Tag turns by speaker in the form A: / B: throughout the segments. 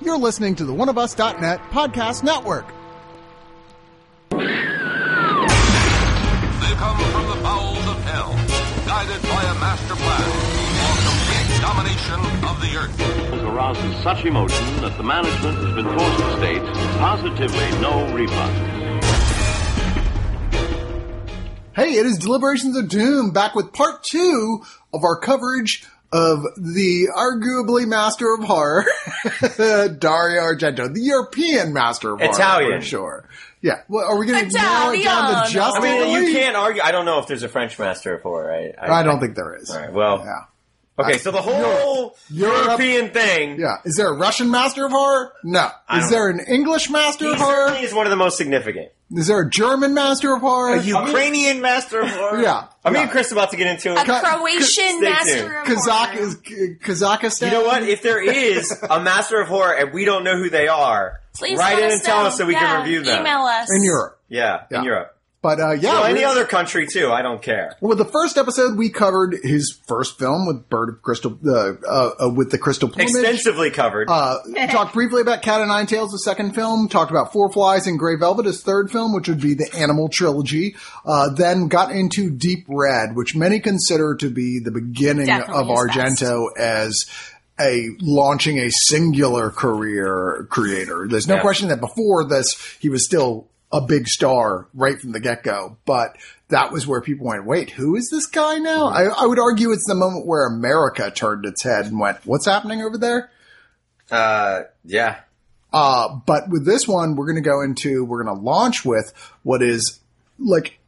A: You're listening to the oneofus.net podcast network.
B: They come from the bowels of hell, guided by a master plan for complete domination of the earth.
C: has arouses such emotion that the management has been forced to state positively no refunds.
A: Hey, it is Deliberations of Doom back with part two of our coverage of the arguably master of horror, Dario Argento, the European master of horror.
D: Italian.
A: for sure. Yeah. Well, are we going to narrow it down to
E: Italiano.
A: just
D: I mean, you
A: Italy?
D: can't argue. I don't know if there's a French master of horror. I,
A: I don't think there is.
D: All right, well,
A: yeah.
D: Okay, so the whole
A: Europe-
D: European thing
A: Yeah. Is there a Russian master of horror? No.
D: I
A: Is
D: don't
A: there an English master
D: he
A: of horror?
D: certainly is one of the most significant.
A: Is there a German master of horror?
D: A Ukrainian master of horror.
A: Yeah,
D: I mean,
A: yeah.
D: Chris about to get into
E: A
D: it.
A: Ka-
D: stay
E: Croatian
D: tuned.
E: master of
A: Kazakh
E: horror.
A: is Kazakhstan.
D: You know what? If there is a master of horror and we don't know who they are,
E: Please
D: write
E: let
D: in and tell
E: know.
D: us so we
E: Yeah,
D: can review them.
E: Email us
A: in Europe.
D: Yeah,
A: Yeah.
D: in Europe.
A: But uh, yeah,
D: Well, any
A: we're-
D: other country too. I don't care.
A: Well, the first episode we covered his first film with Bird of Crystal uh, uh, uh, with the Crystal Plumage.
D: Extensively covered.
A: Uh, talked briefly about Cat o' Nine Tails, the second film. Talked about Four Flies and Grey Velvet, his third film, which would be the Animal trilogy. Uh, then got into Deep Red, which many consider to be the beginning
E: Definitely
A: of
E: his
A: Argento as a launching a singular career creator. There's no
D: Yeah.
A: question that before this, he was still a big star right from the get go, but that was where people went, wait, who is this guy now? I, I would argue it's the moment where America turned its head and went, what's happening over there?
D: Uh, yeah.
A: Uh, but with this one, we're going to go into, we're going to launch with what is like,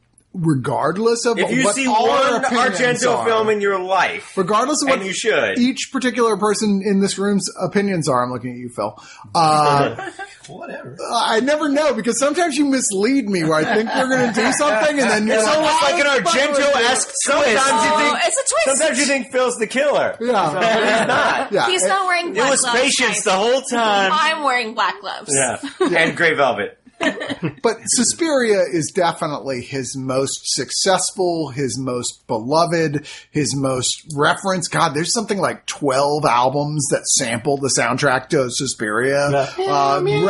A: regardless of
D: If you
A: what
D: see
A: all our
D: one
A: opinions
D: Argento
A: are,
D: film in your life,
A: regardless of
D: and
A: what
D: you should.
A: each particular person in this room's opinions are, I'm looking at you, Phil. Uh,
F: Whatever.
A: I never know because sometimes you mislead me where I think we're going to do something and then you're
D: it's
A: like,
D: almost
A: "Oh,
D: like an
A: fuck, we're doing
D: Argento-esque
A: it."
D: twist.
E: Oh,
D: Sometimes you think
E: it's a twist.
D: Sometimes you think Phil's the killer.
A: Yeah.
D: He's not.
A: yeah.
E: He's not wearing black
D: It was
E: gloves.
D: patience
E: guys.
D: the whole time.
E: I'm wearing black gloves.
D: Yeah. and Grey Velvet.
A: But Suspiria is definitely his most successful, his most beloved, his most referenced. God, there's something like 12 albums that sample the soundtrack to Suspiria. Uh, rep-
E: I mean,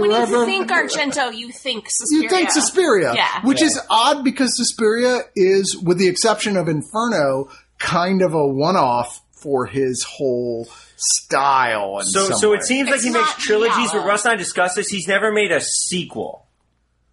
E: when you
A: rep-
E: think Argento, you think Suspiria.
A: you think Suspiria,
E: Yeah.
A: which is odd because Suspiria is, with the exception of Inferno, kind of a one-off for his whole style. In
D: So
A: some
D: so it
A: way.
D: seems like
E: It's
D: he makes
E: not
D: trilogies, but
E: Giallo.
D: Russ and I discussed this. He's never made a sequel.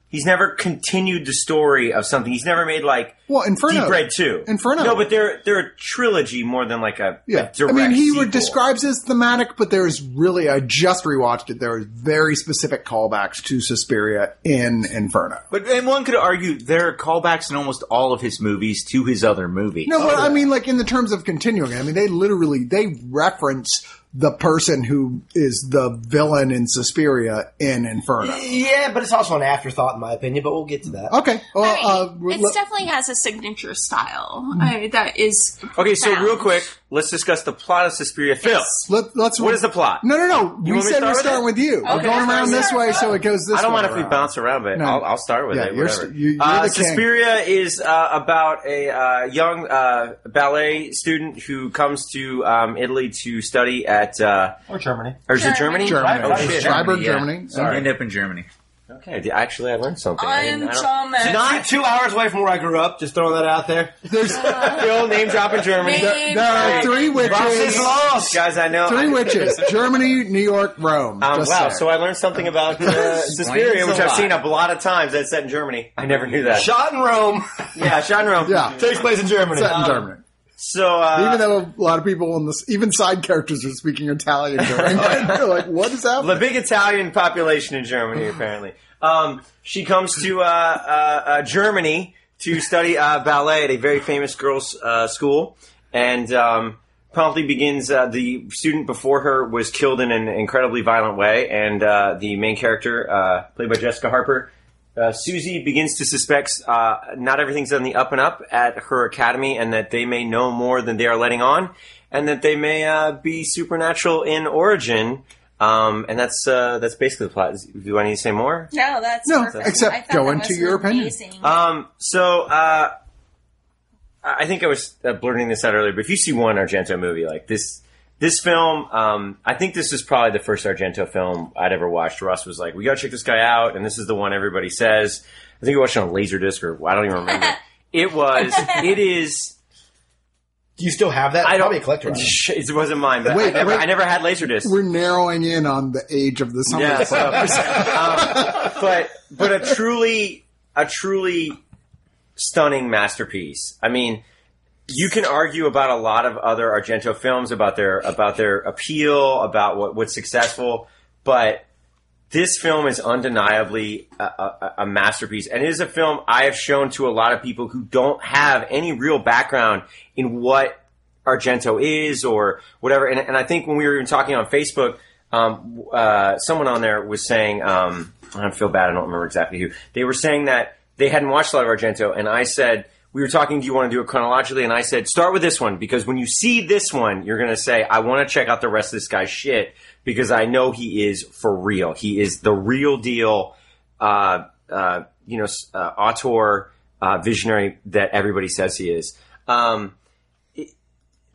D: He's never continued the story of something. He's never made like
A: well, Inferno,
D: Deep Red Two.
A: Inferno.
D: No, but they're they're a trilogy more than like a, a
A: Yeah, I
D: direct
A: mean, he
D: sequel.
A: would describes as thematic, but there's really I just rewatched it. There is very specific callbacks to Suspiria in Inferno.
F: But and one could argue there are callbacks in almost all of his movies to his other movie.
A: No, but I mean, like in the terms of continuing, I mean, they literally they reference the person who is the villain in Suspiria in Inferno.
G: Yeah, but it's also an afterthought, in my opinion. But we'll get to that.
A: Okay,
E: I
A: well,
E: mean,
A: uh, Hmm.
E: it
A: le-
E: definitely has a signature style uh, that is.
D: Okay, so
E: profound.
D: real quick, let's discuss the plot of Suspiria. Phil,
A: let, let's.
D: what is the plot?
A: No, no, no.
D: You
A: we
D: want me to
A: said we're
D: start with
A: starting
D: it?
A: with you. we're
D: Okay,
A: going
D: that's
A: around
D: fine.
A: this way, so it goes this.
D: I don't
A: way
D: mind if we
A: around.
D: bounce around, but
A: No.
D: I'll, I'll start with
A: Yeah,
D: it.
A: you're
D: whatever.
A: st- you- you're
D: uh,
A: the king.
D: Suspiria is uh, about a uh, young uh, ballet student who comes to um, Italy to study at. Uh,
G: Or Germany.
D: or is it Germany?
E: Germany.
A: Germany,
D: Oh, shit.
A: Freiburg,
F: yeah.
A: Germany.
F: So you end up in Germany.
D: Okay, d- actually, I learned something. I
E: I'm
D: didn't- I don't-
E: Thomas.
G: Not two hours away from where I grew up. Just throwing that out there.
A: There's
D: Phil, name drop in Germany.
E: Name-
A: there, there are three
D: Ross is
A: witches.
D: lost, guys. I know.
A: Three
D: I-
A: witches: Germany, New York, Rome.
D: Um,
A: Just
D: wow,
A: saying.
D: so I learned something about uh, Suspiria,
F: Explains
D: which
F: a
D: I've
F: lot.
D: seen a lot of times. That's set in Germany. I never knew that.
G: Shot in Rome.
D: yeah, genre.
A: yeah,
G: Takes place in Germany.
A: set in
G: Um,
A: Germany.
D: So uh,
A: even though a lot of people in this, even side characters, are speaking Italian during it, they're like, "What is
D: the
A: happening?"
D: big Italian population in Germany, apparently. Um, she comes to uh, uh, uh, Germany to study uh, ballet at a very famous girls' uh, school, and um, promptly begins. Uh, the student before her was killed in an incredibly violent way, and uh, the main character, uh, played by Jessica Harper. Uh, Susie begins to suspect uh, not everything's on the up and up at her academy, and that they may know more than they are letting on, and that they may uh, be supernatural in origin. Um, and that's uh, that's basically the plot. Is- Do I need to say more?
E: No, Oh, that's
A: No,
E: perfect.
A: except
E: I thought
A: go
E: that
A: into
E: was
A: your opinion.
E: amazing.
D: Um, so uh, I I think I was uh, blurting this out earlier, but if you see one Argento movie like this, This film, um, I think this is probably the first Argento film I'd ever watched. Russ was like, "We gotta check this guy out," and this is the one everybody says. I think we watched it on Laserdisc, or I don't even remember. it was. It is.
G: Do you still have that? It's
D: I don't
G: probably a collector. item.
D: It wasn't mine, but I,
A: Wait,
D: never,
A: wait.
D: I never had Laserdisc.
A: We're narrowing in on the age of this.
D: Yeah,
A: Yeah,
D: so, um, but but a truly a truly stunning masterpiece. I mean, you can argue about a lot of other Argento films about their about their appeal, about what what's successful, but this film is undeniably a, a, a masterpiece, and it is a film I have shown to a lot of people who don't have any real background in what Argento is or whatever. And, and I think when we were even talking on Facebook, um, uh, someone on there was saying, um, I feel bad, I don't remember exactly who. They were saying that they hadn't watched a lot of Argento, and I said, we were talking, do you want to do it chronologically? And I said, start with this one, because when you see this one, you're going to say, I want to check out the rest of this guy's shit, because I know he is for real. He is the real deal, uh, uh, you know, s- uh, auteur, uh, visionary that everybody says he is. Um,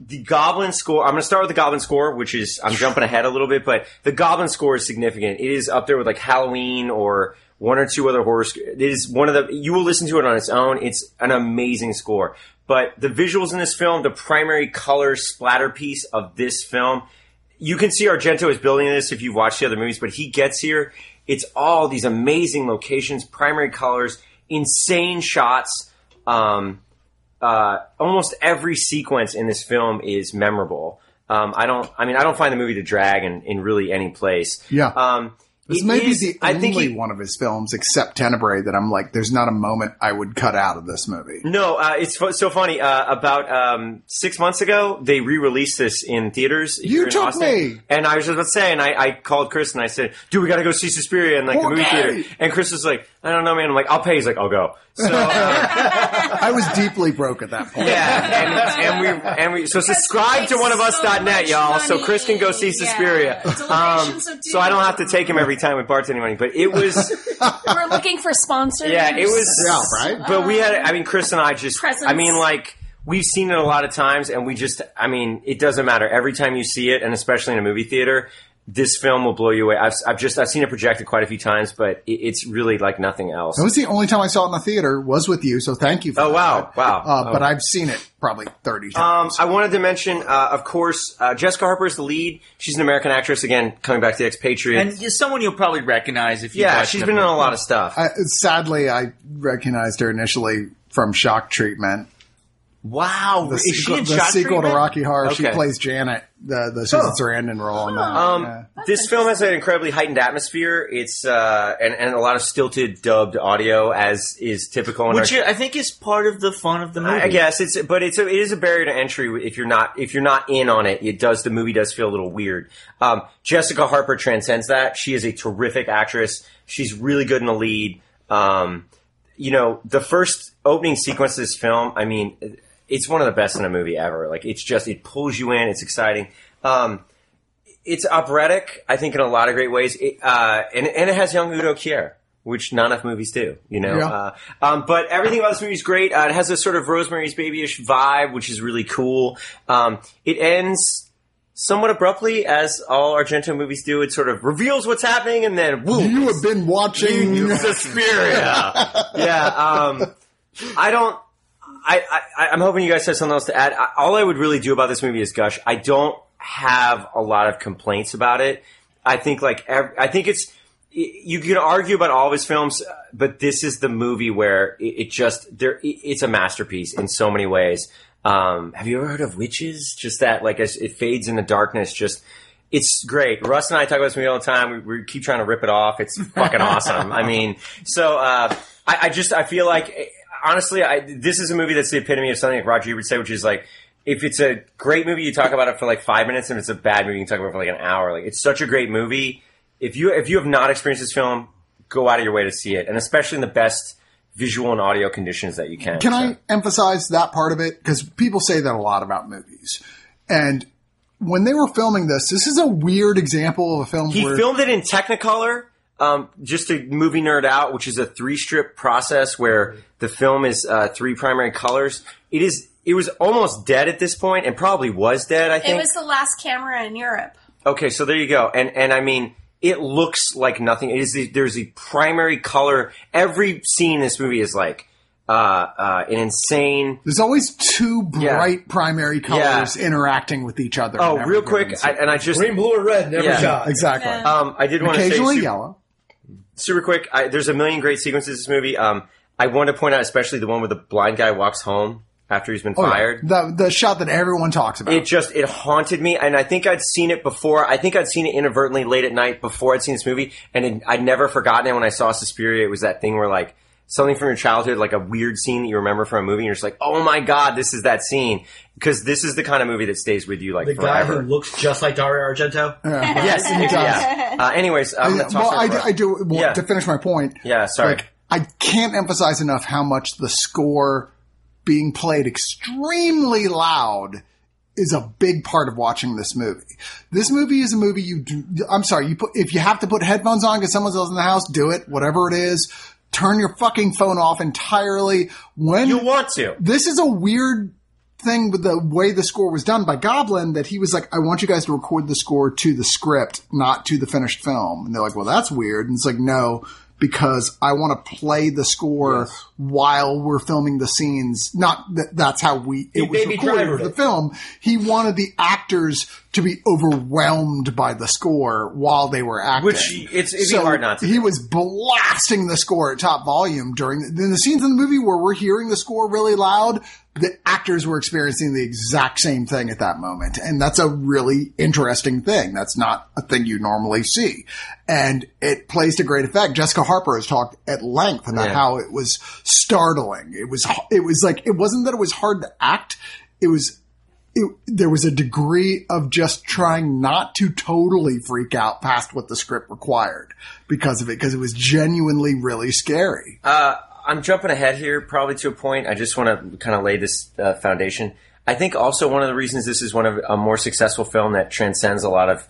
D: the goblin score i'm going to start with the goblin score which is i'm jumping ahead a little bit but the goblin score is significant it is up there with like halloween or one or two other horror sc- it is one of the you will listen to it on its own it's an amazing score but the visuals in this film the primary color splatter piece of this film you can see Argento is building this if you've watched the other movies, but he gets here. It's all these amazing locations, primary colors, insane shots. Um, uh, almost every sequence in this film is memorable. Um, I don't. I mean, I don't find the movie to drag in, in really any place.
A: Yeah.
D: Um,
A: This
D: it
A: may
D: is-
A: be the
D: I
A: only
D: think he-
A: one of his films, except Tenebrae, that I'm like, there's not a moment I would cut out of this movie.
D: No, uh, it's fu- so funny. Uh, about um, six months ago, they re-released this in theaters. here in
A: took
D: Austin.
A: me.
D: and I was just about to say, and I, I called Chris and I said, "Dude, we got to go see Suspiria in like the movie
A: Okay.
D: theater." And Chris was like, "I don't know, man." I'm like, "I'll pay." He's like, "I'll go." So uh,
A: I was deeply broke at that point.
D: yeah, and, and we and we so subscribe to one of us dot net, y'all, so Chris can go see Suspiria. Um, so I don't have to take him every time with bartending money, but it was
E: We're looking for sponsors.
D: Uh, yeah, it was
A: Yeah, right?
D: but we had i mean chris and i just
E: Presents.
D: i mean like we've seen it a lot of times and we just i mean it doesn't matter every time you see it and especially in a movie theater this film will blow you away i've, I've just i've seen it projected quite a few times but it, it's really like nothing else
A: That was the only time I saw it in the theater was with you, so thank you for
D: oh
A: that.
D: wow wow
A: Uh, But
D: Oh.
A: I've seen it probably 30
D: Um,
A: times.
D: I wanted to mention, uh, of course, uh, Jessica Harper is the lead. She's an American actress. Again, coming back to the expatriate.
F: And you- someone you'll probably recognize if you.
D: yeah,
F: watch
D: she's
F: the
D: been in
F: movie.
D: a lot of stuff.
A: I, sadly, I recognized her initially from Shock Treatment.
F: Wow,
A: The
F: is
A: sequel,
F: she in
A: the
F: shock
A: sequel
F: treatment?
A: to Rocky Horror. She
D: Okay.
A: plays Janet, the, the Susan
F: Oh.
A: Sarandon role. in that.
D: Um,
A: Yeah.
D: this film has an incredibly heightened atmosphere. It's uh, and and a lot of stilted dubbed audio, as is typical. In
F: which uh,
D: our,
F: I think is part of the fun of the movie.
D: I guess it's, but it's a, it is a barrier to entry if you're not if you're not in on it. It does the movie does feel a little weird. Um, Jessica Harper transcends that. She is a terrific actress. She's really good in the lead. Um, you know, the first opening sequence of this film, I mean, it's one of the best in a movie ever. Like, it's just, it pulls you in, it's exciting. Um, it's operatic, I think, in a lot of great ways. It, uh, and, and it has young Udo Kier, which not enough movies do, you know?
A: Yeah.
D: Uh, um, but everything about this movie is great. Uh, it has a sort of Rosemary's Babyish vibe, which is really cool. Um, it ends somewhat abruptly, as all Argento movies do. It sort of reveals what's happening and then, woo!
A: you have been watching.
D: Suspiria. yeah. Um, I don't. I, I I'm hoping you guys have something else to add. I, all I would really do about this movie is gush. I don't have a lot of complaints about it. I think like ev- I think it's y- you can argue about all of his films, uh, but this is the movie where it, it just there it, it's a masterpiece in so many ways. Um, have you ever heard of witches? Just that like as it fades in the darkness, just it's great. Russ and I talk about this movie all the time. We, we keep trying to rip it off. It's fucking awesome. I mean, so uh, I, I just I feel like eh, honestly, I, this is a movie that's the epitome of something like Roger Ebert said, which is like if it's a great movie, you talk about it for like five minutes, and if it's a bad movie, you can talk about it for like an hour. Like it's such a great movie. If you if you have not experienced this film, go out of your way to see it, and especially in the best visual and audio conditions that you can.
A: Can
D: So-
A: I emphasize that part of it? Because people say that a lot about movies. And when they were filming this, this is a weird example of a film
D: He
A: where
D: filmed it in Technicolor, um, just to movie nerd out, which is a three strip process where the film is uh, three primary colors. It is it was almost dead at this point, and probably was dead. I
E: It
D: think.
E: was the last camera in Europe.
D: okay, so there you go. And and I mean, it looks like nothing. It is the, there's the primary color. Every scene in this movie is like uh, uh, an insane.
A: There's always two
D: Yeah.
A: bright primary colors interacting with each other.
D: Oh,
A: in every
D: real
A: given
D: quick, I,
A: scene.
D: and I just
G: Green, blue, or red in every
D: Yeah.
G: shot.
A: exactly.
E: Yeah.
D: um, I did want to say
A: Occasionally
D: super-
A: yellow.
D: super quick. I, there's a million great sequences in this movie. Um, I want to point out, especially the one where the blind guy walks home after he's been
A: Oh, yeah.
D: fired.
A: The the shot that everyone talks about.
D: It just it haunted me, and I think I'd seen it before. I think I'd seen it inadvertently late at night before I'd seen this movie, and it, I'd never forgotten it. When I saw Suspiria, it was that thing where like something from your childhood, like a weird scene that you remember from a movie, and you're just like, oh my god, this is that scene because this is the kind of movie that stays with you like
G: The guy
D: forever.
G: who looks just like Dario Argento.
F: Uh,
A: Yeah.
D: yes, it does. Yeah. Uh, anyways, I'm
A: Yeah,
D: gonna toss
A: well,
D: it
A: I,
D: over.
A: I do well,
D: Yeah.
A: to finish my point.
D: Yeah, sorry.
A: Like, I can't emphasize enough how much the score being played extremely loud is a big part of watching this movie. This movie is a movie you do. I'm sorry, you put if you have to put headphones on because someone else in the house, do it. Whatever it is, turn your fucking phone off entirely. When
D: you want to?
A: this is a weird thing with the way the score was done by Goblin that he was like, I want you guys to record the score to the script, not to the finished film. And they're like, well, that's weird. And it's like, no, because I want to play the score while we're filming the scenes. Not that that's how we, it was
G: Baby
A: recorded
G: Drivered
A: for the
G: it.
A: film. He wanted the actors to be overwhelmed by the score while they were acting.
D: Which it's it'd be hard not to.
A: He was blasting the score at top volume during then the scenes in the movie where we're hearing the score really loud. The actors were experiencing the exact same thing at that moment, and that's a really interesting thing. That's not a thing you normally see, and it plays to great effect. Jessica Harper has talked at length about
D: Yeah.
A: how it was startling. It was it was like it wasn't that it was hard to act. It was it, there was a degree of just trying not to totally freak out past what the script required because of it, because it was genuinely really scary.
D: Uh, I'm jumping ahead here, probably to a point. I just want to kind of lay this uh, foundation. I think also one of the reasons this is one of a more successful film that transcends a lot of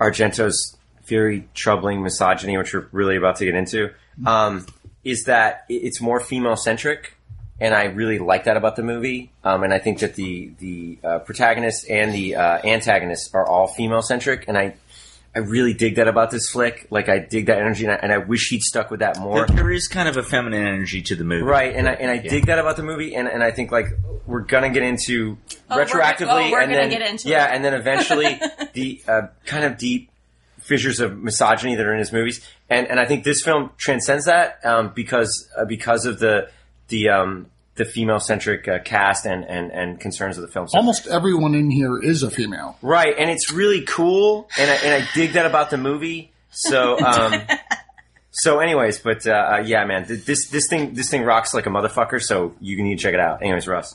D: Argento's very troubling misogyny, which we're really about to get into, um, is that i- it's more female centric, and I really like that about the movie. Um, and I think that the the uh, protagonist and the uh, antagonist are all female centric, and I. I really dig that about this flick. Like, I dig that energy, and I, and I wish he'd stuck with that more.
F: There is kind of a feminine energy to the movie,
D: Right, and I and I dig that about the movie, and, and I think like we're gonna get into
E: Oh, we're-
D: retroactively,
E: oh, we're
D: and
E: gonna
D: then
E: get into
D: yeah,
E: it.
D: and then eventually the uh, kind of deep fissures of misogyny that are in his movies, and and I think this film transcends that um, because uh, because of the the um, the female centric uh, cast and, and and concerns of the film. So-
A: Almost everyone in here is a female.
D: right, and it's really cool, and I, and I dig that about the movie. So. Um, So, anyways, but uh, uh, yeah, man, th- this this thing this thing rocks like a motherfucker. So you need to check it out. Anyways, Russ.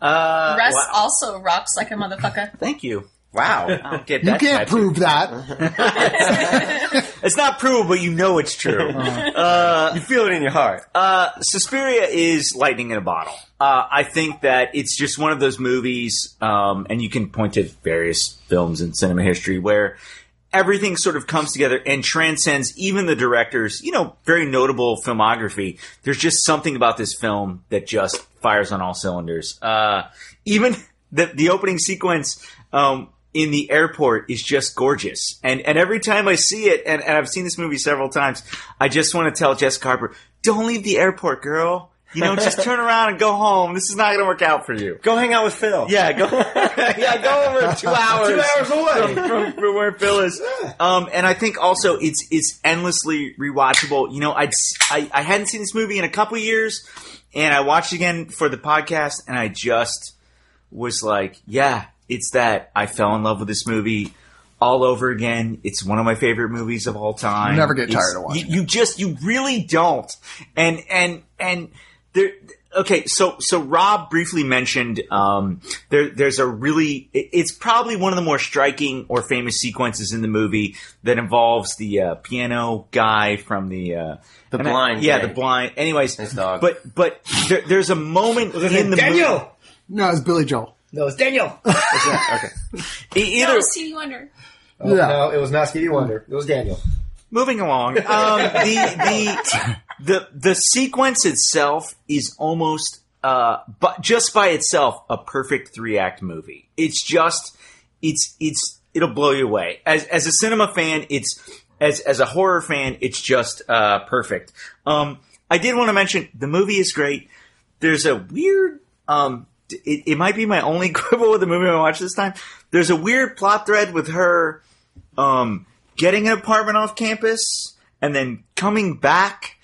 F: Uh,
E: Russ
F: wow.
E: also rocks like a motherfucker.
F: Thank you.
D: Wow, I don't get
A: You
D: that
A: can't
D: type of-
A: prove
F: Uh-huh.
A: that.
F: It's not provable, you know it's true.
A: Uh-huh.
D: You feel it in your heart.
F: Uh, Suspiria is lightning in a bottle. Uh, I think that it's just one of those movies, um, and you can point to various films in cinema history where everything sort of comes together and transcends even the director's, you know, very notable filmography. There's just something about this film that just fires on all cylinders. Uh, even the, the opening sequence, um, in the airport is just gorgeous. And, and every time I see it, and, and I've seen this movie several times, I just want to tell Jessica Harper, don't leave the airport, girl. You know, just turn around and go home. This is not going to work out for you.
D: Go hang out with Phil.
F: Yeah, go. yeah, go over two hours. two hours away from, from, from where Phil is. Um, and I think also it's it's endlessly rewatchable. You know, I'd, s- I I hadn't seen this movie in a couple years, and I watched it again for the podcast, and I just was like, yeah, it's that. I fell in love with this movie all over again. It's one of my favorite movies of all time.
A: Never get
F: It's-
A: tired of watching
F: You, you just you really don't. And and and there. Okay, so so Rob briefly mentioned um, there. There's a really. it- It's probably one of the more striking or famous sequences in the movie that involves the uh, piano guy from the uh, the
D: blind
F: yeah,
D: guy.
F: the blind. Anyways,
D: His dog.
F: but but there, there's a moment in the
G: Daniel.
F: movie.
A: No, it's Billy Joel.
G: No, it's Daniel.
F: E-
E: No,
F: Either
E: Stevie Wonder.
G: Oh,
A: Yeah.
G: No, it was not Stevie Wonder. It was Daniel.
F: moving along, um, the, the the the sequence itself is almost uh, but just by itself, a perfect three act movie. It's just, it's, it's, it'll blow you away. As, as a cinema fan, it's, as, as a horror fan, it's just, uh, perfect. Um, I did want to mention the movie is great. There's a weird, um, d- it, it might be my only quibble with the movie I watched this time. There's a weird plot thread with her, um, getting an apartment off campus and then coming back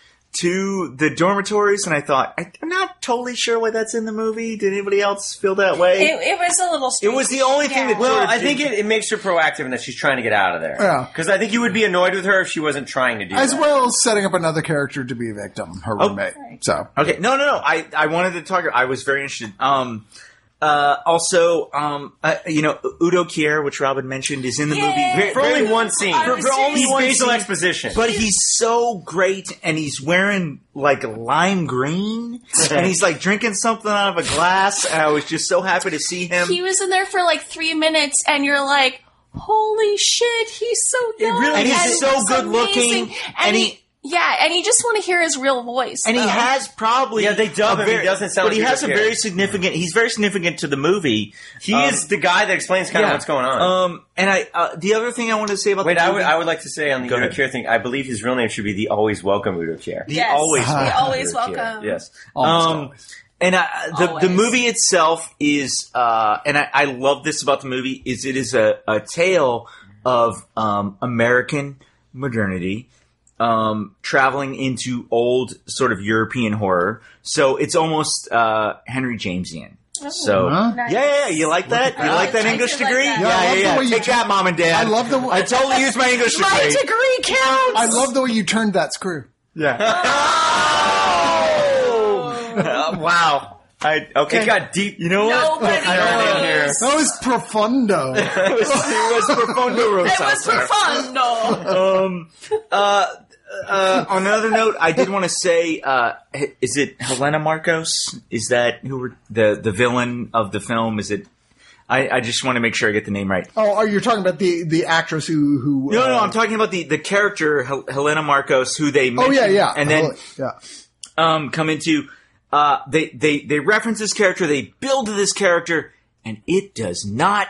F: to the dormitories. And I thought, I, I'm not totally sure why that's in the movie. Did anybody else feel that way?
H: It, it was a little. Strange.
F: was the only thing that-
D: Well,
F: Sure,
D: I think it, it makes her proactive in that she's trying to get out of there.
A: Yeah.
D: Because I think you would be annoyed with her if she wasn't trying to do
A: as
D: that.
A: well as setting up another character to be a victim, her
F: Oh.
A: roommate. So
F: Okay, no, no, no. I, I wanted to talk. I was very interested. Um, uh, also, um, uh, you know, Udo Kier, which Robin mentioned, is in the movie. Very-
D: For only
F: very-
D: one scene.
H: I
D: For,
H: was
D: for only
H: serious.
D: one
F: He's
D: facial
F: basically-
D: exposition.
F: But he's so great, and he's wearing like lime green, and he's like drinking something out of a glass. And I was just so happy to see him.
E: He was in there for like three minutes, and you're like, "Holy shit, he's so good!"
F: really
E: and
F: is.
E: he
F: He's so
E: looks
F: good
E: amazing.
F: looking,
E: and,
F: and
E: he,
F: he-
E: yeah, and you just want to hear his real voice,
F: and he
E: though.
F: has probably
D: Yeah, they dub
F: a
D: him. He doesn't sound
F: but
D: like
F: he
D: Udo
F: has a
D: Kier.
F: very significant. He's very significant to the movie.
D: he
F: Um,
D: is the guy that explains kind
F: yeah.
D: of what's going on.
F: Um, and I uh, the other thing I wanted to say about
D: Wait,
F: the
D: I
F: movie,
D: would, I would like to say on the
F: Go
D: Udo
F: ahead.
D: Kier thing, I believe his real name should be the always welcome Udo Kier.
F: the
H: Yes.
F: always
H: The always
D: Udo Kier.
H: welcome.
D: Yes.
A: almost
F: Um,
A: always.
F: and I, the,
H: Always.
F: the movie itself is uh, and I, I love this about the movie is it is a, a tale of um, american modernity um, traveling into old sort of european horror so it's almost uh, henry jamesian so
A: Huh?
H: Nice.
F: yeah, yeah, yeah, you like that? You
H: Oh,
F: like that
H: I
F: English
H: did like
F: degree?
H: that.
A: Yeah, I
F: Yeah,
A: love the
F: yeah,
A: way
F: yeah.
A: you
F: Take
A: took-
F: that, mom and dad.
A: I love the way-
F: I totally used my English degree.
H: My degree counts.
A: I love the way you turned that screw.
F: Uh, wow. I okay.
D: It got deep.
F: you know what?
H: Nobody
D: Irony
H: knows.
D: here.
A: That was profundo.
F: it was, it was profondo
H: It was for fun, no.
F: Um, uh, uh, on another note, I did want to say, uh, h- is it Helena Marcos? Is that who were the the villain of the film? Is it? I, I just want to make sure I get the name right.
A: oh, are you talking about the the actress who who?
F: No, no,
A: uh,
F: I'm talking about the the character Hel- Helena Marcos, who they
A: Oh
F: mentioned,
A: yeah, yeah.
F: and then
A: Totally. yeah.
F: um, come into. Uh, they they they reference this character, they build to this character, and it does not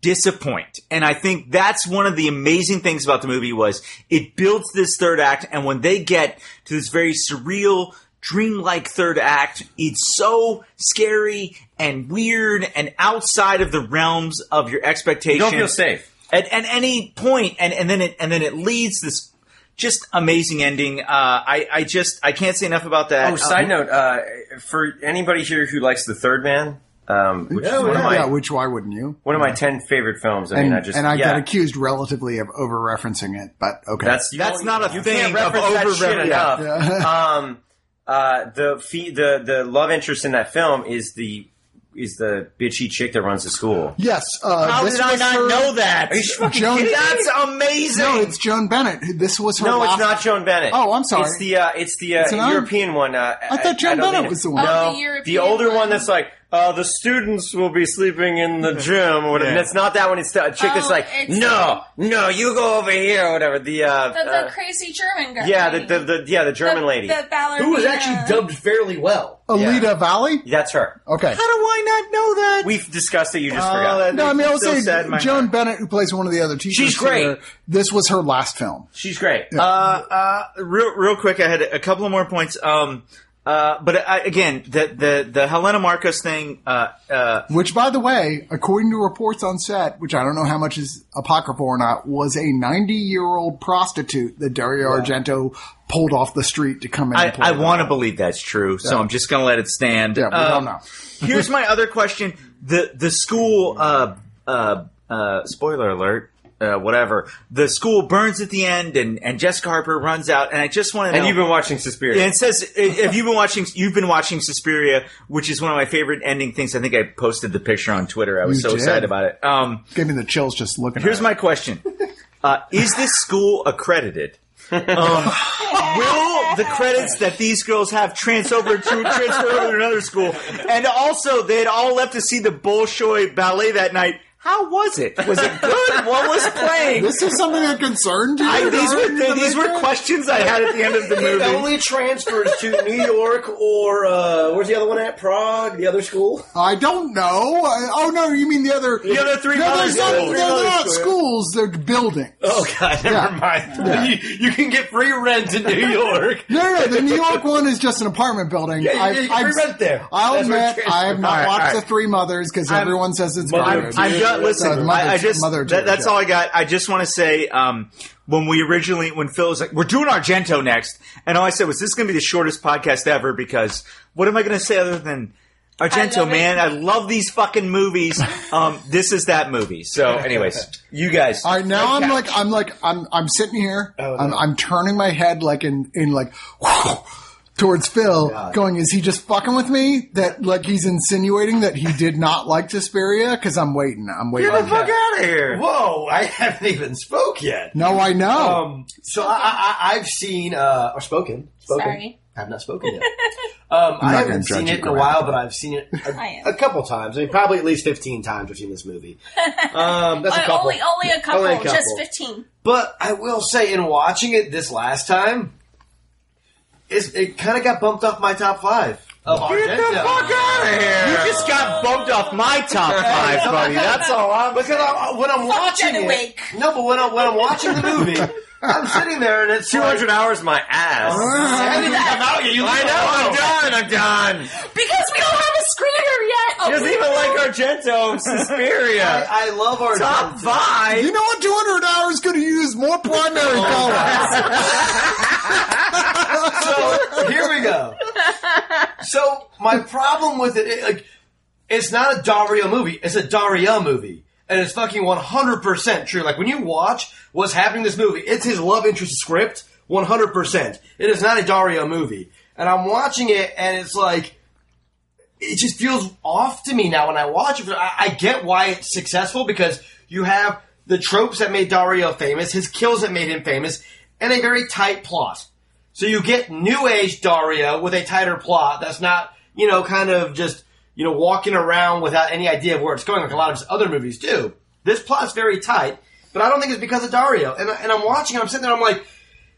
F: disappoint. And I think that's one of the amazing things about the movie was it builds this third act, and when they get to this very surreal, dreamlike third act, it's so scary and weird and outside of the realms of your
D: You
F: expectations
D: don't feel safe.
F: at, at any point, and, and then it and then it leads this just amazing ending. Uh, I I just I can't say enough about that.
D: Oh, side
F: Um,
D: note, uh, for anybody here who likes The Third Man, um, which is one of my
A: yeah, which why wouldn't you?
D: one of my ten favorite films. I
A: And,
D: mean, I just
A: and I
D: yeah,
A: got accused relatively of over referencing it, but okay.
D: that's you
F: That's
D: don't-
F: not a
D: you
F: thing
D: Can't reference
F: of
D: that shit
F: overrepresentation.
D: enough.
A: yeah.
D: Um, uh, the fee, the the love interest in that film is the is the bitchy chick that runs the school.
A: yes. Uh,
F: How
A: this
F: did I
A: was
F: not
A: her-
F: know that?
A: Joan,
F: That's amazing.
A: no, it's Joan Bennett. who- This was her.
D: No, it's
A: last-
D: not Joan Bennett.
A: Oh, I'm sorry.
D: It's the uh, it's the uh,
A: It's an-
D: European one. Uh,
A: I thought Joan
D: don't
A: Bennett
D: think-
A: was the one.
E: Oh,
D: No,
E: the
D: the,
E: European
D: older one.
E: one.
D: that's like uh, the students will be sleeping in the gym or whatever.
F: Yeah.
D: That's not that one. It's the a chick that's
E: Oh,
D: like
E: it's-
D: no, no, you go over here or whatever. The, uh,
E: the, the
D: uh,
E: crazy German guy.
D: yeah, the, the the yeah the German
E: The-
D: lady.
E: the ballerina,
G: Who was actually dubbed fairly well.
F: Oh.
A: Alita Valley.
D: that's her.
A: Okay.
F: How do I not know that?
D: We've discussed it. You just
F: Oh,
D: forgot.
F: that-
A: No, I mean I will
F: So
A: say
F: sad in my
A: Joan
F: heart.
A: Bennett, who plays one of the other teachers.
D: She's great.
A: here, This was her last film.
D: She's great.
F: uh, uh, real, real quick, I had a couple of more points. Um, uh, but I, again, the the the Helena Marcos thing. Uh, uh,
A: Which, by the way, according to reports on set, which I don't know how much is apocryphal or not, was a 90 year old prostitute that Dario Argento pulled off the street to come in.
F: I,
A: and play
F: I
A: the
F: want to
A: role.
F: believe that's true, so I'm just going to let it stand.
A: Yeah, we
F: Um,
A: don't know.
F: here's my other question: the the school uh, uh, uh, spoiler alert, uh, whatever. The school burns at the end, and and Jessica Harper runs out, and I just want to.
D: and
F: know,
D: you've been watching Suspiria.
F: and it says, "If you've been watching, you've been watching Suspiria, which is one of my favorite ending things. I think I posted the picture on Twitter. I was
A: You
F: so
A: did.
F: excited about it. Um,
A: Gave me the chills just looking
F: Here's
A: at
F: my question: uh, Is this school accredited? Um, will the credits that these girls have transfer over to transfer over to another school? And also, they had all left to see the Bolshoi ballet that night. How was it? Was it good? what was playing?
A: This is something that concerned you.
F: I, these were these were questions I had at the end of the
G: It
F: movie.
G: only transfers to New York or uh, where's the other one at? Prague, the other school.
A: I don't know. I, oh no, you mean the other?
F: The other three
A: no, there's
F: mothers
A: not,
F: go.
A: they're not schools. They're buildings.
F: Oh god, never
A: Yeah.
F: mind. You, you can get free rent in New York.
A: No, no, no, the New York one is just an apartment building.
G: Yeah, yeah, you can rent there.
A: I'll
G: That's where
A: admit,
G: it
A: I have not
F: All right,
A: watched
F: all
A: the
F: right.
A: Three Mothers because
F: I'm-
A: everyone says it's
F: I'm,
A: garbage.
F: I'm just
A: Uh,
F: listen.
A: Mother-
F: I, I just
A: Mother
F: that, that's
A: Teresa.
F: all I got. I just want to say um, when we originally when Phil was like, "We're doing Argento next," and all I said was, "This is going to be the shortest podcast ever." Because what am I going to say other than
E: I
F: Argento?
E: love it.
F: man, I love these fucking movies. um, this is that movie. So, anyways, you guys.
A: All right, now I'm like, I'm like, I'm, I'm sitting here. I'm, I'm turning my head like in, in like, towards Phil, going, is he just fucking with me? That like he's insinuating that he did not like Suspiria because I'm waiting. I'm waiting.
F: Get the
A: on
F: fuck
A: him.
F: out of here.
G: Whoa, I haven't even spoke yet.
A: No, I know.
G: Um, so I, I, I- I've seen uh, or spoken. spoken.
E: Sorry.
G: I've not spoken yet. Um, I
A: not gonna
G: haven't
A: judge
G: seen
A: you,
G: it in a
A: Grant.
G: while, but I've seen it
E: I
G: a,
E: am.
G: a couple times. I mean, probably at least fifteen times. I've seen this movie. Um, that's a
E: Uh,
G: couple.
E: only, only a couple,
G: Only a
E: just
G: couple.
E: 15.
G: But I will say, in watching it this last time, it's, it kind of got bumped off my top five of
F: Get the
G: Argento.
F: fuck out of here. You just got bumped off my top five, buddy. That's all I'm.
G: Because I, when I'm watching
E: Jenna
G: it,
E: Wake.
G: no, but when, I, when I'm watching the movie, I'm sitting there and it's
D: Two hundred
G: Like,
D: hours, my ass.
G: I haven't even come out yet. Oh, You
D: I
G: leave it alone.
D: know. I'm done. I'm done.
E: Because we don't have a screener yet. Oh,
D: He doesn't
E: we
D: even
E: will.
D: like Argento. Suspiria.
G: I, I love Argento.
D: Top five.
A: you know what? 200 hours could have used more primary colors.
G: so here we go. So my problem with it, it- like, it's not a Dario movie. It's a Dario movie, and it's fucking one hundred percent true. Like when you watch what's happening in this movie, it's his love interest script, one hundred percent. It is not a Dario movie, and I'm watching it, and it's like. It just feels off to me now when I watch it. I, I get why it's successful because you have the tropes that made Dario famous, his kills that made him famous, and a very tight plot. So you get new age Dario with a tighter plot that's not, you know, kind of just, you know, walking around without any idea of where it's going like a lot of his other movies do. This plot's very tight, but I don't think it's because of Dario. And, I- and I'm watching, I'm sitting there, I'm like,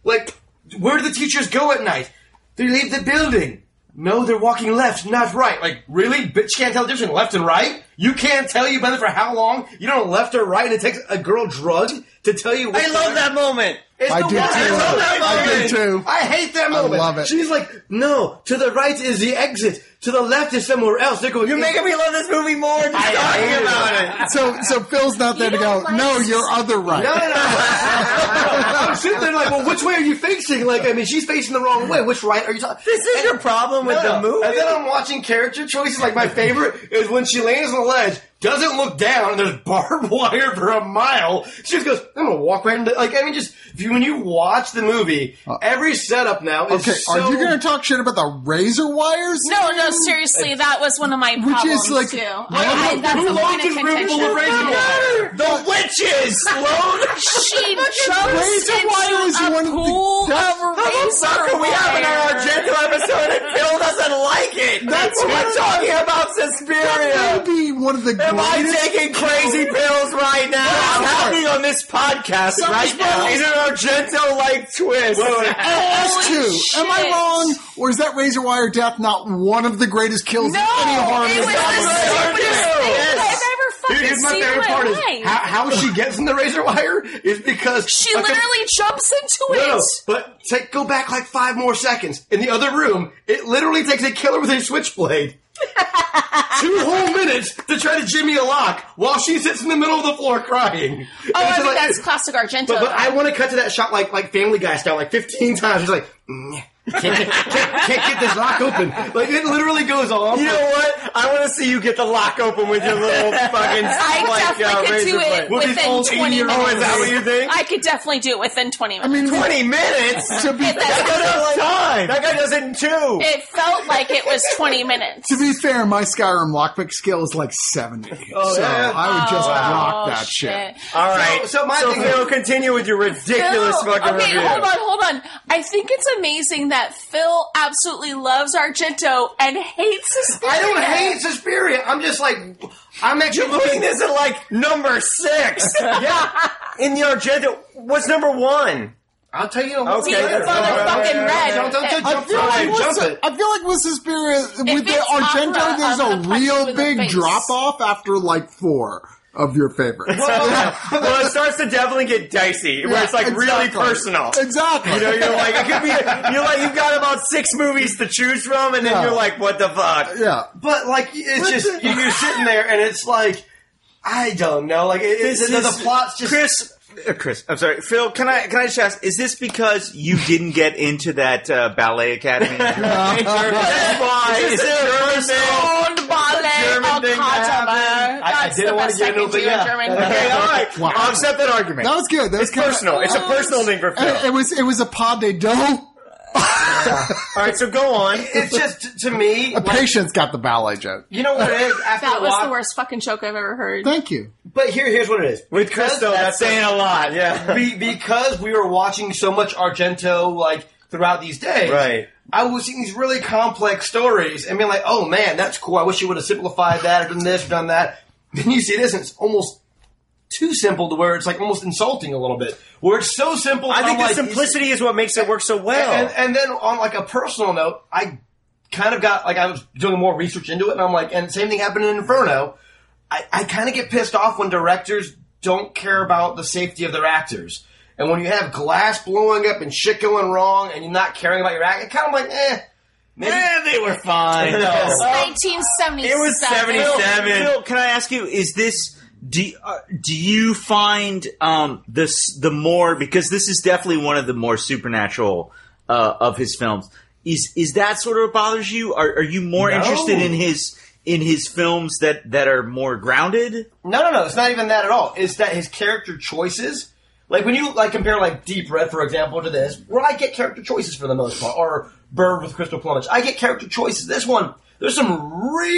G: like, where do the teachers go at night? They leave the building. No, they're walking left, not right. Like, really? Bitch can't tell the difference between left and right? You can't tell you've been there for how long? You don't know left or right, and it takes a girl drug to tell you what
D: I love that moment.
G: It's
A: I
G: the
A: do
G: worst.
A: too.
G: I love that
A: I do
G: moment.
A: too.
G: I hate that moment.
A: love it.
G: She's like, no, to the right is the exit. To the left is somewhere else. They're going,
D: You're making me love this movie more just talking
G: hate
D: about it.
A: So, so Phil's not there to go,
E: don't like-
A: no, you're other right.
G: No, no, no. I'm sitting there like, well, which way are you facing? Like, I mean, she's facing the wrong way. Which right are you talking?
D: This is your problem with the movie.
G: And then I'm watching character choices. Like, my favorite is when she lands on the ledge, doesn't look down, and there's barbed wire for a mile. She just goes, I'm going to walk right into Like, I mean, just if you, when you watch the movie, every setup now is
A: Uh, Okay,
G: so
A: are you going to talk shit about the razor wires?
E: No, no, seriously, that was one of my
A: Which
E: problems
A: is like-
E: too.
A: Who
E: I, I, that's a
G: Who
E: point
G: loaned
E: of
G: his room full of razor
E: contention.
G: wire?
F: The witches, Sloan.
E: She jumps
A: razor wire is one
E: into a
A: of the-
E: pool
A: That's-
E: of
D: How the
E: razor
D: fuck are we having our
E: wire.
D: Argento episode and Phil doesn't like it?
A: That's
D: we're
A: weird.
D: talking about
A: That
D: Suspiria.
A: may be one of the
D: Am I
A: greatest
D: taking crazy pills right now? I'm happening on this podcast right now. Is an Argento like twist?
A: Us
E: Holy
A: two. Am I
E: shit.
A: wrong, or is that razor wire death not one of the greatest kills in any horror
E: it was
A: movie?
E: the
A: ever?
E: stupidest thing I've ever fucking
G: Dude, here's my
E: seen in
G: favorite
E: my
G: part
E: life.
G: is how, how she gets in the razor wire is because
E: she
G: like a-
E: literally jumps into
G: No, no,
E: it.
G: but take, go back like five more seconds. In the other room, it literally takes a killer with a switchblade two whole minutes to try to jimmy a lock while she sits in the middle of the floor crying. And
E: Oh, I
G: it's
E: mean,
G: like-
E: that's classic Argento.
G: But, but I want to cut to that shot like like Family Guy style, like 15 times. It's like, mm, can't, get- can't, can't get this lock open. Like, it literally goes on.
D: You know what? I want to see you get the lock open with your little fucking
E: I
D: like,
E: definitely
D: uh,
E: could
D: razor
E: do
D: blade.
E: it
G: With these
E: within
G: old
E: 20 minutes.
G: 80-year-old,
D: Oh, is that what you think?
E: I could definitely do it within 20 minutes.
A: I mean,
D: 20 minutes?
A: to be
E: If that's-
D: That's enough time. That guy does it in two.
E: it felt like it was 20 minutes.
A: to be fair, my Skyrim lockpick skill is like seventy, so
G: Oh, yeah?
A: I would just rock that shit.
E: Oh, shit.
D: All right.
G: So- so my thing-
D: Phil, continue with your ridiculous
E: No.
D: fucking
E: okay,
D: review.
E: hold on, hold on. I think it's amazing that Phil absolutely loves Argento and hates Suspiria.
G: I don't hate Suspiria. I'm just like, I'm actually
D: You're looking this at like number six. yeah. In the Argento. What's number one?
G: I'll tell you.
D: Okay, Deep that's-
E: motherfucking red.
G: Don't, don't, don't
A: I
G: jump
A: feel, like
G: forward.
A: with,
G: Jump
A: Sus-
G: it.
A: I feel like with Suspiria, with the
E: it's
A: Argento,
E: opera,
A: there's
E: I'm
A: a
E: gonna punch you
A: real
E: in the
A: big
E: face.
A: drop off after like four of your favorites.
D: well, it starts to definitely get dicey, where it's like really
A: Exactly.
D: personal.
A: Exactly.
D: You know, you're like, it could be, you're like, you've got about six movies to choose from, and then
A: Yeah.
D: you're like, what the fuck?
A: yeah.
G: But like, it's just you- you're sitting there, and it's like, I don't know. Like, it, it's, the, the plot's just.
F: Chris. uh, Chris, I'm sorry, Phil. Can I can I just ask? Is this because you didn't get into that uh, ballet academy? That's why. Is it personal?
E: Owned ballet
D: German
E: or
D: thing to happen.
E: Kotama.
G: I- I
E: That's
G: didn't
E: the
G: wanna
E: best
G: get
E: I can do
G: into it, but yeah.
E: in German.
D: Okay, all right.
A: Wow.
D: I'll accept that argument.
A: That was good. That was
D: it's personal. It's a personal thing for Phil.
A: It, it was it was a pas de deux.
D: all right, so go on.
G: It's just to me.
A: A
G: Like,
A: patient's got the ballet joke.
G: you know what it is? After
E: That
G: a
E: was
G: while-
E: the worst fucking joke I've ever heard.
A: Thank you.
G: But here, here's what it is.
D: With Chris, though, that's saying a lot. Yeah.
G: Be, because we were watching so much Argento, like throughout these days,
D: Right.
G: I was seeing these really complex stories and being like, "Oh man, that's cool. I wish you would have simplified that, or done this, or done that." Then you see this, and it's almost too simple to where it's like almost insulting a little bit. Where it's so simple,
D: I think
G: I'm
D: the
G: like,
D: simplicity is what makes it work so well.
G: And, and then on like a personal note, I kind of got like I was doing more research into it, and I'm like, and same thing happened in Inferno. I, I kind of get pissed off when directors don't care about the safety of their actors, and when you have glass blowing up and shit going wrong, and you're not caring about your act, it kind of like, eh, maybe.
D: they were fine.
E: It's 1977.
D: It was 77.
F: Phil, can I ask you? Is this do uh, do you find um, this the more because this is definitely one of the more supernatural uh, of his films? Is is that sort of what bothers you? Are are you more
G: No.
F: interested in his in his films that that are more grounded?
G: No, no, no. It's not even that at all. It's that his character choices. Like when you like compare like Deep Red, for example, to this, where I get character choices for the most part, or Bird with Crystal Plumage, I get character choices. This one, there's some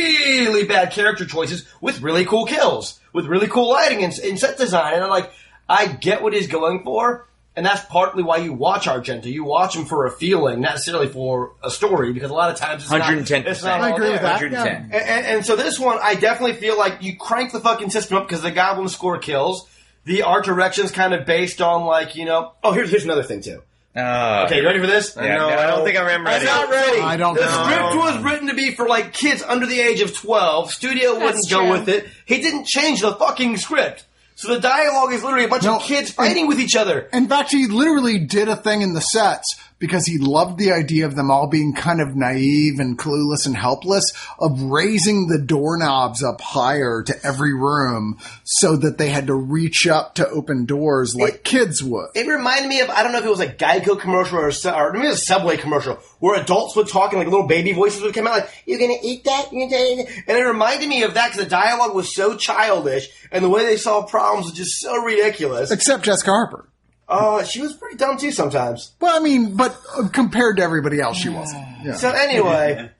G: really bad character choices with really cool kills, with really cool lighting and, and set design, and I'm like, I get what he's going for, and that's partly why you watch Argento. You watch him for a feeling, not necessarily for a story, because a lot of times it's not-
F: 110%.
G: It's not
A: I
G: all
A: agree
G: there.
A: with that.
F: 110.
A: Yeah.
G: And, and, and so this one, I definitely feel like you crank the fucking system up because the goblin score kills. The art direction's kind of based on like you know. Oh, here's here's another thing too. Okay, you ready for this?
D: Uh, Yeah, no, I don't think I remember
G: It's
D: any.
G: not ready.
A: I don't
G: The
A: know.
G: script was written to be for like kids under the age of twelve. Studio wouldn't go
E: true.
G: with it. He didn't change the fucking script. So the dialogue is literally a bunch
A: No,
G: of kids fighting with each other.
A: In fact, he literally did a thing in the sets because he loved the idea of them all being kind of naive and clueless and helpless of raising the doorknobs up higher to every room so that they had to reach up to open doors like kids would.
G: It reminded me of I don't know if it was a Geico commercial or, a, Su- or maybe it was a Subway commercial where adults would talk and like little baby voices would come out like you're gonna eat that, you're gonna eat that." and it reminded me of that because the dialogue was so childish and the way they solved problems was just so ridiculous.
A: Except Jessica Harper.
G: Oh, she was pretty dumb too sometimes.
A: Well, I mean, but uh, compared to everybody else, she wasn't. Yeah.
G: So anyway.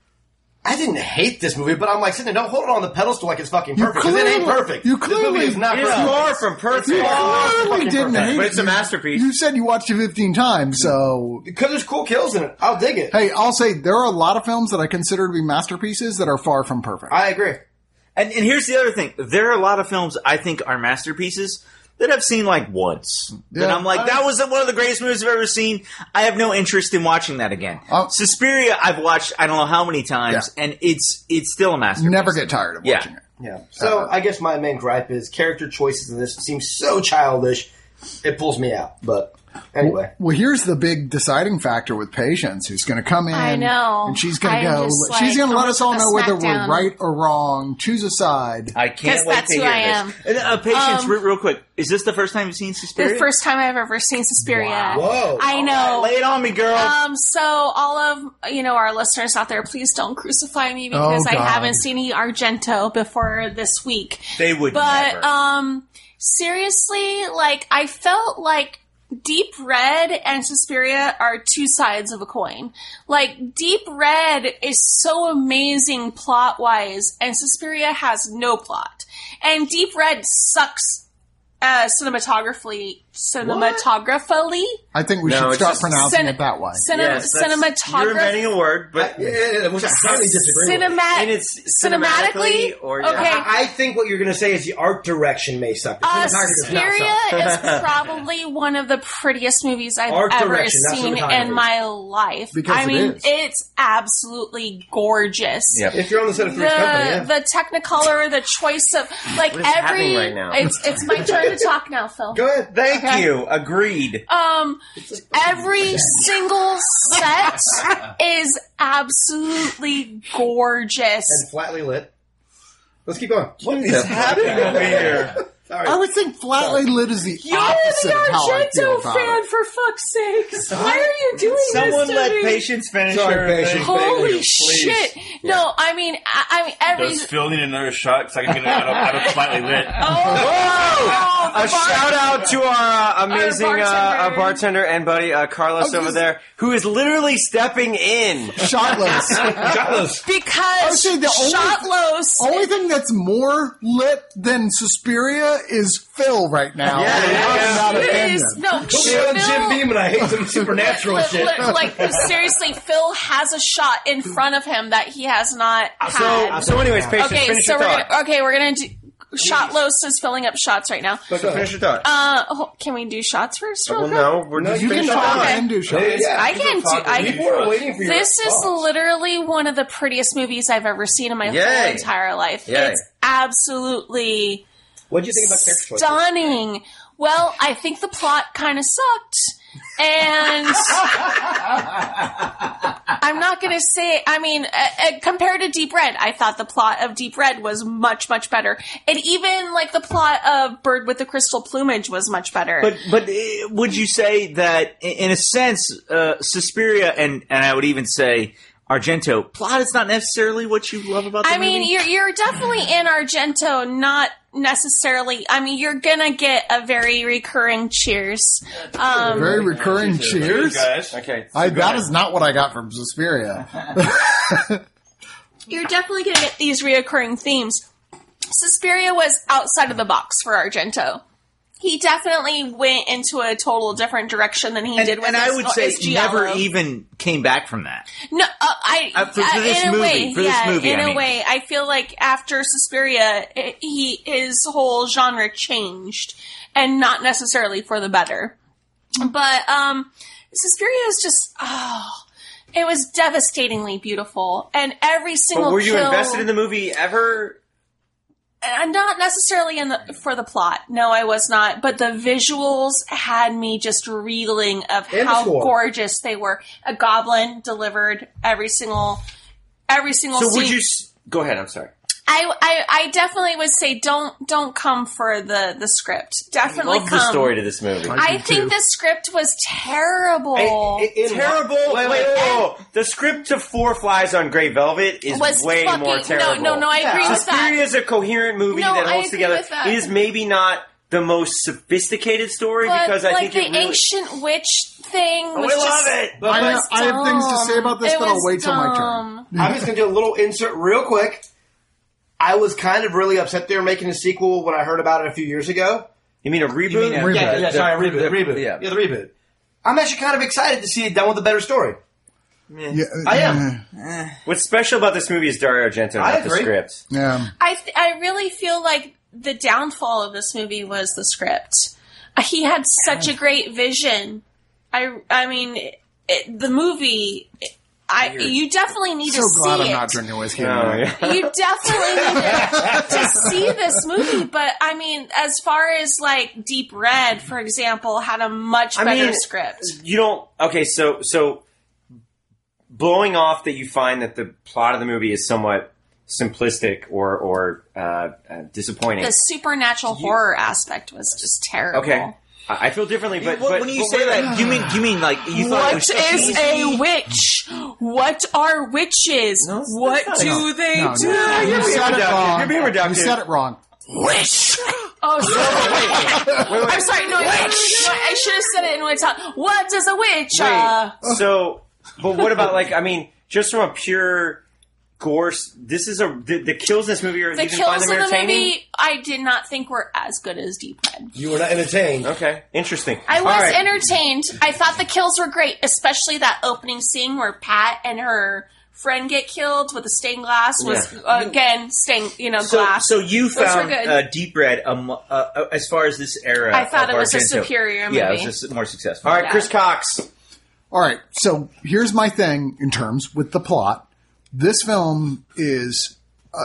G: I didn't hate this movie, but I'm like sitting there. Don't hold it on the pedestal like it's fucking
A: You
G: perfect. 'cause it ain't
A: clearly-
G: perfect.
A: you
G: this movie
A: clearly-
G: is not
A: It is
G: perfect.
D: far from perfect.
A: you
G: Oh, it's
A: clearly
G: fucking
A: didn't
G: perfect.
A: hate
D: But
A: it.
D: it's a
A: You-
D: masterpiece.
A: You said you watched it 15 times, so
G: because there's cool kills in it. I'll dig it.
A: Hey, I'll say there are a lot of films that I consider to be masterpieces that are far from perfect.
G: I agree.
F: And and here's the other thing: there are a lot of films I think are masterpieces that I've seen like once. That
A: Yeah.
F: I'm like, that was one of the greatest movies I've ever seen. I have no interest in watching that again.
A: Oh.
F: Suspiria, I've watched I don't know how many times, and it's it's still a masterpiece.
A: Never get tired of
F: Yeah.
A: watching it.
G: Yeah. So I guess my main gripe is character choices in this seem so childish. It pulls me out. But anyway,
A: Well, here's the big deciding factor with patience who's going to come in.
E: I know.
A: And she's going to
E: I'm
A: go.
E: just, like,
A: she's going to let
E: coming
A: us all
E: with
A: know
E: a
A: whether we're
E: smackdown.
A: right or wrong. Choose a side.
F: I
E: 'Cause
F: can't wait
E: that's
F: to
E: who
F: hear
E: I am.
F: this. And, uh, patience,
E: Um,
F: re- real quick. Is this the first time you've seen Suspiria?
E: The first time I've ever seen Suspiria.
D: Oh.
G: Whoa.
E: I know.
F: Lay it on me, girl.
E: Um, so all of you know our listeners out there, please don't crucify me because
A: Oh,
E: I
A: God.
E: haven't seen any Argento before this week.
F: they would
E: But
F: never.
E: um, seriously, like I felt like Deep Red and Suspiria are two sides of a coin. Like Deep Red is so amazing plot wise, and Suspiria has no plot. And Deep Red sucks uh, cinematographically, cinematographically,
A: I think we
D: No,
A: should
D: it's
A: start
D: just
A: pronouncing
E: cine-
A: it that way.
D: Yes,
E: cine-
D: that's- You're inventing
E: cinematograph-
D: a word, but
G: which I highly disagree with.
E: cinema-
D: and it's cinematically
E: cinematically.
D: or-
E: okay,
I: I I think what you're going to say is the art direction may suck. The
E: Uh,
I: cinematography does not
E: Suspiria
I: suck.
E: is probably one of the prettiest movies I've
I: Art
E: ever
I: direction, not
E: seen
I: cinematography.
E: in my life.
A: Because
E: I
A: it
E: mean,
A: is.
E: it's absolutely gorgeous.
D: Yep.
I: If you're on the set of
E: The
I: Three's Company, yeah.
E: the Technicolor, the choice of like
D: What is
E: every
D: happening right now?
E: it's it's my turn to talk now, Phil.
I: Go ahead.
D: Thank you. Agreed.
E: Um,
A: oh,
E: every single set is absolutely gorgeous.
I: And flatly lit. Let's keep going.
D: What is happening over here?
I: Sorry.
A: I would think flatly lit is the
E: You're
A: opposite
E: the
A: of how I feel
E: Argento
A: about
E: fan,
A: it.
E: for fuck's sakes! Why are you doing
D: Someone
E: this to
D: let
E: me?
D: patience finish
I: Sorry,
D: her
I: Patience.
D: thing.
E: Holy
D: Please.
E: shit! No, I mean, I, I mean every.
J: Does Phil need another shot? Because I can get it out of, out of slightly lit.
E: Oh,
D: A shout out to our uh, amazing
E: Our
D: our bartender.
E: bartender.
D: Uh, our bartender and buddy uh, Carlos
A: Oh,
D: over
A: this-
D: there, who is literally stepping in.
A: Shotless. I would
E: because
A: say the only- Oh
E: Shotlos.
A: Only thing that's more lit than Suspiria is Phil right now.
D: Yeah,
A: And
D: yeah,
A: I'm
D: yeah.
A: not
E: is,
A: offended.
E: no,
I: Phil Jim
E: Phil,
I: Beam and I hate some supernatural
E: li-
I: shit.
E: li- like seriously, Phil has a shot in front of him that he has not
D: So,
E: had.
D: so anyways, patience.
E: okay,
D: finish
E: so
D: your
E: we're
D: thought.
E: gonna, okay, we're gonna do. Shotlos is filling up shots right now.
D: So finish your thought.
E: Uh, ho- can we do shots first? real
D: well,
E: quick?
D: no, we're just
A: You can
D: finishing
A: talk
D: up.
A: and do shots.
I: Yeah,
E: I
I: people
E: can do-
I: talking.
E: I-
I: People are waiting for your
E: This is
I: response.
E: literally one of the prettiest movies I've ever seen in my whole
D: Yay.
E: entire life.
D: Yay.
E: It's absolutely
I: What do you think about character choices?
E: stunning. Well, I think the plot kind of sucked. And I'm not going to say, I mean, uh, uh, compared to Deep Red, I thought the plot of Deep Red was much, much better. And even like the plot of Bird with the Crystal Plumage was much better.
F: But but uh, would you say that i- in a sense, uh, Suspiria and and I would even say Argento plot is not necessarily what you love about. The
E: I mean,
F: movie?
E: you're you're definitely in Argento, not necessarily. I mean, you're gonna get a very recurring cheers. Um,
A: Very recurring cheers.
J: Guys,
D: Okay.
A: I, that is not what I got from Suspiria.
E: you're definitely gonna get these reoccurring themes. Suspiria was outside of the box for Argento. He definitely went into a total different direction than he
F: and,
E: did with
F: and
E: his,
F: I would say
E: his
F: never
E: Giallo.
F: even came back from that.
E: No, uh, I,
F: Uh, for- for
E: I-
F: this
E: in a
F: movie,
E: way,
F: for this
E: yeah,
F: movie,
E: in
F: I
E: a
F: mean.
E: way, I feel like after Suspiria, i he his whole genre changed, and not necessarily for the better. But um, Suspiria is just oh, it was devastatingly beautiful, and every single.
D: But were you
E: kill-
D: invested in the movie ever?
E: I'm Uh, not necessarily in the for the plot. No, I was not. But the visuals had me just reeling of
I: And the
E: how
I: score.
E: gorgeous they were. A goblin delivered every single every single
D: So
E: scene.
D: would you? S- Go ahead. I'm sorry.
E: I, I I definitely would say don't don't come for the the script. Definitely
D: Love
E: come.
D: the story to this movie.
E: I think the script was terrible.
I: Hey, in- in-
D: terrible. Wait, wait, whoa. The script to Four Flies on Grey Velvet is
E: was
D: way
E: fucking
D: more terrible.
E: no no no. I agree with that.
D: Suspiria is a coherent movie
E: No,
D: that
E: I
D: holds
E: agree
D: together.
E: with that.
D: It is maybe not the most sophisticated story
E: But
D: because I think
E: like the
D: it really.
E: ancient witch thing.
D: oh, I
E: was
D: love
E: just,
D: it.
A: I,
I: But-
A: have, I have things to say about this,
E: It
A: but I'll
E: was
A: wait till my turn.
E: dumb.
I: I'm just gonna do a little insert real quick. I was kind of really upset they were making a sequel when I heard about it a few years ago.
D: You mean a reboot?
A: a- Reboot.
I: Yeah, yeah,
A: The-
I: sorry, reboot, reboot.
D: yeah.
I: Yeah. the reboot. I'm actually kind of excited to see it done with a better story.
A: Yeah,
I: I am.
D: What's special about this movie is Dario Argento,
I: I
D: not the
I: agree.
D: script.
A: Yeah.
E: I th- I really feel like the downfall of this movie was the script. He had such a great vision. I I mean it, the movie. I you definitely need
A: So
E: to
A: glad
E: see
A: I'm
E: it.
A: not drinking whiskey.
D: Oh,
A: tonight.
D: yeah.
E: you definitely need to, to see this movie. But I mean, as far as like Deep Red, for example, had a much
D: I
E: better
D: mean,
E: script.
D: You don't. Okay, so so blowing off that you find that the plot of the movie is somewhat simplistic or or uh, uh, disappointing.
E: The supernatural horror aspect was just terrible.
D: okay, I I feel differently, but,
F: What-
D: but
F: when you
D: but
F: say
D: wait,
F: that, you mean you mean like you thought
E: What
F: it was
E: is a witch? What are witches?
D: No, it's-
E: what
D: that's
E: do
D: not-
E: they
A: No,
E: do?
A: no, you said it
D: reductive.
A: wrong.
D: You're being reductive.
A: You said it wrong.
E: Witch. Oh, sorry. I'm sorry. No, witch. I should have said it in my tongue. What does a witch?
D: Wait,
E: Uh,
D: so, but what about like? I mean, just from a pure gore. This is a the, the kills. in This movie are
E: The
D: you can find
E: kills of
D: them
E: the
D: entertaining.
E: movie, I did not think were as good as Deep Red.
G: You were not entertained.
D: Okay, interesting.
E: I
D: All
E: was
D: right.
E: entertained. I thought the kills were great, especially that opening scene where Pat and her friend get killed with the stained glass was
D: Yeah.
E: uh, again stained, you know,
D: So,
E: glass.
D: so you
E: Those were
D: found
E: good.
D: uh, Deep Red um, uh, uh, as far as this era.
E: I thought
D: of
E: it was a
D: Argento.
E: superior
D: Yeah, it
E: movie.
D: was just more successful. All right, Chris Cox.
A: All right, so here's my thing in terms with the plot. This film is, uh,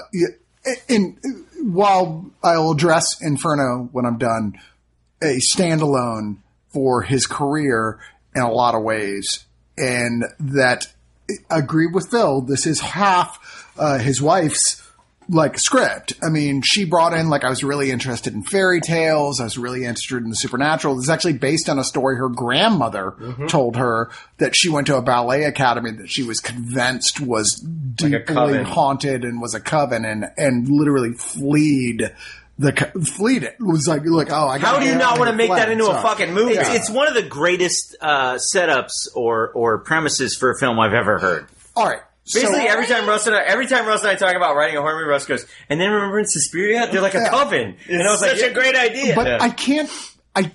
A: in, in while I'll address Inferno when I'm done, a standalone for his career in a lot of ways, and that I agree with Phil. This is half uh, his wife's like script. I mean, she brought in like I was really interested in fairy tales. I was really interested in the supernatural. This is actually based on a story her grandmother told her that she went to a ballet academy that she was convinced was deeply
D: coven.
A: haunted and was a coven and and literally fleed the co- fleed it. It was like like oh I
D: How do you not want to make that into a fucking movie?
F: It's, it's one of the greatest uh, setups or or premises for a film I've ever heard.
A: all right.
D: Basically,
A: so,
D: every time Russ and I, every time Russ and I talk about writing a horror movie, Russ goes, and then remember in Suspiria, they're like a coven, and I was like,
F: such a
D: great idea.
A: but I can't. I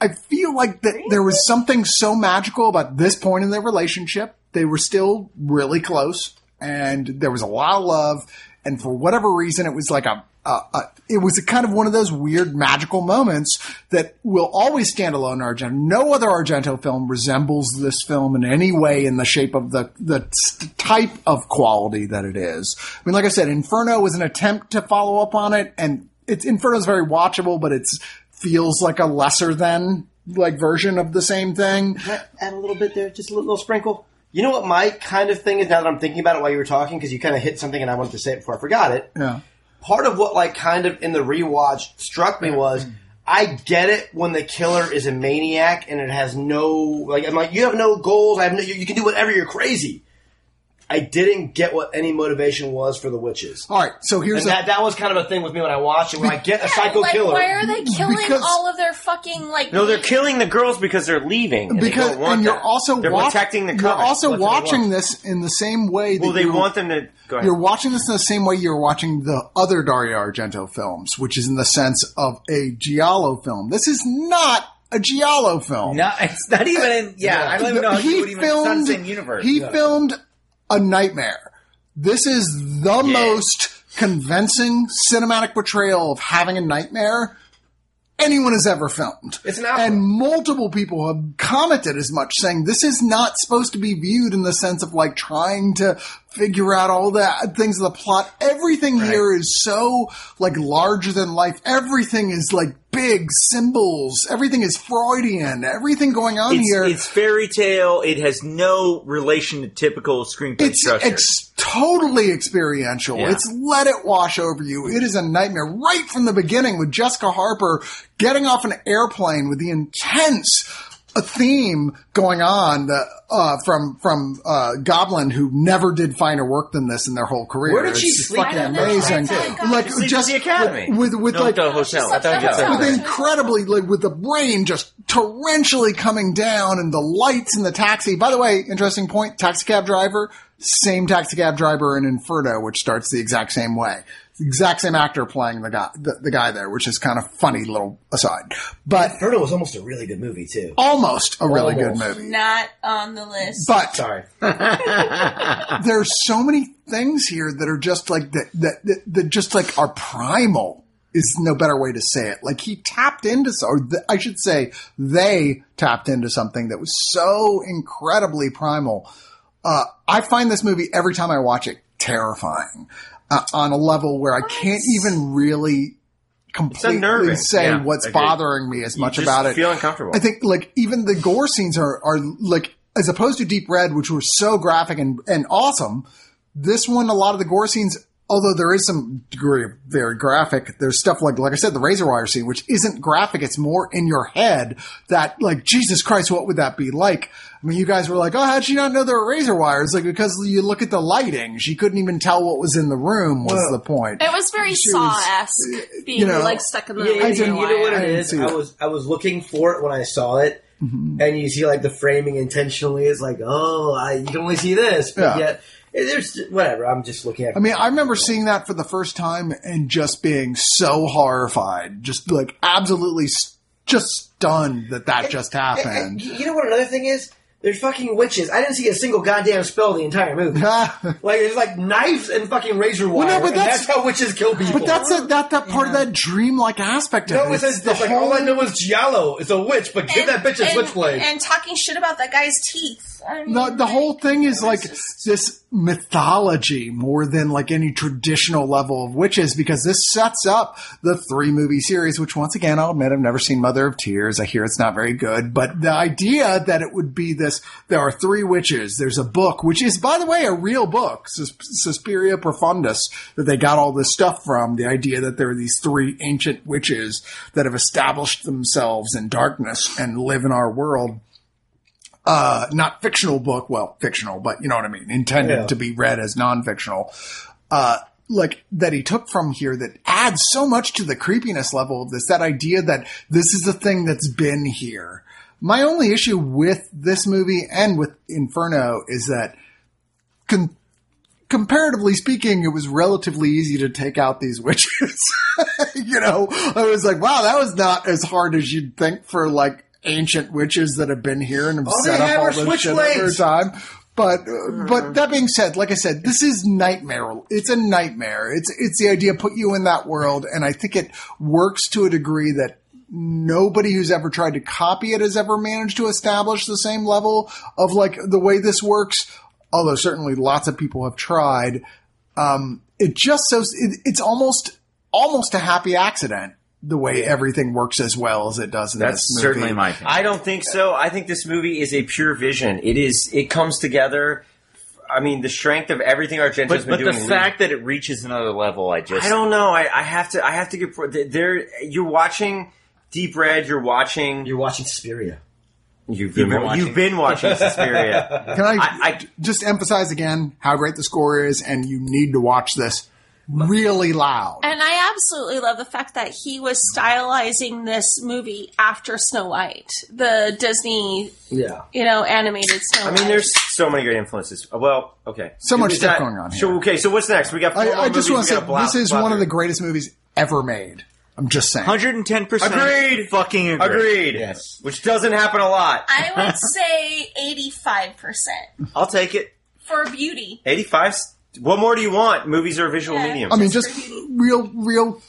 A: I feel like that there was something so magical about this point in their relationship. They were still really close, and there was a lot of love. And for whatever reason, it was like a. a, a it was a kind of one of those weird magical moments that will always stand alone in Argento. No other Argento film resembles this film in any way in the shape of the the st- type of quality that it is. I mean, like I said, Inferno was an attempt to follow up on it, and it's Inferno's very watchable, but it's feels like a lesser than like version of the same thing.
I: Add a little bit there, just a little, little sprinkle. You know what my kind of thing is now that I'm thinking about it while you were talking because you kind of hit something and I wanted to say it before I forgot it.
A: Yeah.
I: Part of what like kind of in the rewatch struck me was I get it when the killer is a maniac and it has no like I'm like you have no goals I have no you, you can do whatever you're crazy. I didn't get what any motivation was for the witches.
A: All right, so here's
I: And
A: a,
I: that, that was kind of a thing with me when I watched it. When I get a psycho
E: like,
I: killer,
E: why are they killing
A: Because-
E: all of their fucking like?
D: no, they're killing the girls because they're leaving. And
A: because
D: they don't want
A: and you're
D: that.
A: also
D: they're
A: watch-
D: protecting the.
A: you're
D: coven.
A: also
D: That's what they
A: watching
D: want.
A: this in the same way. That
D: Well, they
A: you-
D: want them to go ahead.
A: You're watching this in the same way you're watching the other Dario Argento films, which is in the sense of a giallo film. This is not a giallo film.
F: No, Uh, it's not even in. Yeah, I don't even know. how you
A: he
F: would even- it's not in
A: filmed.
F: the same universe.
A: He filmed a nightmare. This is the most convincing cinematic portrayal of having a nightmare anyone has ever filmed.
I: It's an opera.
A: And multiple people have commented as much, saying this is not supposed to be viewed in the sense of like trying to figure out all the things of the plot. Everything here is so like larger than life. Everything is like big symbols. Everything is Freudian. Everything going on
F: it's,
A: here.
F: it's fairy tale. It has no relation to typical screenplay
A: It's,
F: structure.
A: it's totally experiential.
F: Yeah.
A: It's let it wash over you. It is a nightmare right from the beginning with Jessica Harper getting off an airplane with the intense uh, theme going on the, uh, from from uh, Goblin, who never did finer work than this in their whole career.
I: Where did she
A: It's
I: sleep
A: fucking
I: that
E: night?
A: amazing.
E: I thought I got-
A: Like
E: She
D: sleeps at
A: just
D: the Academy.
A: with with, with
D: No,
A: like
D: the hotel. I thought you
E: That's
D: said
E: what
A: with
E: Okay.
A: incredibly like with the rain just torrentially coming down and the lights in the taxi. By the way, interesting point. Taxi cab driver, same taxi cab driver in Inferno, which starts the exact same way. It's the exact same actor playing the guy, the, the guy there, which is kind of funny little aside, but
I: Inferno was almost a really good movie too.
A: almost a really
I: Almost.
A: good movie.
E: not on the list.
A: But
I: Sorry,
A: there's so many things here that are just like that that that, that just like are primal is no better way to say it. Like he tapped into, so- or th- I should say, they tapped into something that was so incredibly primal. Uh, I find this movie every time I watch it terrifying uh, on a level where I can't even really completely
D: unnerving.
A: say
D: Yeah,
A: what's
D: agreed.
A: bothering me as
D: You
A: much
D: just
A: about it.
D: Feel uncomfortable.
A: I think like even the gore scenes are are like as opposed to Deep Red, which were so graphic and and awesome. This one, a lot of the gore scenes, although there is some degree of very graphic, there's stuff like like I said, the razor wire scene, which isn't graphic. It's more in your head that like Jesus Christ, what would that be like? I mean, you guys were like, oh, how'd she not know there were razor wires? Like because you look at the lighting, she couldn't even tell what was in the room. Was the point?
E: it was very
A: She
E: Saw
A: was-
E: esque, being
A: you know,
E: like stuck in the
I: Yeah,
A: I
I: you,
E: razor
A: didn't-
I: know
E: wire.
I: what
A: I
I: it
A: didn't
I: is.
A: see
I: I
A: that.
I: was I was looking for it when I saw it,
A: Mm-hmm.
I: and you see like the framing intentionally is like, oh, I you can only see this, but
A: Yeah.
I: yet There's whatever. I'm just looking at.
A: I mean, I remember seeing that for the first time and just being so horrified, just like absolutely s- just stunned that that just happened.
I: you know what? Another thing is, there's fucking witches. I didn't see a single goddamn spell the entire movie.
A: but
I: Like there's like knives and fucking razor wire.
A: no, but
I: and
A: that's-
I: that's, how witches kill people.
A: that's a, that that part of that dreamlike aspect of
G: No,
A: it.
G: it's, it's like all I know is Giallo is a witch, but give that bitch a
E: and-
G: switchblade.
E: And talking shit about that guy's teeth. I mean,
A: the, the whole thing is like
E: just-
A: this mythology more than like any traditional level of witches because this sets up the three movie series which once again i'll admit i've never seen mother of tears i hear it's not very good but the idea that it would be this there are three witches there's a book which is by the way a real book Sus- suspiria profundus that they got all this stuff from the idea that there are these three ancient witches that have established themselves in darkness and live in our world uh, not fictional book, well, fictional, but you know what I mean, intended to be read as non fictional, uh, like that he took from here that adds so much to the creepiness level of this, that idea that this is a thing that's been here. My only issue with this movie and with Inferno is that con- comparatively speaking, it was relatively easy to take out these witches. you know, I was like, wow, that was not as hard as you'd think for like ancient witches that have been here and have
I: All they
A: set up
I: had
A: all
I: were
A: this shit over
I: switchblades.
A: time. But uh, but that being said, like I said, this is nightmare. It's a nightmare. It's it's the idea put you in that world, and I think it works to a degree that nobody who's ever tried to copy it has ever managed to establish the same level of like the way this works. Although certainly lots of people have tried. Um, it just so it, it's almost almost a happy accident the way everything works as well as it does in
F: That's
A: this movie.
F: certainly my opinion.
D: I don't think so. I think this movie is a pure vision. It is. It comes together. I mean, the strength of everything Argento's
F: but
D: been
F: but the
D: doing.
F: fact that it reaches another level, I just
D: I don't know. I, I have to. I have to get pro- th- there. You're watching Deep Red. You're watching.
I: You're watching Suspiria.
D: You've
F: been watching.
D: You've been watching Suspiria.
A: Can I,
D: I- I-
A: just emphasize again how great the score is, and you need to watch this really loud.
E: And I absolutely love the fact that he was stylizing this movie after Snow White, the Disney,
I: Yeah.
E: you know, animated Snow
D: I
E: White.
D: mean, there's so many great influences. Uh, Well, okay,
A: So much
D: Is
A: stuff going on
D: So
A: here.
D: okay, so what's next? We got. Four
A: I,
D: more
A: I just
D: movies
A: want
D: we
A: to say
D: gotta blot-
A: this is
D: blot
A: one of the
D: through.
A: greatest movies ever made. I'm just saying.
F: 110 percent
D: Agreed.
F: Fucking agree.
D: Agreed. Yes, which doesn't happen a lot.
E: I would say 85%
D: I'll take it.
E: for beauty.
D: 85. What more do you want? Movies are a visual
E: Yeah.
D: medium.
A: I mean,
E: Just
A: just real, real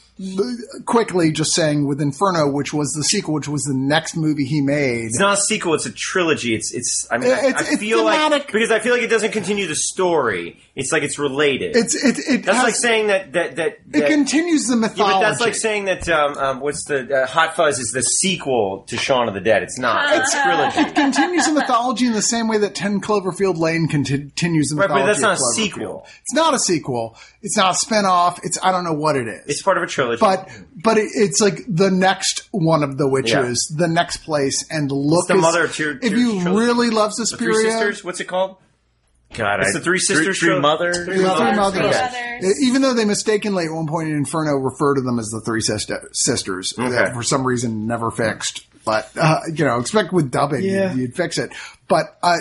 A: quickly, just saying with Inferno, which was the sequel, which was the next movie he made.
D: it's not a sequel. It's a trilogy. It's it's. I mean, I-
A: It's-
D: I,
A: it's
D: feel
A: thematic.
D: like because I feel like it doesn't continue the story. It's like it's related.
A: It's it it
D: that's
A: has-
D: like saying that that that,
A: it
D: that-
A: continues the
D: Yeah,
A: mythology.
D: but that's like saying that um, um, what's the uh, Hot Fuzz is the sequel to Shaun of the Dead. It's not. It's a trilogy.
A: it continues the mythology in the same way that Ten Cloverfield Lane conti- continues the
D: Right, but
A: mythology.
D: that's not
A: of
D: a
A: Cloverfield.
D: sequel.
A: It's not a sequel. It's not a spin-off. It's I don't know what it is.
D: It's part of a trilogy.
A: but but it, it's like the next one of the witches, the next place, and look.
D: the
A: is-
D: mother of two-
A: If
D: two
A: you
D: children.
A: really love
D: the Three
A: Suspiria,
D: Sisters. What's it called?
F: God,
D: It's
F: I-
D: the Three Sisters
F: Three,
D: trilogy.
F: mothers.
A: The Three Mothers.
E: Mothers.
A: Uh, Even though they mistakenly at one point in Inferno refer to them as the Three Sister- Sisters, that for some reason never fixed. But uh, you know, expect with dubbing you'd, you'd fix it. But uh,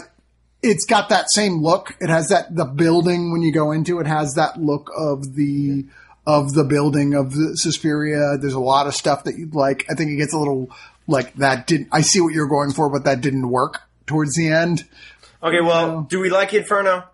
A: it's got that same look. It has that the building when you go into it has that look of the of the building of the Suspiria. There's a lot of stuff that you'd like. I think it gets a little like that. Didn't I see what you're going for? But that didn't work towards the end.
D: Okay. Well, do we like Inferno?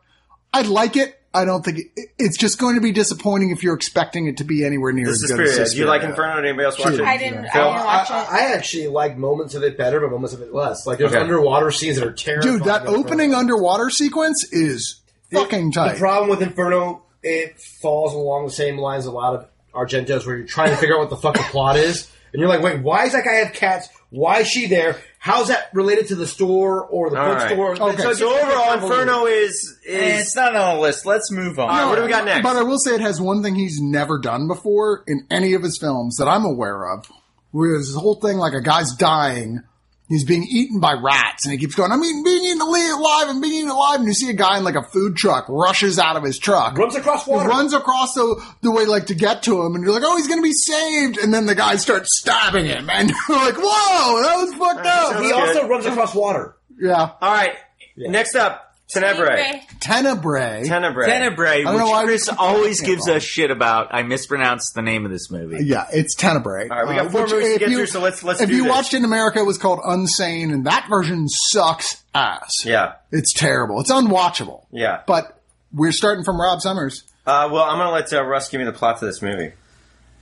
A: I like it. I don't think it, it's just going to be disappointing if you're expecting it to be anywhere near as good as
D: Suspiria. Do you
A: Suspiria.
D: like Inferno? Did anybody else watch
A: Sure.
D: it?
E: I didn't, I
D: Well,
E: didn't
I: I,
E: watch it.
I: I I actually like moments of it better, but moments of it less. Like there's
D: Okay.
I: underwater scenes that are terrifying.
A: Dude, that
I: Inferno.
A: opening underwater sequence is fucking
I: The
A: tight.
I: problem with Inferno, it falls along the same lines a lot of Argentos, where you're trying to figure out what the fuck the plot is, and you're like, wait, why is that guy have cats? Why is she there? How's that related to the store or the
D: All right.
I: bookstore?
A: Okay.
I: it
D: So
I: gets
D: overall,
I: convoluted.
D: Inferno is
F: Eh,
D: is.
F: It's not on the list. Let's move on.
D: All right, what do we got next?
A: But I will say it has one thing he's never done before in any of his films that I'm aware of, where there's this whole thing like a guy's dying, he's being eaten by rats, and he keeps going, I'm eating, being eaten alive, I'm being eaten alive, and you see a guy in like a food truck rushes out of his truck.
I: runs across water.
A: He runs across the, the way like to get to him, and you're like, "Oh, he's gonna be saved!" And then the guy starts stabbing him, and you're like, "Whoa, that was fucked up."
I: he
D: Sounds good.
I: also runs across water.
A: Yeah,
D: All right. Next up, Tenebrae.
A: Tenebrae.
D: Tenebrae.
F: Tenebrae,
A: don't know
F: which
A: why-
F: Chris always
A: Yeah,
F: gives
A: well.
F: us shit about. I mispronounced the name of this movie.
A: Yeah, it's Tenebrae. Uh,
D: All right, we got four
A: which,
D: movies to
A: if
D: get through, so let's- let's
A: If
D: do
A: you
D: this.
A: watched in America, it was called Unsane, and that version sucks ass.
D: Yeah.
A: it's terrible. It's unwatchable.
D: Yeah.
A: but we're starting from Rob Summers.
D: Uh, well, I'm gonna let uh, Russ give me the plot to this movie.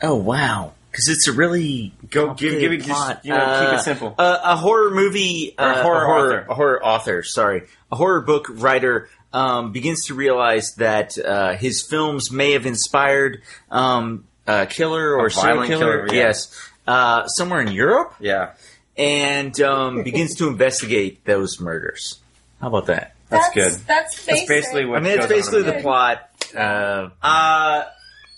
F: Oh wow, because it's a really
D: Go- give- give it-
F: complicated
D: just,
F: plot.
D: you know, keep it
F: Uh,
D: simple.
F: A, a horror movie,
D: Or a
F: uh,
D: horror
F: a horror,
D: author.
F: a horror author. Sorry, a horror book writer um, begins to realize that uh, his films may have inspired um, a killer or serial
D: violent
F: killer.
D: killer, yeah.
F: Yes, uh, somewhere in Europe,
D: Yeah,
F: and um, begins to investigate those murders. How about that?
D: that's, good.
H: That's
D: That's
H: basic.
D: basically what.
F: I mean,
D: goes
F: it's
D: on
F: basically
D: in
F: the
D: movie.
F: plot. Uh,
D: Uh,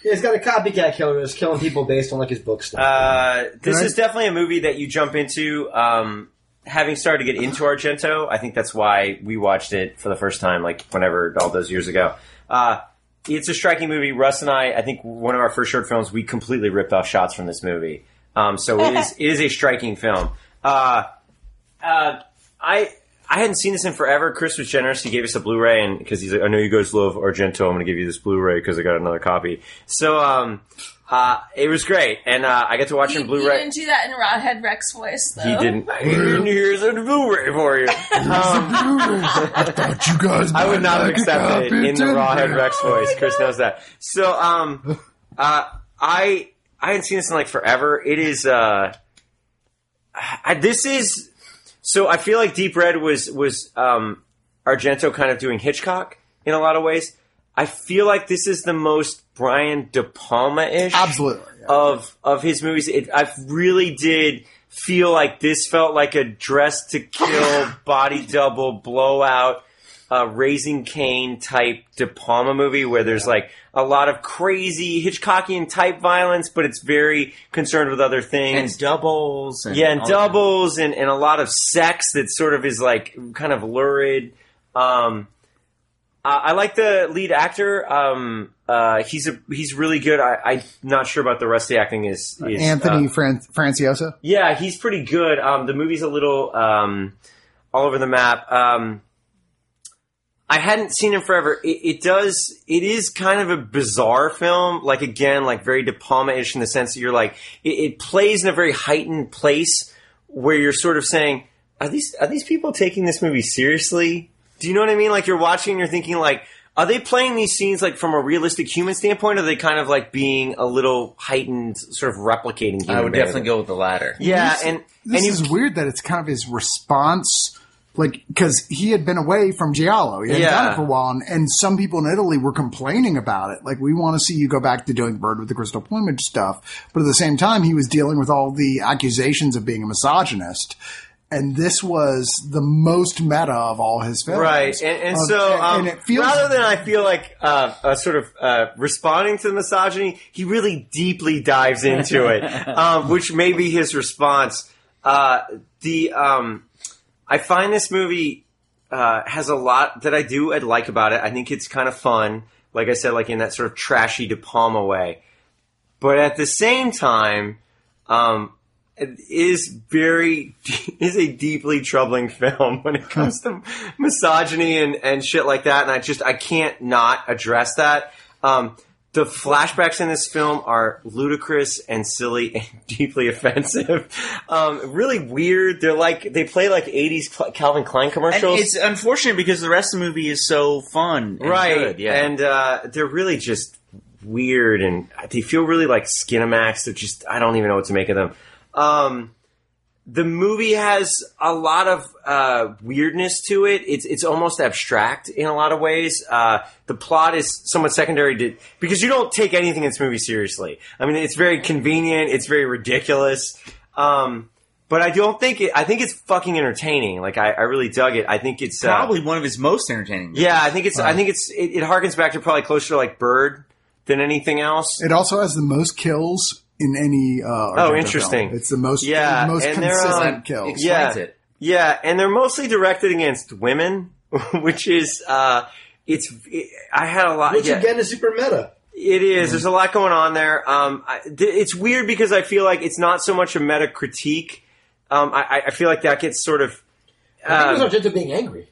I: He's got a copycat killer who's killing people based on like his book stuff.
D: uh,
A: Can
D: this
A: I-
D: is definitely a movie that you jump into. Um, having started to get into Argento, I think that's why we watched it for the first time, like whenever all those years ago. Uh, it's a striking movie. Russ and I, I think one of our first short films, we completely ripped off shots from this movie. Um, so it is, it is a striking film. Uh, uh, I I hadn't seen this in forever. Chris was generous; he gave us a Blu-ray, and because he's like, I know you guys love Argento, I'm going to give you this Blu-ray because I got another copy. So um, uh, it was great, and uh, I got to watch it
E: You,
D: in
E: you
D: Blu-ray.
E: didn't do that in Rodhead Rex voice, though.
D: He didn't. Here's a Blu-ray for you. Um,
A: Don't you guys?
D: I would not have
A: like a
D: accepted
A: copy
D: it
A: Oh
D: in the
A: too?
D: Rawhead Rex voice. Chris knows that. So, um, uh, I I hadn't seen this in like forever. It is. Uh, I, this is. So I feel like Deep Red was was um, Argento kind of doing Hitchcock in a lot of ways. I feel like this is the most Brian De Palma ish
A: Absolutely. Yeah.
D: of of his movies. It, I really did feel like this felt like a dress to kill, body double, blowout, uh, raising Cain type De Palma movie where there's like a lot of crazy Hitchcockian type violence, but it's very concerned with other things.
F: and doubles. And
D: yeah, and
F: all that.
D: doubles and, and a lot of sex that sort of is like kind of lurid. Um, I, I like the lead actor. Um, uh, he's a he's really good. I, I'm not sure about the rest of the acting. Is, is
A: Anthony
D: uh,
A: Fran- Franciosa.
D: yeah, he's pretty good. Um, the movie's a little um, all over the map. Um, I hadn't seen him forever. It, it does. It is kind of a bizarre film. Like again, like very De Palma-ish in the sense that you're like it, it plays in a very heightened place where you're sort of saying, are these are these people taking this movie seriously? Do you know what I mean? Like you're watching, and you're thinking like. Are they playing these scenes like from a realistic human standpoint, or are they kind of like being a little heightened, sort of replicating? Human
F: I would
D: behavior?
F: definitely go with the latter.
D: Yeah,
A: This-
D: and
A: This
D: and you,
A: is weird that it's kind of his response, like because he had been away from Giallo, he had
D: Yeah.
A: done it for a while, and, and some people in Italy were complaining about it. Like, we want to see you go back to doing Bird with the Crystal Plumage stuff, but at the same time, he was dealing with all the accusations of being a misogynist. And this was the most meta of all his films,
D: right, and, and
A: Uh,
D: so
A: and-
D: um,
A: and it feels
D: rather than I feel like uh, uh, sort of uh, responding to the misogyny, he really deeply dives into it, um, which may be his response. Uh, the um, I find this movie uh, has a lot that I do and like about it. I think it's kind of fun, like I said, like in that sort of trashy De Palma way. But at the same time, um, it is very is a deeply troubling film when it comes to misogyny and, and shit like that. And I just I can't not address that. Um, the flashbacks in this film are ludicrous and silly and deeply offensive. Um, really weird. They're like they play like '80s Cl- Calvin Klein
F: And
D: commercials.
F: it's unfortunate because the rest of the movie is so fun, and
D: right
F: good, yeah,
D: and uh, they're really just weird and they feel really like skinamax they're just i don't even know what to make of them um, the movie has a lot of uh, weirdness to it it's, it's almost abstract in a lot of ways uh, the plot is somewhat secondary to because you don't take anything in this movie seriously i mean it's very convenient it's very ridiculous um, but i don't think it i think it's fucking entertaining like i, I really dug it i think it's uh,
F: probably one of his most entertaining. movies.
D: yeah, I think it's. I think it's. It, it harkens back to probably closer to like Bird than anything else.
A: It also has the most kills in any. Uh, Argento film.
D: Oh, interesting.
A: It's the most,
D: Yeah,
A: most
D: and they're,
A: consistent
D: um,
A: kills.
D: yeah,
F: Explains it.
D: yeah, and they're mostly directed against women, which is. uh It's. It, I had a lot.
I: Which
D: yeah.
I: again is super meta.
D: It is.
I: Mm-hmm.
D: There's a lot going on there. Um, I, th- it's weird because I feel like it's not so much a meta critique. Um, I, I- I feel like that gets sort of.
I: I think
D: um,
I: it was Argento being angry.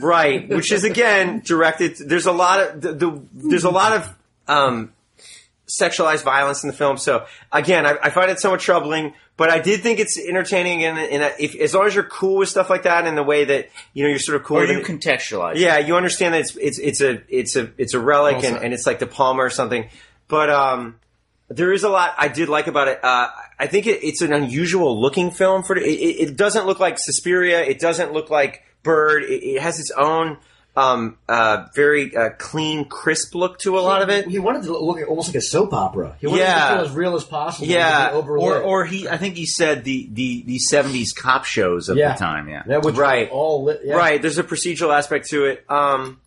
D: right? Which is again directed. There's a lot of the, the there's a lot of um, sexualized violence in the film. So again, I, I find it somewhat troubling. But I did think it's entertaining, and, and if, as long as you're cool with stuff like that, in the way that you know you're sort of cool.
F: Or
D: with
F: you
D: it-
F: contextualize.
D: yeah, you understand that it's it's it's a it's a it's a relic and, and it's like the Palmer or something. But um, there is a lot I did like about it. Uh, I think it, it's an unusual looking film for it, it. It doesn't look like Suspiria. It doesn't look like Bird. It, it has its own um, uh, very uh, clean, crisp look to a lot of it.
G: He wanted to look almost like a soap opera. He wanted
D: Yeah.
G: to feel as real as possible.
D: Yeah.
G: and overlook.
F: Or, or he, I think he said the, the, the 70s cop shows of
G: Yeah.
F: the time, yeah.
G: that would
D: Right.
G: all lit, yeah.
D: Right. There's a procedural aspect to it. Um,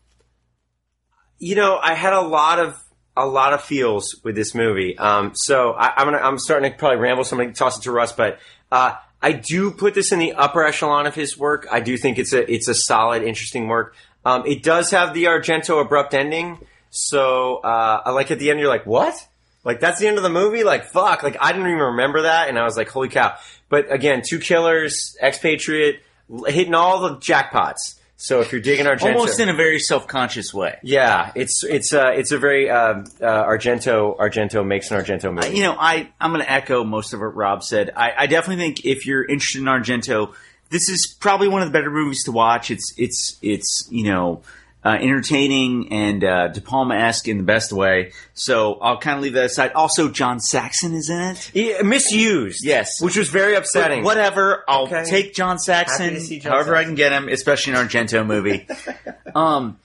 D: you know, I had a lot of a lot of feels with this movie. Um, so I, I'm gonna, I'm starting to probably ramble. So I'm going to toss it to Russ, but uh, I do put this in the upper echelon of his work. I do think it's a it's a solid, interesting work. Um, it does have the Argento abrupt ending. So uh, I like at the end you're like, what? Like that's the end of the movie. Like fuck. Like I didn't even remember that, and I was like, holy cow. But again, two killers, expatriate, l- hitting all the jackpots. So if you're digging Argento,
F: Almost in a very self conscious way.
D: yeah, it's it's uh, it's a very uh, uh, Argento Argento makes an Argento movie.
F: you know, I I'm going to echo most of what Rob said. I, I definitely think if you're interested in Argento, this is probably one of the better movies to watch. It's it's it's you know uh, entertaining and uh, De Palma esque in the best way. So I'll kind of leave that aside. Also, John Saxon is in it.
D: Yeah, misused,
F: Yes.
D: which was very upsetting.
F: But whatever. I'll
D: Okay.
F: take John Saxon,
D: Happy to see John
F: however I
D: Saxon.
F: can get him, especially in an Argento movie. um,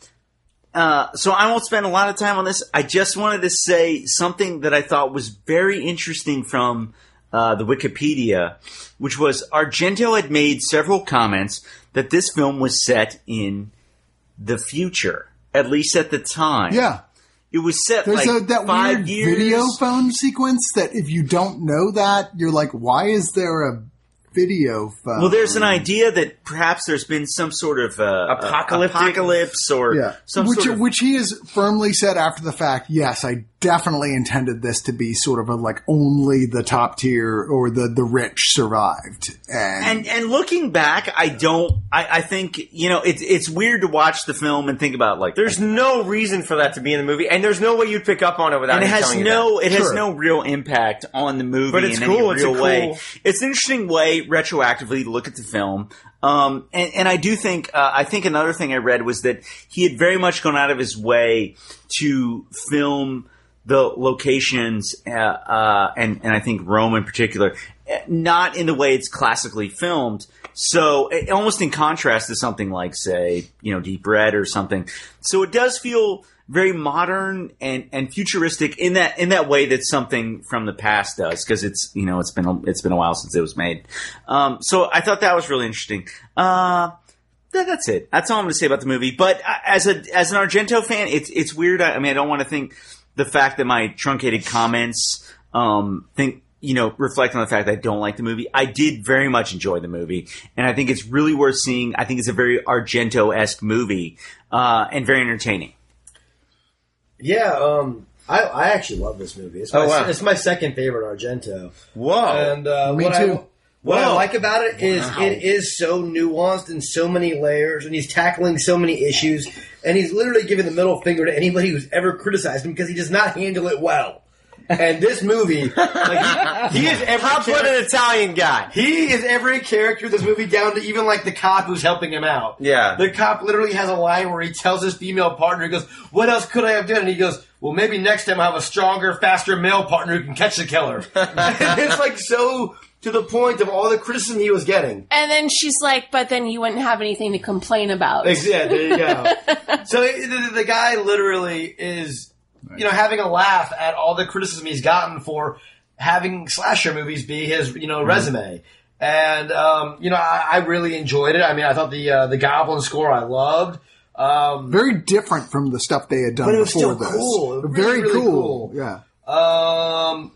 F: uh, so I won't spend a lot of time on this. I just wanted to say something that I thought was very interesting from uh, the Wikipedia, which was Argento had made several comments that this film was set in the future, at least at the time.
A: Yeah.
F: it was set
A: There's
F: like
A: a, that
F: five
A: weird
F: years.
A: video phone sequence that if you don't know that, you're like, why is there a video phone?
F: Well, there's an idea that perhaps there's been some sort of uh,
D: Apocalyptic-
F: apocalypse or
A: yeah.
F: some
A: which,
F: sort of
A: which he has firmly said after the fact, yes, I definitely intended this to be sort of a like only the top tier or the, the rich survived. And,
F: and and looking back, I don't. I, I think you know it's it's weird to watch the film and think about like
D: there's no reason for that to be in the movie, and there's no way you'd pick up on it without
F: and it
D: me
F: has
D: telling you
F: no it has
A: Sure.
F: no real impact on the movie
D: But it's
F: in
D: cool,
F: any
D: it's a
F: real way.
D: cool-
F: It's an interesting way retroactively to look at the film. Um, and, and I do think uh, I think another thing I read was that he had very much gone out of his way to film the locations uh, uh, and and I think Rome in particular, eh, not in the way it's classically filmed. So eh, almost in contrast to something like say you know Deep Red or something. So it does feel very modern and, and futuristic in that in that way that something from the past does because it's you know it's been a, it's been a while since it was made. Um, so I thought that was really interesting. Uh, that, that's it. That's all I'm going to say about the movie. But uh, as a as an Argento fan, it's it's weird. I, I mean, I don't want to think the fact that my truncated comments um, think you know reflect on the fact that I don't like the movie. I did very much enjoy the movie, and I think it's really worth seeing. I think it's a very Argento esque movie uh, and very entertaining.
G: Yeah, um, I, I actually love this movie. It's my,
D: Oh, wow.
G: it's my second favorite Argento.
F: Whoa.
G: And uh,
A: Me
G: what I,
A: too.
G: what I
F: Whoa.
G: like about it is
F: Wow.
G: it is so nuanced in so many layers, and he's tackling so many issues, and he's literally giving the middle finger to anybody who's ever criticized him because he does not handle it well. And this movie, like, he, he is every
D: that. What
G: character-
D: an Italian guy!
G: he is every character in this movie down to even like the cop who's helping him out.
D: Yeah.
G: The cop literally has a line where he tells his female partner, he goes, What else could I have done? And he goes, Well, maybe next time I have a stronger, faster male partner who can catch the killer. And it's like so to the point of all the criticism he was getting.
E: And then she's like, but then you wouldn't have anything to complain about.
G: Ex- Yeah, there you go. so it- the, the guy literally is, you know, having a laugh at all the criticism he's gotten for having slasher movies be his, you
D: Mm-hmm.
G: know, resume. And um, you know, I, I really enjoyed it. I mean, I thought the uh, the Goblin score I loved. Um,
A: very different from the stuff they had done
G: But it was
A: before
G: still
A: this.
G: cool. It was
A: very
G: really, really
A: cool.
G: cool.
A: Yeah.
G: um,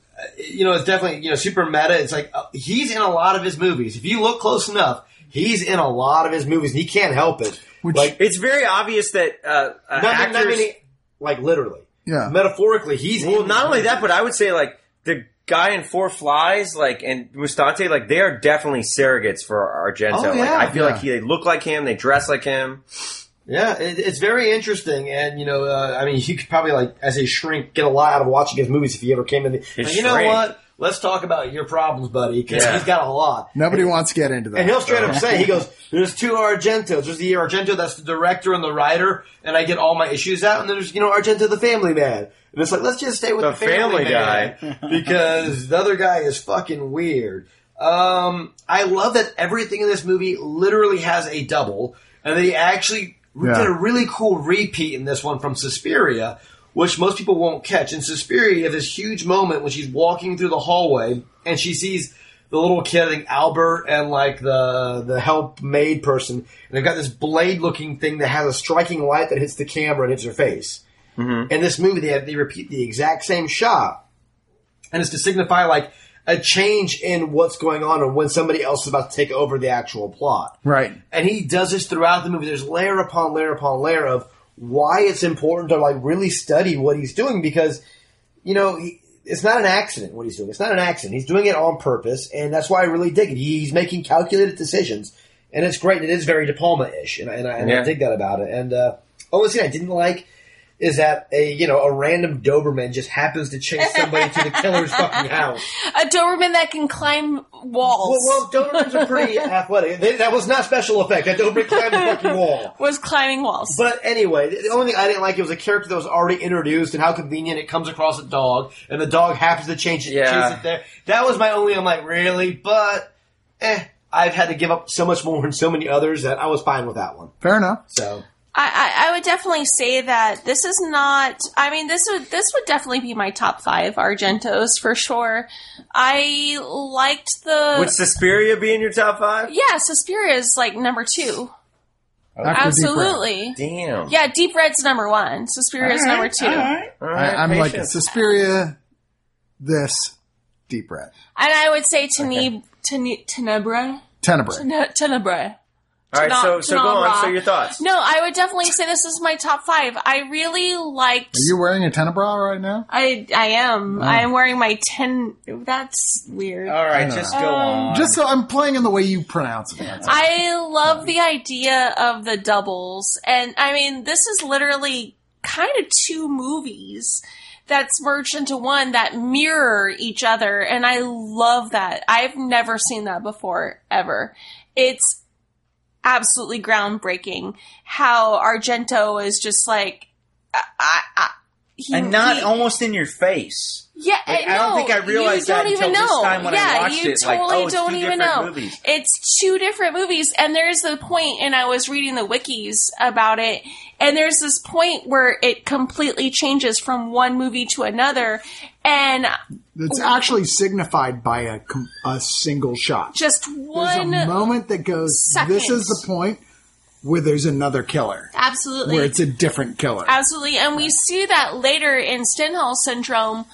G: you know, it's definitely you know super meta. It's like uh, he's in a lot of his movies. If you look close enough, he's in a lot of his movies, and he can't help it.
A: Which-
G: like
D: It's very obvious that uh, uh,
G: not,
D: actors.
G: not many, like literally,
A: Yeah.
G: metaphorically, he's
D: well,
G: in-
D: not only that, but I would say like the guy in Four Flies, like and Mustante, like they are definitely surrogates for Argento.
G: Oh, yeah.
D: Like I feel
A: Yeah.
D: like he, they look like him, they dress like him.
G: Yeah, it, it's very interesting, and you know, uh, I mean, you could probably like as a shrink get a lot out of watching his movies if he ever came in. The, Like, you know
D: shrink.
G: what? Let's talk about your problems, buddy, because
D: Yeah.
G: he's got a lot.
A: Nobody wants to get into that.
G: And he'll straight up say, he goes, there's two Argentos. There's the Argento that's the director and the writer, and I get all my issues out, and there's, you know, Argento the family man. And it's like, let's just stay with the,
D: The Family
G: man, because the other guy is fucking weird. Um, I love that everything in this movie literally has a double, and they actually
A: Yeah.
G: did a really cool repeat in this one from Suspiria, which most people won't catch. In Suspiria, you have this huge moment when she's walking through the hallway and she sees the little kid, I think Albert, and like the the help maid person, and they've got this blade looking thing that has a striking light that hits the camera and hits her face. In this movie, they have, they repeat the exact same shot, and it's to signify like a change in what's going on or when somebody else is about to take over the actual plot
A: right.
G: and he does this throughout the movie. There's layer upon layer upon layer of why it's important to like really study what he's doing because you know he, it's not an accident what he's doing. It's not an accident. He's doing it on purpose, and that's why I really dig it. He's making calculated decisions, and it's great. And it is very De Palma ish, and, I- and, I, and
D: Yeah.
G: I dig that about it. And uh, only thing I didn't like is that a you know a random Doberman just happens to chase somebody to the killer's fucking house.
E: A Doberman that can climb walls
G: Well, well, Dobermans are pretty athletic. They, that was not special effect. That Doberman climbed the fucking wall.
E: was climbing walls.
G: But anyway, the- the only thing I didn't like it was a character that was already introduced and how convenient it comes across a dog, and the dog happens to change it,
D: Yeah.
G: chase it there. That was my only. I'm like, really, but eh. I've had to give up so much more and so many others that I was fine with that one.
A: Fair enough.
G: So
E: I, I, I would definitely say that this is not. I mean, this would this would definitely be my top five Argentos for sure. I liked the
D: Would Suspiria be in your top five?
E: yeah, Suspiria is like number two.
A: After Deep
E: Absolutely,
D: Damn.
E: yeah. Deep Red's number one. Suspiria is number two.
D: All
A: Red. I,
D: right,
A: I'm like
D: patience.
A: Suspiria, this, Deep Red,
E: And I would say Teneb Tene- Tenebrae
A: Tenebrae.
E: Tene- Tenebrae.
D: All right, so so go on. So your thoughts?
E: No, I would definitely say this is my top five. I really liked.
A: Are you wearing a Tenebrae right now?
E: I I am. I'm wearing my ten. That's weird.
D: All right, just go
F: Uh,
D: on.
A: Just so I'm playing in the way you pronounce it. That's all.
E: I love the idea of the doubles. And I mean, this is literally kind of two movies that's merged into one that mirror each other. And I love that. I've never seen that before, ever. It's absolutely groundbreaking how Argento is just like, I, I, I, he,
F: and not
E: he-
F: almost in your face.
E: yeah,
F: Like,
E: uh,
F: I don't
E: no,
F: think I realized
E: you don't
F: that
E: even
F: until this
E: know.
F: time when I
E: yeah,
F: watched
E: you
F: it, like,
E: totally
F: oh, it's
E: don't
F: two
E: even
F: different
E: know.
F: movies.
E: It's two different movies, and there's the point, and I was reading the wikis about it, and there's this point where it completely changes from one movie to another, and
A: It's actually signified by a, com- a single shot.
E: just
A: There's a
E: one
A: moment that goes, this
E: second.
A: is the point where there's another killer,
E: absolutely
A: where it's a different killer.
E: Absolutely. And we see that later in Stenhall syndrome.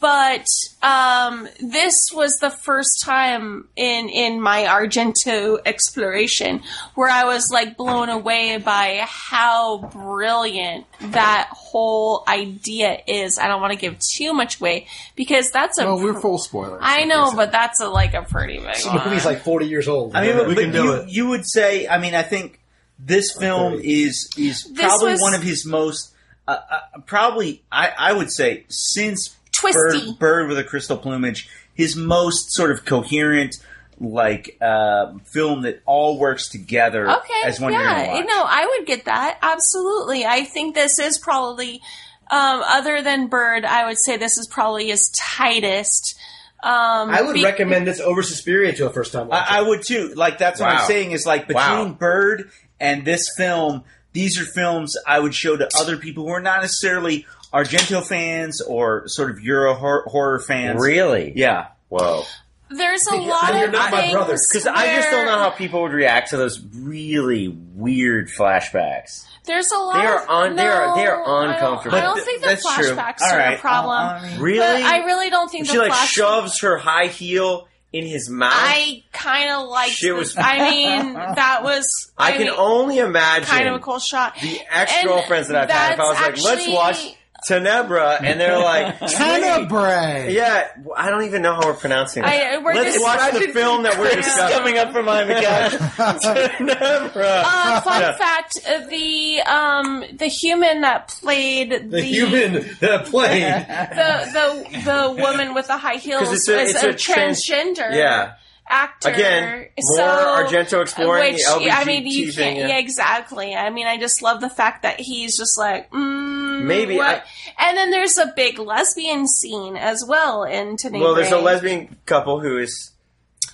E: But um, this was the first time in, in my Argento exploration where I was like blown away by how brilliant that whole idea is. I don't want to give too much away because that's a.
A: Well, Oh, we're full spoilers.
E: I know, but that's a, like a pretty big
G: the
E: one.
G: movie's like 40 years old.
F: I mean, but,
G: we
F: but
G: can do
F: you,
G: it.
F: you would say, I mean, I think this film is is probably
E: was-
F: one of his most, uh, uh, probably, I, I would say, since
E: Twisty.
F: Bird, Bird with a Crystal Plumage, his most sort of coherent, like, uh, film that all works together
E: Okay.
F: as one
E: yeah.
F: unit.
E: No, I would get that. Absolutely. I think this is probably, um, other than Bird, I would say this is probably his tightest. Um,
G: I would
E: be-
G: recommend this over Suspiria to a first time watcher.
F: I, I would too. Like that's what
D: Wow.
F: I'm saying is like between
D: Wow.
F: Bird and this film, these are films I would show to other people who are not necessarily Argento fans or sort of Euro hor- horror fans.
D: Really?
F: Yeah.
D: Whoa.
E: There's a lot
G: you're
E: of
G: not my
E: things
G: brother,
D: Because I just don't
E: where-
D: know how people would react to those really weird flashbacks.
E: There's a lot.
D: They are
E: of-
D: un- they are-
E: no,
D: they are
E: I don't-
D: uncomfortable.
E: I don't,
D: But
E: think the
D: th- that's true.
E: flashbacks
F: All
E: are
F: right.
E: a problem.
F: Uh, uh,
D: Really?
E: But I really don't think
D: she
E: the
D: like
E: flashbacks.
D: shoves her high heel in his mouth. I,
E: I kind of like.
D: She was-
E: I mean, that was. I,
D: can
E: mean,
D: only imagine
E: kind of a cool shot.
D: the ex girlfriends that I've had. If I was
E: that's
D: like, let's
E: actually-
D: watch Tenebra, and they're like,
A: Tenebrae.
D: yeah, I don't even know how we're pronouncing it.
E: I- we're
D: Let's
E: just-
D: watch
E: I
D: the
E: should-
D: film that we're
E: Chris
D: discussing. coming up from behind the couch. Tenebra.
E: Uh, fun
D: Yeah.
E: fact: the um the human that played the,
G: The human that played.
E: the the the woman with the high heels
D: 'Cause it's a-
E: is
D: it's
E: a,
D: a trans-
E: transgender
D: Yeah.
E: actor.
D: Again, more
E: so,
D: Argento exploring
E: which,
D: the
E: I mean, you
D: LGBT
E: can't.
D: thing, yeah.
E: Yeah, exactly. I mean, I just love the fact that he's just like mm,
D: Maybe
E: what?
D: I-
E: and then there's a big lesbian scene as well in Tenebrae.
D: Well, there's a lesbian couple who is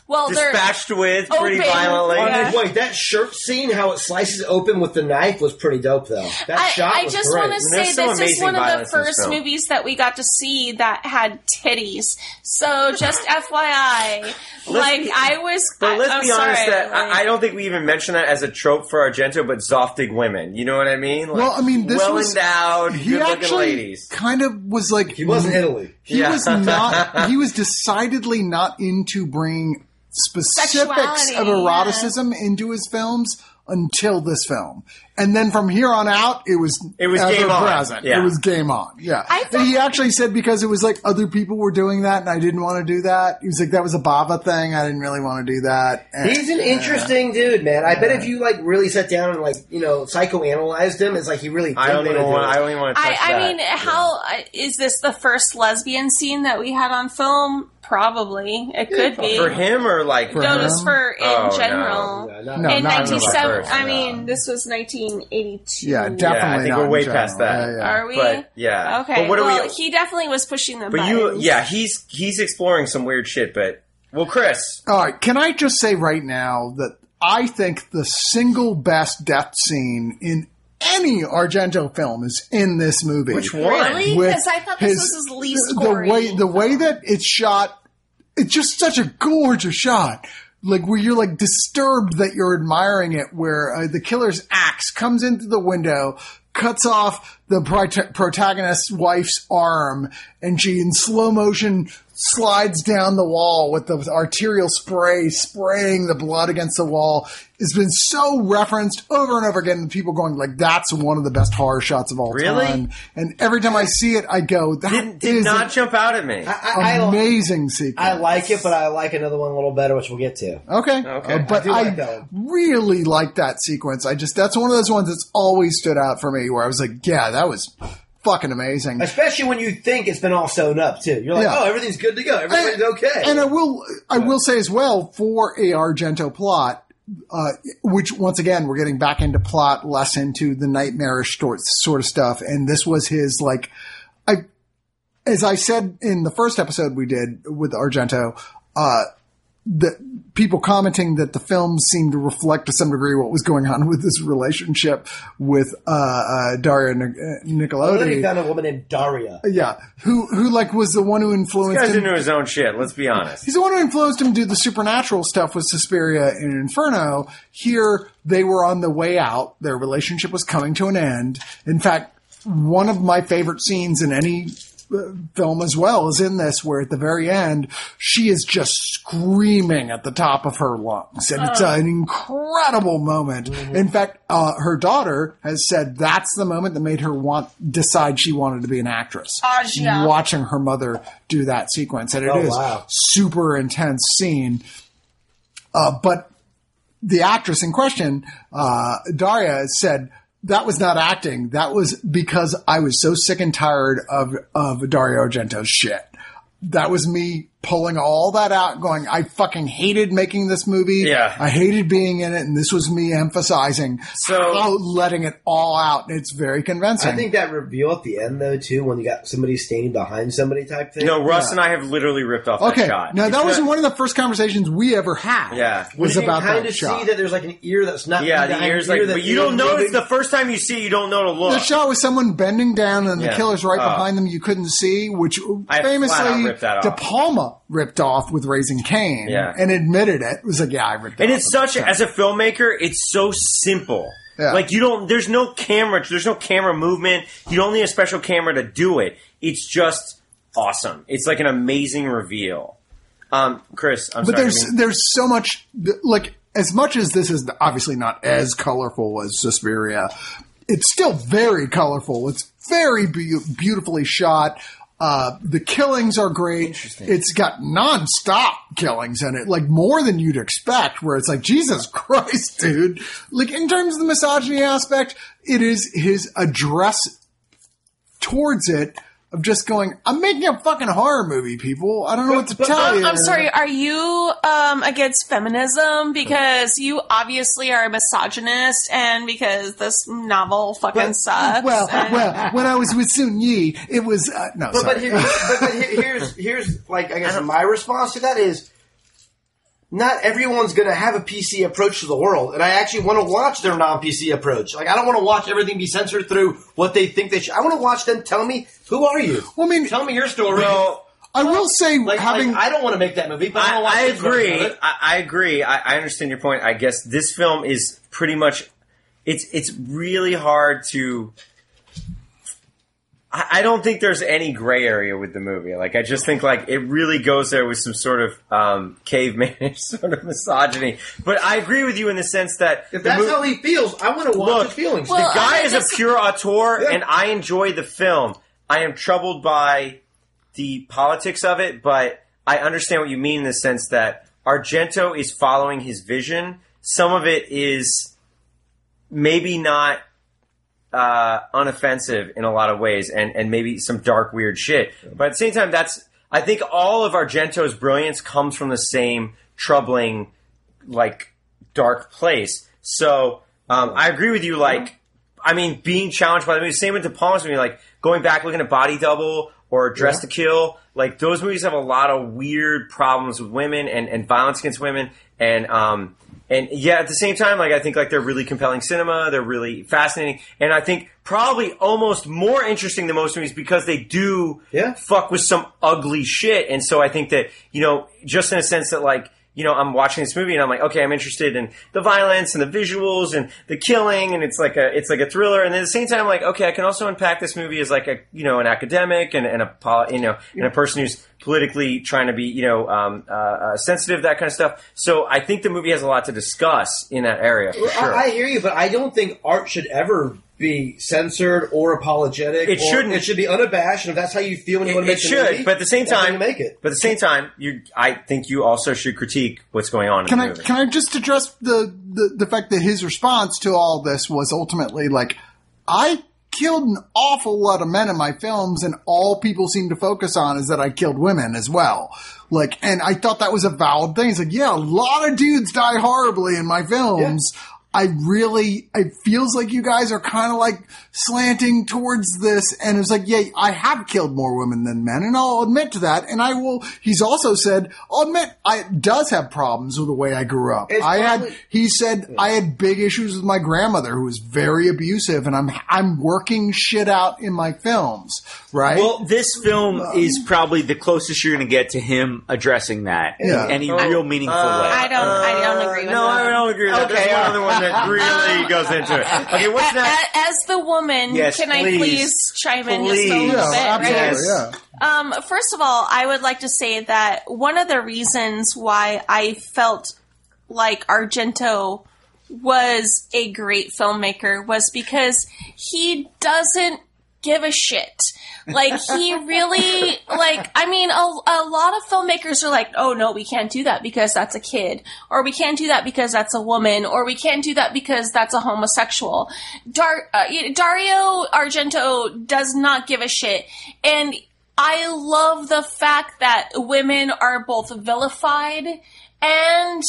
E: Well, they're-
D: dispatched with pretty
E: open.
D: violently.
E: Yeah.
I: Wait, that shirt scene, how it slices open with the knife, was pretty dope, though. That
E: I,
I: shot
E: I
I: was
E: just
I: great.
E: want to
D: there's
E: say
D: some
E: this is
D: amazing
E: one of the
D: violence in this
E: first
D: film.
E: movies that we got to see that had titties. So just FYI, like
D: be-
E: I was.
D: But let's
E: I, am
D: be honest
E: sorry,
D: that
E: like-
D: I, I don't think we even mentioned that as a trope for Argento, but Zoftig women. You know what I mean? Like,
A: Well, I mean, this
D: well
A: was-
D: endowed,
A: He
D: good looking
A: actually
D: ladies.
A: kind of was like
I: He was in Italy.
A: He
D: Yeah.
A: was not. He was decidedly not into bringing specifics
E: Sexuality,
A: of eroticism into his films until this film, and then from here on out, it was
D: It was
A: ever
D: game on.
A: present.
D: Yeah.
A: It was game on. Yeah,
E: I thought-
A: and he actually said because it was like other people were doing that, and I didn't want to do that. He was like that was a Baba thing. I didn't really want to do that. And-
I: He's an interesting dude, man. I bet if you like really sat down and like you know psychoanalyzed him, it's like he really.
D: I don't
I: did
D: even
I: wanna
D: want.
I: do
D: I
I: it.
D: don't even want to touch
E: I, I
D: that.
E: mean, how I- is this the first lesbian scene that we had on film? Probably, it could be.
D: for him or like
A: For
E: No,
A: him?
E: just for in
D: Oh, no.
E: general.
I: Yeah, not-
A: No,
E: in
A: not in the
E: 1970,
D: first,
E: I mean, this was 1982.
A: yeah, definitely.
D: think
A: not
D: we're
A: in
D: way
A: general.
D: past that.
A: Yeah, yeah.
E: Are we?
D: But yeah,
E: Okay.
D: But what are
E: well,
D: we?
E: he definitely was pushing the
D: but you,
E: buttons.
D: yeah, he's he's exploring some weird shit. But well, Chris,
A: All right. Can I just say right now that I think the single best death scene in any Argento film is in this movie. Which
E: Really?
A: With
E: Because I thought this
A: his-
E: was his least
A: The
E: gory.
A: way the way that it's shot, it's just such a gorgeous shot. Like where you're like disturbed that you're admiring it. Where uh, the killer's axe comes into the window, cuts off the prota- protagonist's wife's arm, and she in slow motion slides down the wall with the arterial spray spraying the blood against the wall. It's been so referenced over and over again. And people going like, "That's one of the best horror shots of all
D: Really?
A: time." And every time I see it, I go, "That
D: did, did
A: is
D: not
A: an
D: jump out at me.
I: I, I,
A: amazing sequence."
I: I like it, but I like another one a little better, which we'll get to.
A: okay,
D: Okay.
A: Uh,
I: I
A: but
I: do
A: I,
I: like that
A: really like that sequence. I just that's one of those ones that's always stood out for me, where I was like, "Yeah, that was fucking amazing."
I: Especially when you think it's been all sewn up too. You're like,
A: Yeah.
I: oh, everything's good to go. Everything's okay.
A: And I will, I will say as well for a Argento plot, uh, which once again we're getting back into plot, less into the nightmarish sort sort of stuff. And this was his like, I, as I said in the first episode we did with Argento, uh, that people commenting that the film seemed to reflect to some degree what was going on with his relationship with uh, uh, Dario Nic- uh,
I: And then he
A: Nicolodi.
I: found a woman named Daria.
A: Yeah, who who like was the one who
D: This
A: influenced
D: guy's
A: him
D: into his own shit. Let's be honest.
A: He's the one who influenced him to do the supernatural stuff with Suspiria and Inferno. Here, they were on the way out. Their relationship was coming to an end. In fact, one of my favorite scenes in any uh, film as well is in this, where at the very end, she is just screaming at the top of her lungs. And it's an incredible moment. In fact, uh, her daughter has said that's the moment that made her want, decide she wanted to be an actress
E: Ajia.
A: watching her mother do that sequence, and it
I: Oh,
A: is
I: wow.
A: super intense scene. Uh, but the actress in question, uh, Daria, said that was not acting. That was because I was so sick and tired of of Dario Argento's shit. That was me pulling all that out, going, I fucking hated making this movie.
D: Yeah.
A: I hated being in it, and this was me emphasizing
D: So-
A: how letting it all out. And it's very convincing.
I: I think that reveal at the end though too, when you got somebody standing behind somebody type thing.
D: No, Russ and I have literally ripped off
A: Okay.
D: that shot.
A: Now
D: It's
A: that was
D: not-
A: one of the first conversations we ever had.
D: Yeah.
A: was
I: you can
A: about
I: kind
A: that
I: of
A: shot.
I: see that there's like an ear that's not.
D: Yeah, the
I: behind
D: ears
I: an
D: like,
I: ear that
D: but you don't
I: know
D: notice the first time you see. it, You don't know to
A: the
D: look.
A: shot was someone bending down and
D: Yeah.
A: the killer's right
D: Oh.
A: behind them. You couldn't see, which
D: I flat out
A: famously
D: ripped that off.
A: De Palma ripped off with Raising Cain
D: Yeah.
A: and admitted it. It was like, yeah, I ripped.
D: and
A: off
D: it's such as a filmmaker, it's so simple.
A: Yeah.
D: Like you don't. There's no camera. There's no camera movement. You don't need a special camera to do it. It's just awesome. It's like an amazing reveal. Um, Chris, I'm
A: but
D: sorry. I
A: there's
D: mean-
A: there's so much like as much as this is obviously not as colorful as Suspiria, it's still very colorful. It's very be- beautifully shot. Uh, the killings are great. It's got nonstop killings in it, like more than you'd expect. Where it's like, Jesus Christ, dude! Like in terms of the misogyny aspect, it is his address towards it of just going, I'm making a fucking horror movie, people. I don't know what to tell you.
E: Oh, I'm sorry. Are you um, against feminism because you obviously are a misogynist, and because this novel fucking sucks?
A: Well,
E: and-
A: well, when I was with Sun Yi, it was uh, no.
I: But,
A: sorry.
I: but, here, but, but here, here's here's like I guess my response to that is not everyone's going to have a PC approach to the world, and I actually want to watch their non PC approach. Like I don't want to watch everything be censored through what they think they should. I want to watch them tell me who are you,
A: well, I mean,
I: tell me your story.
D: Well,
A: I will say
I: like,
A: having.
I: like, I don't want to make that movie, but I,
D: I,
I: want to watch
D: I
I: this version
D: agree.
I: of it.
D: I, I agree. I, I understand your point. I guess this film is pretty much. It's it's really hard to. I, I don't think there's any gray area with the movie. Like I just think like it really goes there with some sort of um, caveman sort of misogyny. But I agree with you in the sense that
G: If
D: the
G: that's
D: mo-
G: how he feels, I want to watch
D: Look,
G: his feelings.
E: Well,
D: the guy
E: I
D: is a
E: just-
D: pure auteur, and I enjoy the film. I am troubled by the politics of it, but I understand what you mean in the sense that Argento is following his vision. Some of it is maybe not uh, unoffensive in a lot of ways, and and maybe some dark, weird shit. But at the same time, that's I think all of Argento's brilliance comes from the same troubling, like dark place. So um, I agree with you. Like, I mean, being challenged by the movie. Same with De Palma's movie. Like going back, looking at Body Double or Dress to Kill. Like those movies have a lot of weird problems with women and, and violence against women. And um, and yeah, at the same time, like I think like they're really compelling cinema. They're really fascinating, and I think probably almost more interesting than most movies because they do
G: Yeah.
D: fuck with some ugly shit. And so I think that, you know, just in a sense that like, you know, I'm watching this movie and I'm like, okay, I'm interested in the violence and the visuals and the killing and it's like a, it's like a thriller. And then at the same time, I'm like, okay, I can also unpack this movie as like a, you know, an academic and, and a, pol- you know, and a person who's politically trying to be, you know, um, uh, uh, sensitive, that kind of stuff. So I think the movie has a lot to discuss in that area for sure.
G: I, I hear you, but I don't think art should ever be censored or apologetic.
D: It
G: or-
D: shouldn't.
G: It should be unabashed, and if that's how you feel when you
D: It-
G: want to make
D: it
G: the
D: should,
G: movie,
D: but at the same
G: that's how
D: time-
G: you make it.
D: but at the same time, you, I think you also should critique what's going on.
A: can
D: in the
A: I
D: movie.
A: can I just address the, the the fact that his response to all this was ultimately like, I killed an awful lot of men in my films, and all people seem to focus on is that I killed women as well. Like, and I thought that was a valid thing. It's like, yeah, a lot of dudes die horribly in my films. I really, it feels like you guys are kind of like slanting towards this. And it's like, yeah, I have killed more women than men, and I'll admit to that. And I will, he's also said, I'll admit, I does have problems with the way I grew up. I had, he said, I had big issues with my grandmother who was very abusive, and I'm, I'm working shit out in my films, right?
F: Well, this film is probably the closest you're going to get to him addressing that
A: Yeah.
F: in any real meaningful way.
E: I don't. I don't agree with
D: Uh, No,
E: that.
D: I don't agree with that. There's one other one that
E: Uh,
D: really goes into it. Okay, what's
E: A-
D: next?
E: a- As the woman,
D: Yes,
E: can I
D: please.
E: please chime in just a
D: Please.
E: little
A: yeah,
E: bit? right?
A: absolutely,
D: Yes.
A: yeah.
E: Um, first of all, I would like to say that one of the reasons why I felt like Argento was a great filmmaker was because he doesn't give a shit. Like he really like I mean a, a lot of filmmakers are like, "Oh no, we can't do that because that's a kid or we can't do that because that's a woman or we can't do that because that's a homosexual." Dar- uh, Dario Argento does not give a shit and I love the fact that women are both vilified and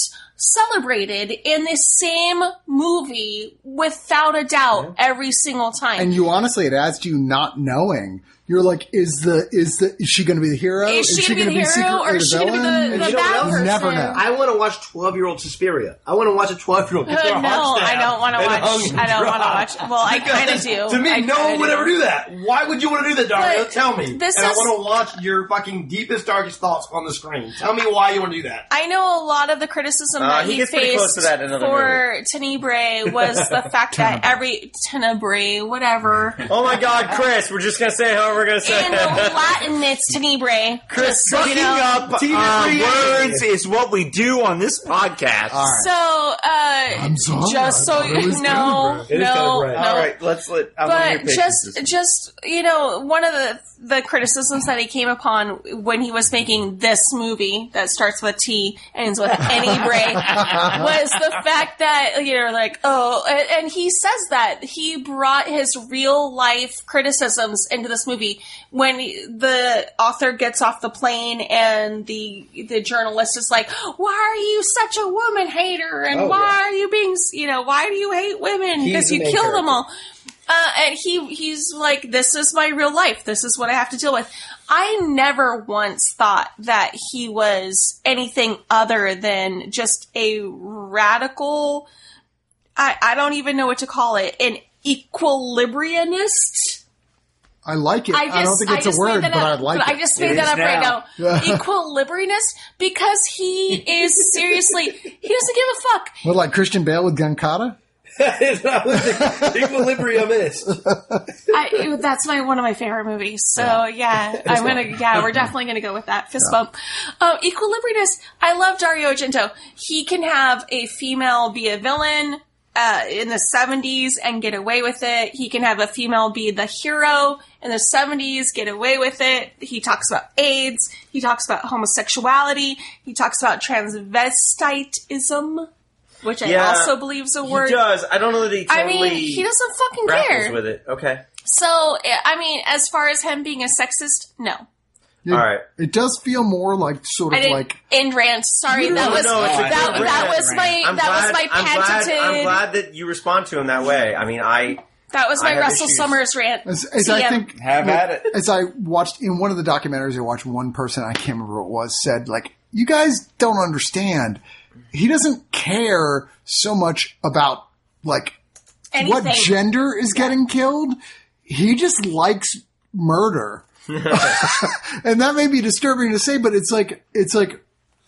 E: celebrated in the same movie without a doubt every single time.
A: and you honestly it adds to you not knowing you're like is the is the is she going to be the hero
E: Is she gonna
A: gonna
E: be the hero,
A: secretly
E: or is she gonna be
A: villain?
E: the-
A: And
E: the
A: you don't
E: bad
A: know.
E: person?
A: you never know
I: I want to watch twelve year old Suspiria. I want to watch a twelve year old.
E: Uh, no, I don't want to
G: and
E: watch.
G: hung
E: I don't want to watch.
G: dry.
E: Well, I kind of do.
G: To me,
E: I
G: no one
E: kinda
G: would
E: do.
G: ever do that. Why would you want to do that, Dario?
E: But
G: Tell me.
E: this
G: and I
E: is-
G: want to watch your fucking deepest, darkest thoughts on the screen. Tell me why you want to do that.
E: I know a lot of the criticism
D: Uh,
E: that
D: he
E: he,
D: gets pretty
E: faced
D: close to that in another
E: for Tenebrae was the fact that every Tenebrae, whatever.
D: Oh my God, Chris, we're just gonna say how what we're gonna say.
E: And the Latin, it's tenebrae. Chris, so you know.
F: up uh, words is what we do on this podcast.
E: So, uh,
A: I'm sorry,
E: just
A: I
E: so
A: thought it
E: you
A: was
E: no,
A: tenebrae.
E: no, no.
D: All right, let's let. I wanna hear
E: But
D: Peyton's
E: just,
D: system.
E: just you know, one of the the criticisms that he came upon when he was making this movie that starts with T ends with any break was the fact that you know, like, oh, and, and he says that he brought his real life criticisms into this movie when he- the author gets off the plane and the the journalist is like, why are you such a woman hater and
I: Oh,
E: why
I: yeah.
E: are you being, s- you know, why do you hate women
I: He's
E: because
I: the
E: you
I: main
E: kill them
I: character.
E: all? Uh, and he he's like, this is my real life. This is what I have to deal with. I never once thought that he was anything other than just a radical. I I don't even know what to call it. An equilibriumist.
A: I like it. I,
E: I just
A: don't think it's
E: a
A: a word, but
E: up,
A: I like
E: but
A: it.
E: I just made that up right now. equilibriumist because he is seriously he doesn't give a fuck.
A: What, like Christian Bale with Gunkata?
I: Equilibrium is.
E: I, that's my one of my favorite movies. So yeah, I'm gonna yeah, we're definitely gonna go with that fist bump. Um, Equilibriumist. I love Dario Argento. He can have a female be a villain uh, in the 70s and get away with it. He can have a female be the hero in the 70s, get away with it. He talks about AIDS. He talks about homosexuality. He talks about transvestitism, which
D: Yeah.
E: I also believe is a word.
D: he does. I don't know that he
E: I
D: totally
E: mean, he doesn't fucking
D: grapples
E: care.
D: with it. Okay,
E: So, I I mean, as far as him being a sexist, no.
A: It,
D: all right.
A: It does feel more like sort
E: I
A: of
E: didn't
A: like
E: end rant. Sorry,
D: No,
E: that was
D: no, it's a
E: that, that,
D: good rant.
E: was my
D: I'm
E: that
D: glad,
E: was my
D: I'm
E: patented
D: glad, I'm glad that you respond to him that way. I mean, I
E: that was
D: I
E: my
D: have
E: Russell
D: issues.
E: Summers rant. um,
A: As, as
E: TM.
A: I think,
J: Have at it.
A: As I watched in one of the documentaries, I watched one person I can't remember who it was said like, "You guys don't understand. He doesn't care so much about like what
E: anything.
A: gender is getting killed. He just likes murder, and that may be disturbing to say, but it's like it's like."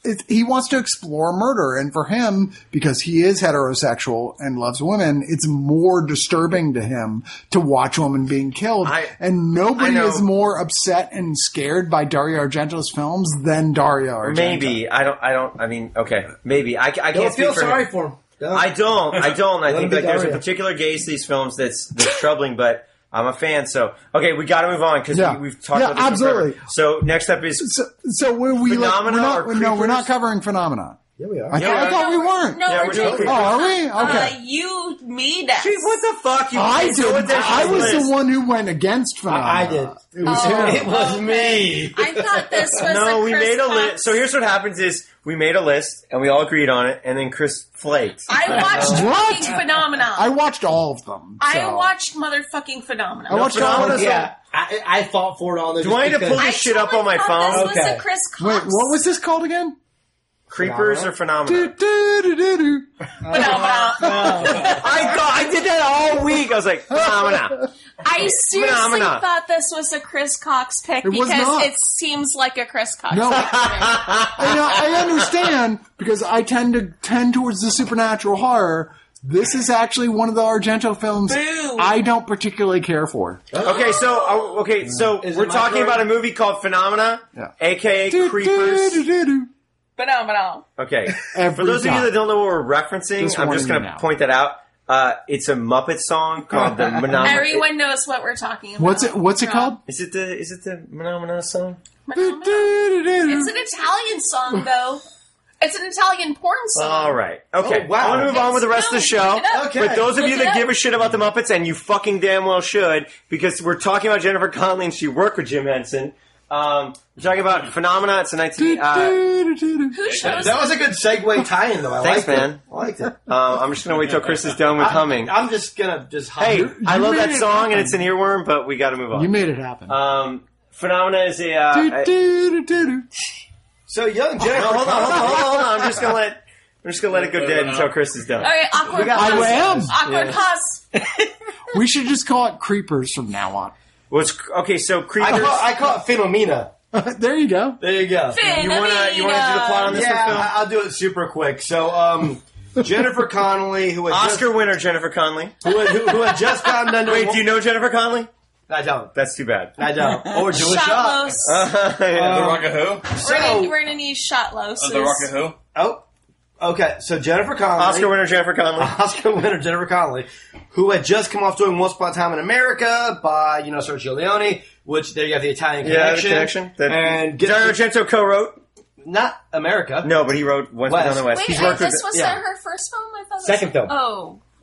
A: It, he wants to explore murder, and for him, because he is heterosexual and loves women, it's more disturbing to him to watch women being killed.
D: I-
A: and nobody
D: I know.
A: is more upset and scared by Dario Argento's films than Dario Argento.
D: maybe I don't I don't I mean okay maybe I, I can't
I: Don't
D: speak
I: feel
D: for him.
I: sorry for him. Don't.
D: I don't. I don't. I
I: Let
D: think like
I: him be
D: there's a
I: Daria.
D: particular gaze to these films that's that's troubling, but I'm a fan. So okay, we got to move on because
A: Yeah.
D: we, we've talked
A: Yeah,
D: about this
A: absolutely.
D: forever. So next up is
A: So, so when we like, we're
D: Phenomena
A: not,
D: or
A: no, we're not
D: creepers?
A: covering phenomena.
I: Yeah, we
A: I,
I: are.
A: th- I
D: Yeah.
A: thought we weren't.
E: No,
D: Yeah,
E: we're
D: we're doing
E: doing
A: Oh, are we? Okay.
E: Uh, you made us.
D: Gee, what the fuck? You
A: I
D: so
A: did.
D: audacious
A: I was
D: list.
A: the one who went against phenomena.
I: I did.
A: It was
E: Oh.
A: him.
I: It was me.
E: I thought this was
D: No,
E: a
D: we
E: Chris
D: made a
E: Fox-
D: list. So here's what happens: is we made a list and we all agreed on it, and then Chris flaked.
E: I watched
A: What?
E: fucking phenomena.
A: I
E: I,
A: watched all of them. so.
E: watched motherfucking phenomena.
A: I watched all of them.
I: Yeah, I, I fought for it on the.
D: Do I need to pull
E: I
D: this shit up
E: totally
D: on my
E: thought
D: phone?
E: This was
I: Okay.
E: a Chris Cox.
A: Wait, what was this called again?
D: Creepers or
A: Do,
D: phenomena?
A: do, do, do, do.
E: phenomena?
D: I thought I did that all week. I was like phenomena.
E: I seriously
D: Phenomena.
E: thought this was a Chris Cox pick
A: It was
E: because
A: not.
E: it seems like a Chris Cox.
A: No.
E: pick to me.
A: I, know, I understand because I tend to tend towards the supernatural horror. This is actually one of the Argento films
E: Boo.
A: I don't particularly care for.
D: Okay, so uh, okay, so
I: Is it
D: we're
I: my
D: talking
I: turn?
D: about a movie called Phenomena,
A: Yeah.
D: aka
A: Do, do, do,
D: Creepers.
A: do, do.
E: Phenomenal.
D: Okay,
A: Every
D: for those of
A: time.
D: you that don't know what we're referencing,
A: Just
D: I'm
A: warning
D: just
A: you
D: going to
A: now.
D: point that out. Uh, it's a Muppet song called the Phenomena.
E: Everyone knows what we're talking about.
A: Um, What's it? What's it
E: Yeah.
A: called?
D: Is it the is it the Phenomena song?
A: Do, do, do, do, do.
E: It's an Italian song, though. It's an Italian porn song.
D: All right, okay.
I: Oh, wow.
D: I want to move on with the rest of the
E: It's-
D: show.
E: no, look it up.
D: But those of
E: Look
D: you
E: it
D: that
E: up.
D: give a shit about the Muppets, and you fucking damn well should, because we're talking about Jennifer Connelly and she worked with Jim Henson. Um, we're talking about Phenomena. It's a 19.
A: Do,
D: Uh,
A: do, do, do.
E: Who shows
I: That was a good segue tie-in, though. I
D: Thanks,
I: liked it.
D: man.
I: I liked it.
D: um, I'm just gonna wait till Chris is done with humming.
I: I'm just gonna just.
D: Hey, I
A: you
D: love that
A: made it
D: song
A: happen.
D: and it's an earworm, but we got to move
A: You
D: on.
A: made it happen.
D: Um, Phenomena is a. Uh,
A: do,
D: a-
A: do, do, do, do.
I: So young Jennifer.
D: Oh, no, hold on, hold on, hold on, hold on. I'm just gonna let. I'm just gonna let it go dead until Chris is done.
E: All right, awkward
I: got-
A: I
E: pause.
A: am.
E: Awkward
D: Yeah.
E: pause.
A: We should just call it Creepers from now on.
D: What's okay? So
I: I
D: creepers.
I: call, I call it Phenomena.
A: there you go. Uh,
I: There you go.
D: You wanna you wanna do the plot on this
I: Yeah,
D: one, Phil?
I: I- I'll do it super quick. So, um, Jennifer Connelly, who had
D: Oscar winner Jennifer Connelly.
I: just, who, had- who, who had just gotten done.
D: Wait, do you know Jennifer Connelly?
G: I don't.
D: That's too bad.
G: I don't. Or do a shot.
E: Shotlos.
D: Uh,
J: the Rock of Who?
E: we're, gonna,
G: So,
E: we're gonna need Shotloses.
J: Uh, the Rock of Who?
G: oh, okay. So Jennifer Connelly,
D: Oscar winner Jennifer Connelly.
G: Oscar winner Jennifer Connelly, who had just come off doing Once Upon a Time in America by you know Sergio Leone, which there you have the Italian
D: Yeah, the connection.
G: connection,
D: That
G: and get
D: Dario Argento co-wrote.
G: not America.
D: No, but he wrote Once
G: West.
D: Upon the West.
E: Wait,
D: He's
E: I,
D: worked with.
E: this was
G: yeah.
E: uh, her first film. I thought. this-
G: Second film.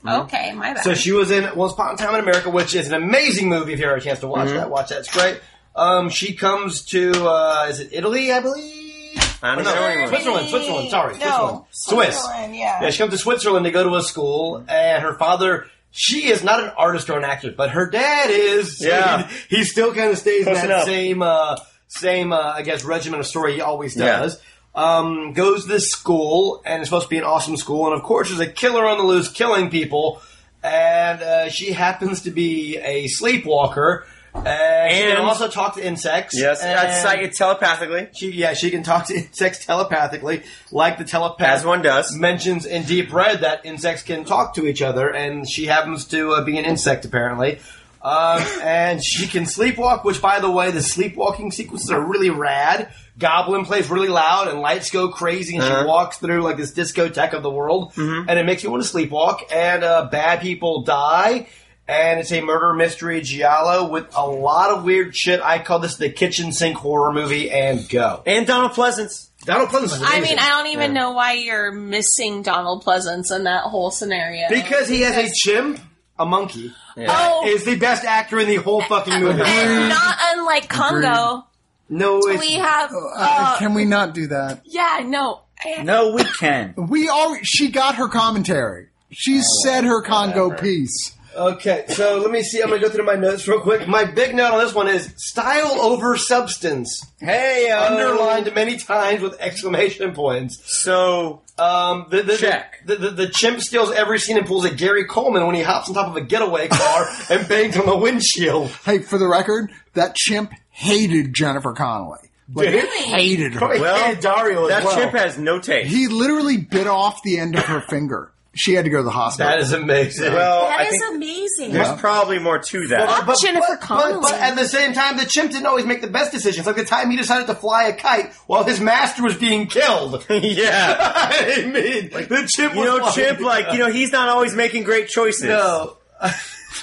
E: Oh, okay, my bad.
G: So she was in Once Upon a Time in America, which is an amazing movie. If you ever have a chance to
D: Mm-hmm.
G: watch that, watch that. It's great. Um, she comes to uh, is it Italy, I believe.
D: I don't
G: No,
D: know anyone.
G: Switzerland, Switzerland. Sorry,
E: no,
G: Switzerland. Swiss.
E: Switzerland, yeah.
G: Yeah, she comes to Switzerland to go to a school, and her father. She is not an artist or an actress, but her dad is. So
D: Yeah.
G: he, he still kind of stays in
D: Close
G: that
D: enough.
G: same, uh, same, uh, I guess, regimen of story he always
D: Yeah.
G: does. Um, goes to this school, and it's supposed to be an awesome school, and of course, there's a killer on the loose killing people, and uh, she happens to be a sleepwalker, and, she
D: And-
G: can also talk to insects.
D: Yes,
G: and
D: that's like telepathically,
G: she, yeah, she can talk to insects telepathically, like the telepath
D: as one does.
G: mentions in Deep Red that insects can talk to each other, and she happens to uh, be an insect apparently. Um, and she can sleepwalk, which, by the way, the sleepwalking sequences are really rad. Goblin plays really loud, and lights go crazy, and
D: Uh-huh. Mm-hmm.
G: she walks through like this discotheque of the world, and it makes you want to sleepwalk. And uh, bad people die, and it's a murder mystery giallo with a lot of weird shit. I call this the kitchen sink horror movie. And go,
D: And Donald Pleasance.
G: Donald Pleasance. is
E: I
G: amazing.
E: mean, I don't even know why you're missing Donald Pleasance in that whole scenario.
G: because he has a chimp, a monkey.
E: oh,
G: is the best actor in the whole fucking movie.
E: and not unlike Congo,
G: No, it's,
E: we have.
A: Uh,
E: Uh,
A: can we not do that?
E: yeah, no. I-
F: No, we can.
A: We all. She got her commentary. She said her Congo piece.
G: okay. So let me see. I'm gonna go through my notes real quick. My big note on this one is style over substance,
D: Hey,
G: Oh.
D: uh,
G: underlined many times with exclamation points.
D: So
G: Um, the, the,
D: Check.
G: The, the, the chimp steals every scene and pulls a Gary Coleman when he hops on top of a getaway car and bangs on the windshield.
A: Hey, for the record, that chimp hated Jennifer Connelly. Like,
G: Did he?
A: hated her.
D: Well,
G: And Dario as
D: that
G: well.
D: chimp has no taste.
A: He literally bit off the end of her finger. She had to go to the hospital.
G: That is amazing.
D: Well, I
H: That is
D: think
H: amazing.
D: there's probably more to that.
G: But-
E: Jennifer
G: but-
E: Connelly.
G: But, but at the same time, the chimp didn't always make the best decisions. Like the time he decided to fly a kite while his master was being killed.
D: yeah.
G: I mean, the chimp
D: You
G: was
D: know,
G: flying.
D: Chimp, like, you know, he's not always making great choices.
G: No.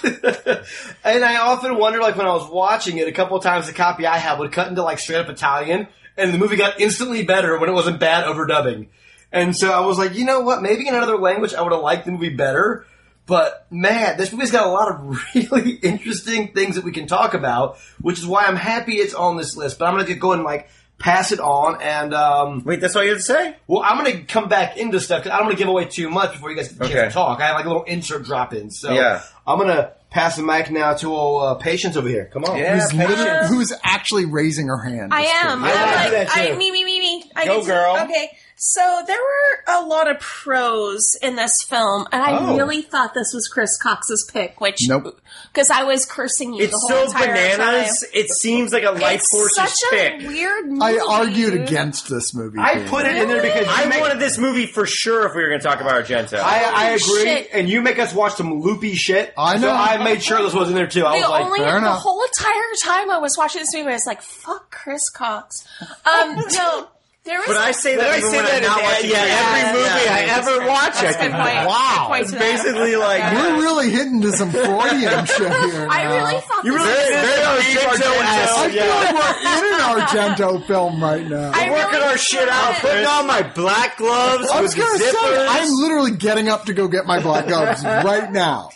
G: and I often wonder, like, when I was watching it, a couple of times the copy I had would cut into, like, straight up Italian, and the movie got instantly better when it wasn't bad overdubbing. And so I was like, you know what? Maybe in another language I would have liked the movie better, but man, this movie's got a lot of really interesting things that we can talk about, which is why I'm happy it's on this list, but I'm going to go and, like, pass it on and, um,
D: Wait, that's all you have to say?
G: well, I'm going to come back into stuff because I don't want to give away too much before you guys get the
D: Okay.
G: chance to talk. I have like a little insert drop in. So
D: Yeah.
G: I'm going to pass the mic now to old uh, Patience over here. Come on.
A: who's,
D: Yeah,
A: literally, who's actually raising her hand.
E: I am. I am
G: that
E: like, I,
G: too.
E: me, me, me, me. I
D: Go,
E: get to-
D: girl.
E: Okay. So there were a lot of pros in this film, and I
D: Oh.
E: really thought this was Chris Cox's pick, which
A: Nope.
E: because I was cursing you
D: It's
E: the whole
D: so
E: entire
D: bananas.
E: time.
D: It seems like a life
E: it's
D: forces
E: such
D: pick.
E: a weird. Movie,
A: I argued
E: dude.
A: against this movie.
G: I
A: being-
G: put it in there because you
D: I
G: make-
D: wanted this movie for sure if we were going to talk about Argento.
G: I, I agree,
E: Shit.
G: and you make us watch some loopy shit.
A: I know.
G: So I made sure this was in there too. I
E: The
G: was like,
E: only
A: fair
E: the
A: enough.
E: whole entire time I was watching this movie, I was like, "Fuck Chris Cox." Um, no, there was.
D: but I say that,
F: I
D: even
F: say
D: when I'm
F: that
D: not
F: in-
D: watching
F: yeah,
D: it.
F: every movie I
D: yeah.
F: ever watch,
E: That's a
F: I
E: good
F: think,
E: point.
F: wow.
E: Good point
D: It's
E: to that.
D: basically like
A: We're really hitting to some Freudian shit here.
E: I
A: now.
E: really thought
D: You
E: this
D: really did
E: was-
F: very Argento
D: Argento.
F: ass.
A: I feel like we're in an Argento film right now.
E: I
F: Working
E: really
F: our shit out,
E: thought-
F: putting on my black gloves
A: I
F: with
A: was
F: the
A: gonna say,
F: zippers.
A: I'm literally getting up to go get my black gloves right now.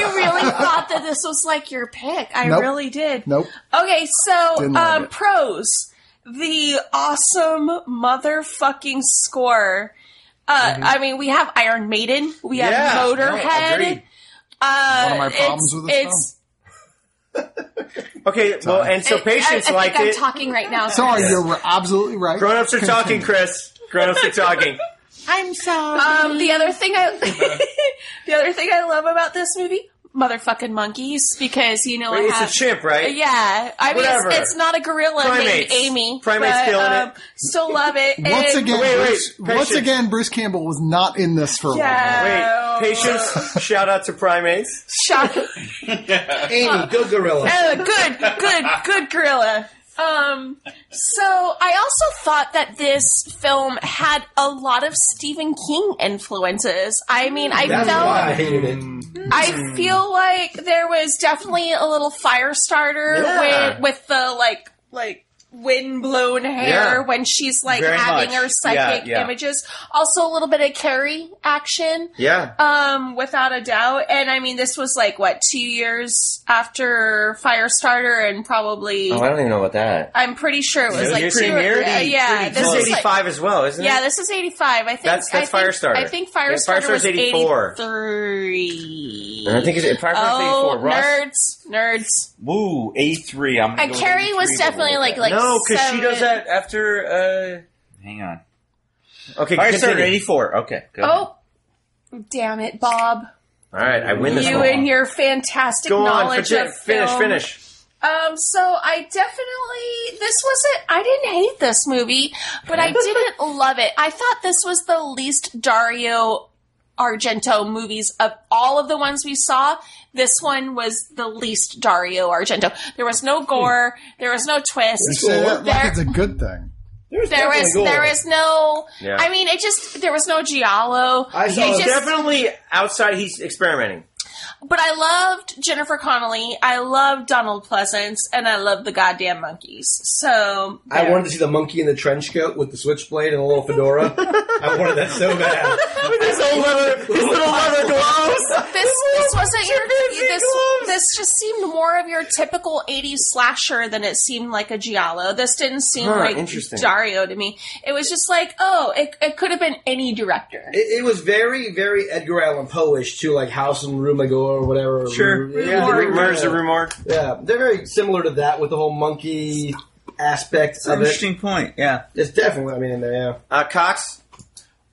E: really thought that this was like your pick. I
A: Nope.
E: really did.
A: Nope.
E: Okay, so
A: Didn't like
E: um,
A: it.
E: pros: the awesome motherfucking score. Uh,
A: Mm-hmm.
E: I mean, we have Iron Maiden, we have
D: Yeah, no,
E: Motorhead.
D: agreed.
E: uh,
A: One of my problems
E: it's,
A: with this
E: it's,
D: okay. Well, and so
E: it-
D: patients
E: I, I
D: like
E: think I'm
D: it.
E: talking right now.
A: Sorry, you're absolutely right.
D: Grown-ups are talking, Chris. Grown-ups are talking.
E: Um, the other thing I the other thing I love about this movie, motherfucking monkeys, because you know I
D: It's a
E: have-
D: chimp, right?
E: Yeah, I mean
D: Whatever.
E: it's, it's not a gorilla
D: Primates.
E: named Amy.
D: Primates
E: but, um,
D: killing it.
E: Still love it.
A: Once
E: And-
A: again,
D: Wait, wait,
A: Bruce, once
D: patience.
A: again, Bruce Campbell was not in this for a
E: yeah.
A: while.
D: Wait, Patience, shout out to primates.
E: Shock.
G: Amy, go gorilla.
E: Oh, good, good, good gorilla. Um, so I also thought that this film had a lot of Stephen King influences. I mean, I
G: That's
E: felt
G: why I hated it.
E: I
D: Hmm.
E: feel like there was definitely a little fire starter
D: Yeah.
E: with, with the like like wind blown hair
D: Yeah.
E: when she's like
D: Very
E: having
D: much.
E: her psychic
D: Yeah, yeah.
E: images. Also a little bit of carry action.
D: Yeah.
E: Um, without a doubt. And I mean this was like what, two years after Firestarter and probably
D: Oh, I don't even know about that.
E: I'm pretty sure it was
D: You're
E: like two
D: pretty
E: or-
D: near
E: uh,
D: the-
E: yeah.
D: pretty
E: This
D: close.
E: is like,
D: 85 as well, isn't
E: yeah,
D: it?
E: this is 85. I think
D: That's- that's
E: I think,
D: Firestarter.
E: I think
D: Yeah,
E: Firestarter
D: Firestarter's
E: was
D: 84.
E: 83.
D: I think it's Fire
E: Oh,
D: 84. Russ.
E: nerds, nerds.
F: Woo, eighty-three. I'm
E: And Carrie was definitely like like
D: no, because she
E: seven-
D: does that after.
F: Hang on.
D: Uh, okay,
F: Fire started
D: continue.
F: eighty-four. Okay. Good.
E: Oh, damn it, Bob!
D: All right, I win this
E: You
D: one.
E: and your fantastic
D: Go on,
E: knowledge
D: finish,
E: of
D: finish,
E: film.
D: finish.
E: Um, so I definitely this wasn't. I didn't hate this movie, but I didn't love it. I thought this was the least Dario Argento movies of all of the ones we saw. This one was the least Dario Argento. There was no
D: Hmm.
E: gore. There was no
A: You
E: twist.
A: say that like
E: There-
A: it's a good thing.
E: There was
G: Definitely
E: there
G: gore.
E: was no.
D: Yeah.
E: I mean, it just there was no giallo.
G: I saw
E: It
G: a
E: just-
D: Definitely outside. He's experimenting.
E: but I loved Jennifer Connelly. I loved Donald Pleasance, and I loved the goddamn monkeys. So
G: I
E: there.
G: wanted to see the monkey in the trench coat with the switchblade and a little fedora. I wanted that so bad.
D: His old leather, his little leather gloves.
E: this this wasn't your this this just seemed more of your typical 80s slasher than it seemed like a giallo. This didn't seem
D: Huh,
E: like
D: interesting.
E: Dario to me. It was just like, oh, it it could have been any director.
G: It, it was very, very Edgar Allan Poe-ish to like House and Rumagor or whatever.
D: Sure.
G: Yeah,
D: Yeah,
G: they're-
D: rumors
G: yeah.
D: of rumor.
G: Yeah, they're very similar to that with the whole monkey aspect of it.
F: Interesting point. Yeah.
G: It's definitely, I mean, in there, yeah.
D: Uh, Cox.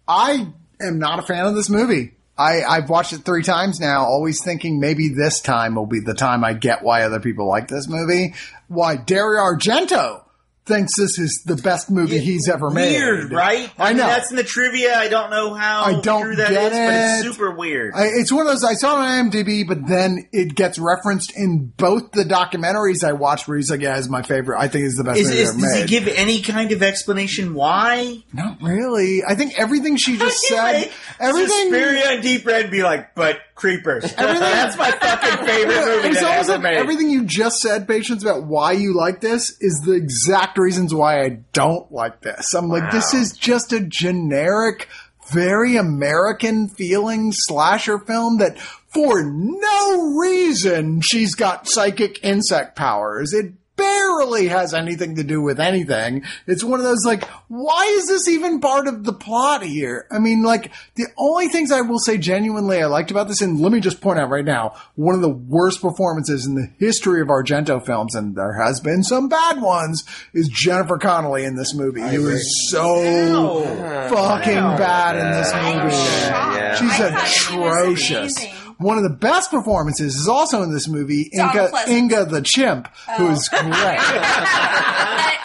A: I am not a fan of this movie. I, I've watched it three times now, always thinking maybe this time will be the time I get why other people like this movie. Why Dario Argento thinks this is the best movie he's ever made.
F: Weird, right?
A: I
F: mean,
A: know.
F: that's in the trivia. I don't know how
A: I don't
F: true that is,
A: get
F: but it's
A: it.
F: super weird.
A: I, it's one of those I saw it on IMDb, but then it gets referenced in both the documentaries I watched, where he's like, "Yeah, it's my favorite. I think it's the best
F: is,
A: movie
F: is,
A: ever
F: does he
A: made."
F: give any kind of explanation why?
A: Not really. I think everything she just said,
F: Like,
A: everything.
F: Suspiria and Deep Red be like, but creepers.
A: Everything-
F: That's my fucking favorite
A: Yeah,
F: movie
A: It's
F: that
A: almost
F: ever
A: like
F: made.
A: everything you just said, patience, about why you like this is the exact reasons why I don't like this. I'm like, this is just a generic, very American feeling slasher film that for no reason she's got psychic insect powers. It barely has anything to do with anything. It's one of those like, why is this even part of the plot here? I mean, like, the only things I will say genuinely I liked about this, and let me just point out right now, one of the worst performances in the history of Argento films, and there has been some bad ones, is Jennifer Connelly in this movie. He was so fucking bad in this
E: I'm
A: movie.
E: shocked.
D: Yeah.
A: She's
E: I thought she was
A: atrocious.
E: amazing.
A: One of the best performances is also in this movie,
E: Donald
A: Inga,
E: Pleasance.
A: Inga the Chimp, who is great.
E: But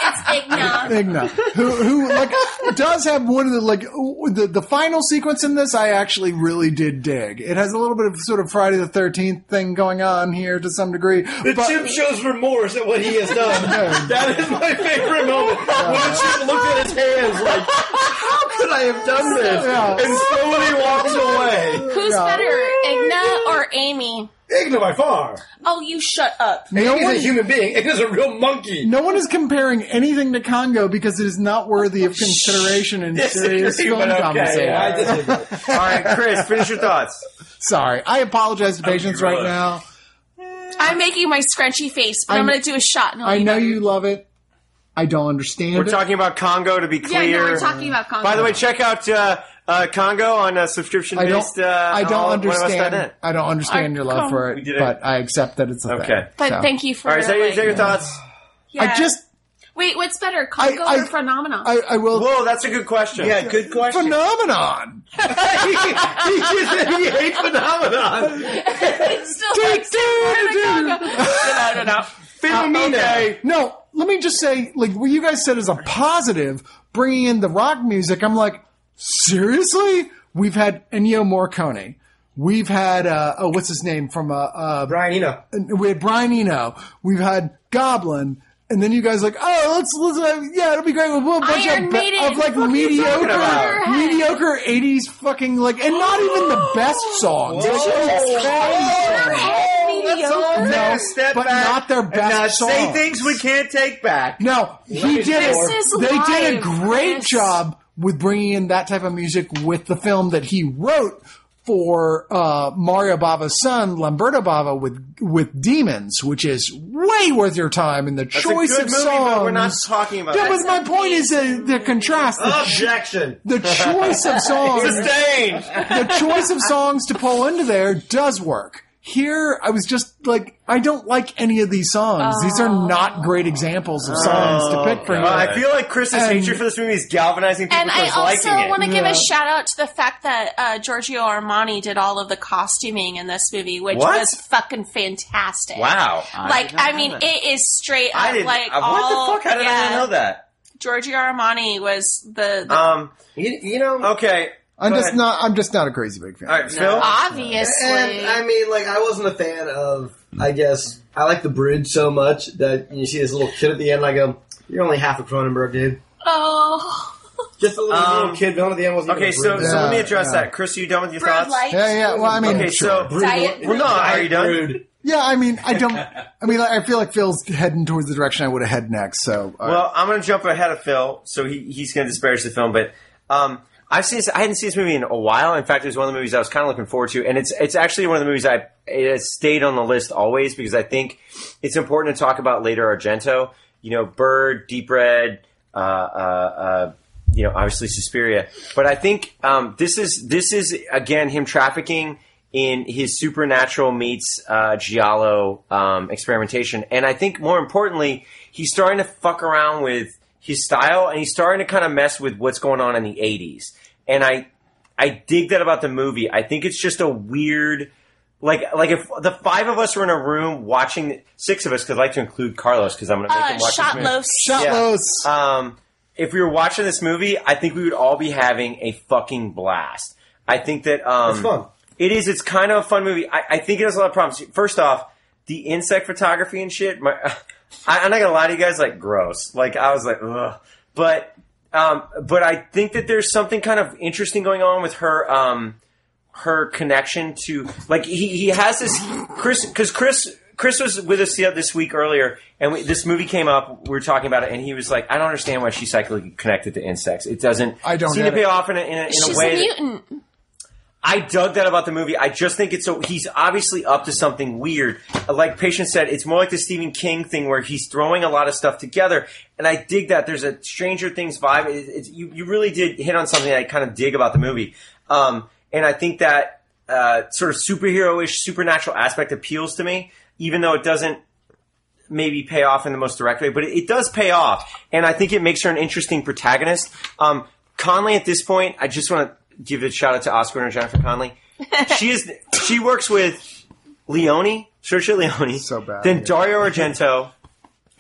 E: it's Igna.
A: Igna, who, who like does have one of the like ooh, the the final sequence in this. I actually really did dig. It has a little bit of sort of Friday the Thirteenth thing going on here to some degree.
G: The
A: but-
G: chimp shows remorse at what he has
A: No.
G: done. that is my favorite moment. When the chimp looked at his hands like, how could I have done this?
A: Yeah.
G: And slowly walks away.
E: Who's
A: Yeah.
E: better, Igna or Amy?
G: Igna by far.
E: Oh, you shut up.
A: no
G: He's a
A: one,
G: human being. Igna's a real monkey.
A: no one is comparing anything to Congo because it is not worthy of consideration in serious
G: Disagree,
A: film
G: but okay,
A: conversation.
G: yeah, I disagree.
D: All right, Chris, finish your thoughts.
A: Sorry, I apologize to patients right
J: really-
A: now.
E: I'm making my scrunchy face, but I'm,
A: I'm-
E: going to do a shot. And I'll
A: I
E: be
A: know
E: better.
A: you love it. I don't understand.
D: We're
A: it.
D: talking about Congo to be
E: Yeah,
D: clear.
E: no, we're talking about Congo.
D: By the way, check out uh, uh, Congo on uh, subscription
A: I don't.
D: based. Uh,
A: I
D: on
A: don't understand.
D: oneofus.net.
A: I don't understand your love for
J: We
A: it,
J: did it.
A: but I accept that it's a thing.
D: Okay.
E: but
A: So.
E: thank you for.
D: All right, is that, your- is that your
E: like,
D: thoughts?
E: yeah.
A: I just.
E: wait. What's better, Congo
A: I-
E: or Phenomenon?
A: I, I will.
D: Whoa, that's a good question.
F: yeah, good question.
A: phenomenon.
E: Still like, Congo. no, no, no.
A: Okay. No, let me just say, like what you guys said is a positive. Bringing in the rock music, I'm like, seriously, we've had Ennio Morricone. We've had uh, oh, what's his name from uh, uh,
I: Brian Eno.
A: and we had Brian Eno, we've had Goblin, and then you guys like, oh, let's let's uh, yeah, it'll be great. We'll put a bunch
E: Iron
A: of, ba-
E: Maiden.
A: of like
E: What are you talking
A: mediocre,
E: about?
A: mediocre '80s fucking like, and not even the best songs.
G: Oh,
A: They're so bad. No,
D: step
A: but
D: back
A: not their best
D: now
A: songs.
D: say things we can't take back.
A: No, he did
E: This
A: it.
E: is
A: They did a
E: live,
A: great
E: Chris.
A: job with bringing in that type of music with the film that he wrote for uh, Mario Bava's son, Lamberto Bava, with with Demons, which is way worth your time. And the
D: That's a
A: choice
D: good
A: of
D: movie,
A: songs.
D: but Oh, we're not talking about
A: Yeah,
D: that.
A: but my point is the, the contrast, the, ch-
G: Objection.
A: the choice of songs
D: Sustained.
A: the choice of songs to pull into there does work. Here, I was just like, I don't like any of these songs. These are not great examples of songs to pick for
D: Uh,
A: me.
D: I feel like Chris's
A: And-
D: hatred for this movie is galvanizing people
E: Um, And I
D: towards liking
E: also
D: it.
E: want to give a shout out to the fact that uh, Giorgio Armani did all of the costuming in this movie, which
D: What?
E: was fucking fantastic.
D: wow.
E: Like,
F: did not
E: I
F: know
E: mean,
F: that.
E: it is straight
D: I
E: up
D: didn't.
E: like
D: uh, what
E: all.
D: the fuck? How did
E: yeah,
D: I not know that?
E: Giorgio Armani was the, the
D: Um.
I: You, you know,
D: Okay.
A: I'm
D: Go
A: just
D: ahead.
A: not. I'm just not a crazy big fan.
D: All right, Phil.
E: obviously.
I: And I mean, like, I wasn't a fan of. I guess I like the Brood so much that you see this little kid at the end. and I go, "You're only half a Cronenberg, dude."
E: oh,
I: Just a little,
D: Um,
I: little kid. Villain at the end wasn't.
D: Okay.
I: even a
D: So,
I: Brood.
D: so let me
A: Yeah,
D: address
A: yeah.
D: that. Chris, are you done with your
E: Bud
D: thoughts?
E: Light.
A: Yeah, yeah. Well, I mean,
D: Okay.
A: sure.
D: So.
E: Diet.
D: Well, no.
I: uh,
D: Are you done?
A: yeah, I mean, I don't. I mean, like, I feel like Phil's heading towards the direction I would have head next. So, uh,
D: Well, I'm going to jump ahead of Phil, so he, he's going to disparage the film. But um, I've seen this, I hadn't seen this movie in a while. In fact, it was one of the movies I was kind of looking forward to, and it's it's actually one of the movies I it has stayed on the list always because I think it's important to talk about later Argento. You know, Bird, Deep Red, uh, uh, uh, you know, obviously Suspiria. But I think um, this is this is again him trafficking in his supernatural meets uh, giallo um, experimentation, and I think more importantly, he's starting to fuck around with his style, and he's starting to kind of mess with what's going on in the '80s. And I, I dig that about the movie. I think it's just a weird. Like, like if the five of us were in a room watching, six of us, because I like to include Carlos, because I'm going to make
E: uh,
D: him watch this movie
E: Shotloaf.
A: shot
D: yeah.
A: lows.
D: um, if we were watching this movie, I think we would all be having a fucking blast. I think that um,
I: It's fun.
D: It is. It's kind of a fun movie. I, I think it has a lot of problems. First off, the insect photography and shit. My, I, I'm not gonna lie to you guys. Like gross. Like I was like, ugh. But um, but I think that there's something kind of interesting going on with her. Um, her connection to like he, he has this Chris because Chris Chris was with us the other- this week earlier and we, this movie came up we were talking about it and he was like I don't understand why she's psychically connected to insects it doesn't
A: I don't
D: seem
A: get
D: to pay
A: it.
D: off in a, in a, in
E: She's
D: a way
E: a
D: that-
E: mutant.
D: I dug that about the movie. I just think it's so he's obviously up to something weird. Like Patient said, it's more like the Stephen King thing where he's throwing a lot of stuff together, and I dig that. There's a Stranger Things vibe. It, it's you, you really did hit on something I kind of dig about the movie, um, and I think that uh, sort of superhero-ish, supernatural aspect appeals to me, even though it doesn't maybe pay off in the most direct way, but it, it does pay off, and I think it makes her an interesting protagonist. Um, Conley, at this point, I just want to give a shout out to Oscar and Jennifer Conley. she is she works with Leone, Saoirse Leone,
A: So bad,
D: then
A: yeah.
D: Dario Argento,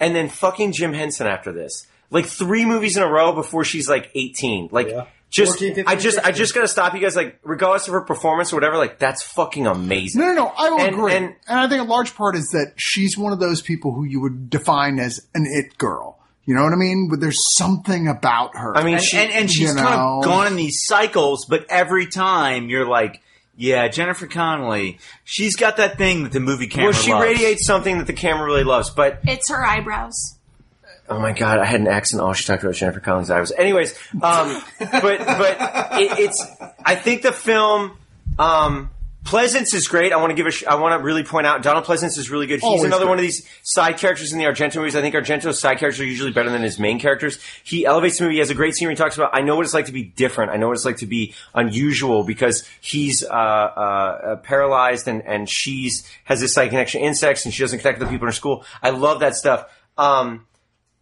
D: and then fucking Jim Henson after this. Like three movies in a row before she's like eighteen. Like. Just,
I: 14, 15,
D: I just, I just gotta stop you guys. Like, regardless of her performance or whatever, like that's fucking amazing.
A: No, no, no. I will
D: And-
A: agree,
D: and-
A: and, I think a large part is that she's one of those people who you would define as an it girl. You know what I mean? But there's something about her.
D: I mean,
F: and,
D: she,
F: and, and she's
A: you
F: kind
A: know.
F: of gone in these cycles, but every time you're like, yeah, Jennifer Connelly, she's got that thing that the movie camera
D: well, she
F: loves.
D: radiates something that the camera really loves. But
E: It's her eyebrows.
D: Oh my god, I had an accent. All she talked about was Jennifer Collins' eyebrows. Anyways, um, but but it, it's. I think the film um, Pleasance is great. I want to give a. Sh- I want to really point out Donald Pleasance is really good. He's
A: Always
D: another
A: good.
D: one of these side characters in the Argento movies. I think Argento's side characters are usually better than his main characters. He elevates the movie. He has a great scene where he talks about. I know what it's like to be different. I know what it's like to be unusual because he's uh, uh, uh, paralyzed and and she's has this side connection to insects and she doesn't connect with the people in her school. I love that stuff. Um,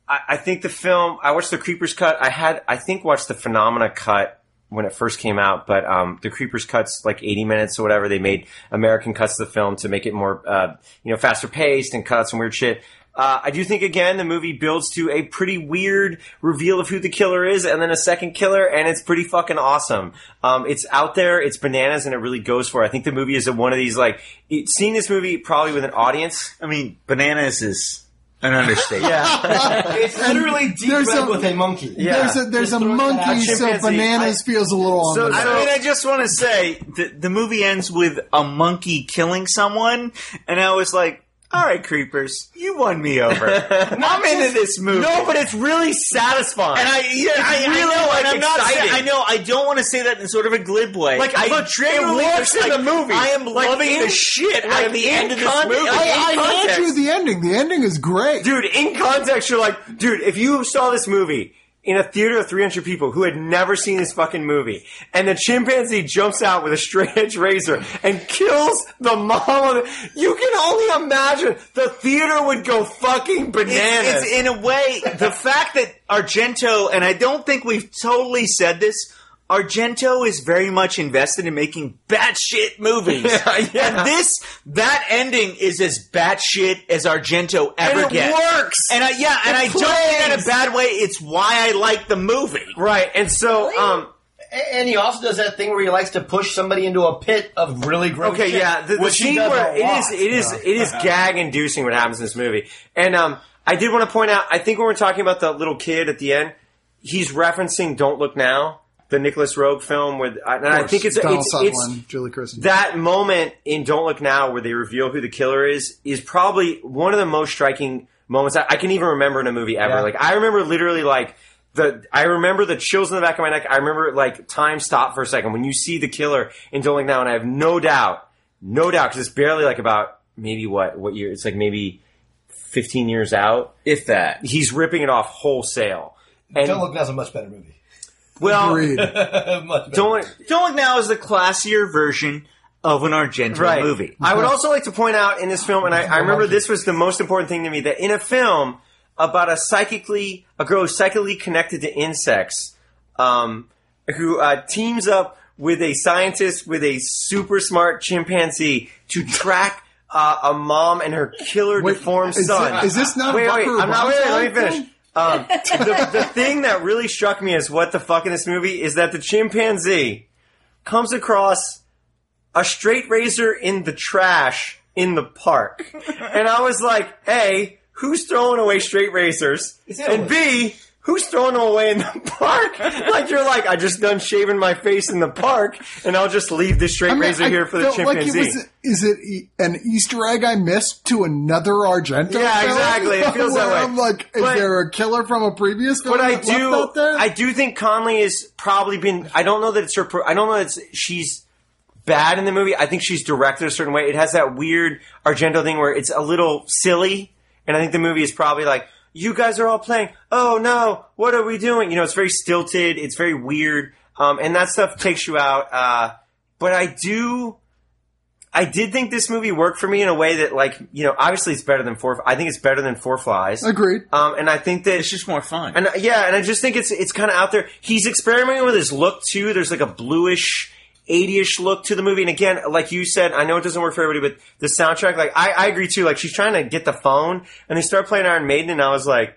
D: I, I think the film. I watched the Creepers cut. I had, I think, watched the Phenomena cut when it first came out, but um, the Creepers cuts like 80 minutes or whatever. They made American cuts of the film to make it more, uh, you know, faster paced and cut out some weird shit. Uh, I do think again the movie builds to a pretty weird reveal of who the killer is, and then a second killer, and it's pretty fucking awesome. Um, it's out there, it's bananas, and it really goes for it. I think the movie is one of these like it, seeing this movie probably with an audience.
F: I mean, bananas is an understatement.
D: Yeah,
G: It's literally deep
A: there's
G: red
A: a-
G: with a monkey.
D: Yeah.
A: There's a there's a
D: out.
A: monkey, so
D: Chimpanzee.
A: bananas feels a little on
D: So-
A: the
D: so-
F: I mean, I just want to say the, the movie ends with a monkey killing someone, and I was like, "All right, creepers, you won me over. I'm into this movie."
D: no, but it's really satisfying.
F: and I, yeah, I, I
D: really,
F: know,
D: like,
F: and I'm not.
D: exciting.
F: Saying, I know. I don't want to say that in sort of a glib way.
D: Like,
F: I
D: look, it works in the movie.
F: I am
D: Like,
F: loving
D: in-
F: the shit
D: like,
F: out of the
D: in
F: end of this
D: con-
F: movie.
D: I-
A: I
D: in
A: told you
D: context.
A: the ending. The ending is great.
D: dude, in context, you're like, dude, if you saw this movie in a theater of 300 people who had never seen this fucking movie, and the chimpanzee jumps out with a straight edge razor and kills the mom of the, you can only imagine the theater would go fucking bananas.
F: It's, it's in a way the fact that Argento, and I don't think we've totally said this. Argento is very much invested in making batshit movies,
D: Yeah, yeah.
F: and this that ending is as batshit as Argento ever
D: and it
F: gets.
D: works.
F: And I, yeah, and I don't mean that in a bad way. It's why I like the movie.
D: right. And so, um,
I: A- And he also does that thing where he likes to push somebody into a pit of really gross.
D: Okay,
I: shit,
D: yeah, the, the
I: which he
D: scene
I: does
D: where
I: a
D: it
I: lot.
D: is, it is, it is gag inducing what happens in this movie. And um, I did want to point out, I think when we're talking about the little kid at the end, he's referencing "Don't Look Now," the Nicholas Rogue film with, and I think it's
A: Donald
D: it's, it's
A: Sutherland, Julie Christie.
D: that moment in Don't Look Now where they reveal who the killer is is probably one of the most striking moments I, I can even remember in a movie ever. Like I remember literally like the I remember the chills in the back of my neck. I remember like time stopped for a second when you see the killer in Don't Look Now, and I have no doubt, no doubt, because it's barely like about maybe what what year? It's like maybe fifteen years out.
F: If that,
D: He's ripping it off wholesale. And
G: Don't Look Now's a much better movie.
D: well,
A: Agreed.
G: much better.
D: don't
F: Don't Look Now is the classier version of an Argento movie.
D: I would also like to point out in this film, and I, I remember this was the most important thing to me, that in a film about a psychically a girl who's psychically connected to insects, um, who uh, teams up with a scientist with a super smart chimpanzee to track. Uh, a mom and her killer
A: Wait,
D: deformed
A: is
D: son.
A: thi- is this not a
D: wait? Wait,
A: Rucker
D: I'm not. Wait, wait, let me
A: Ramson?
D: finish. Um, the, the thing that really struck me as what the fuck in this movie is that the chimpanzee comes across a straight razor in the trash in the park. and I was like, A, who's throwing away straight razors? And B, who's throwing them away in the park? like, you're like, I just done shaving my face in the park, and I'll just leave this straight
A: I mean,
D: razor
A: I
D: here for the
A: felt like it
D: chimpanzee.
A: was- is it e- an Easter egg I missed to another Argento?
D: Yeah,
A: film?
D: exactly. It feels that
A: Where
D: way.
A: I'm like, is
D: But-
A: there a killer from a previous film?
D: But I
A: that left
D: do,
A: out there?
D: I do think Conley is probably been. I don't know that it's her. pro- I don't know that it's, she's bad in the movie. I think she's directed a certain way. It has that weird Argento thing where it's a little silly, and I think the movie is probably like, "You guys are all playing. Oh no, what are we doing?" You know, it's very stilted. It's very weird, um, and that stuff takes you out. Uh, but I do. I did think this movie worked for me in a way that, like, you know, obviously it's better than four. I think it's better than Four Flies.
A: Agreed.
D: Um, and I think that
F: It's just more fun.
D: and uh, yeah, and I just think it's it's kind of out there. He's experimenting with his look too. There's like a bluish, 80ish look to the movie. And again, like you said, I know it doesn't work for everybody, but the soundtrack, like I, I agree too. Like she's trying to get the phone, and they start playing Iron Maiden, and I was like,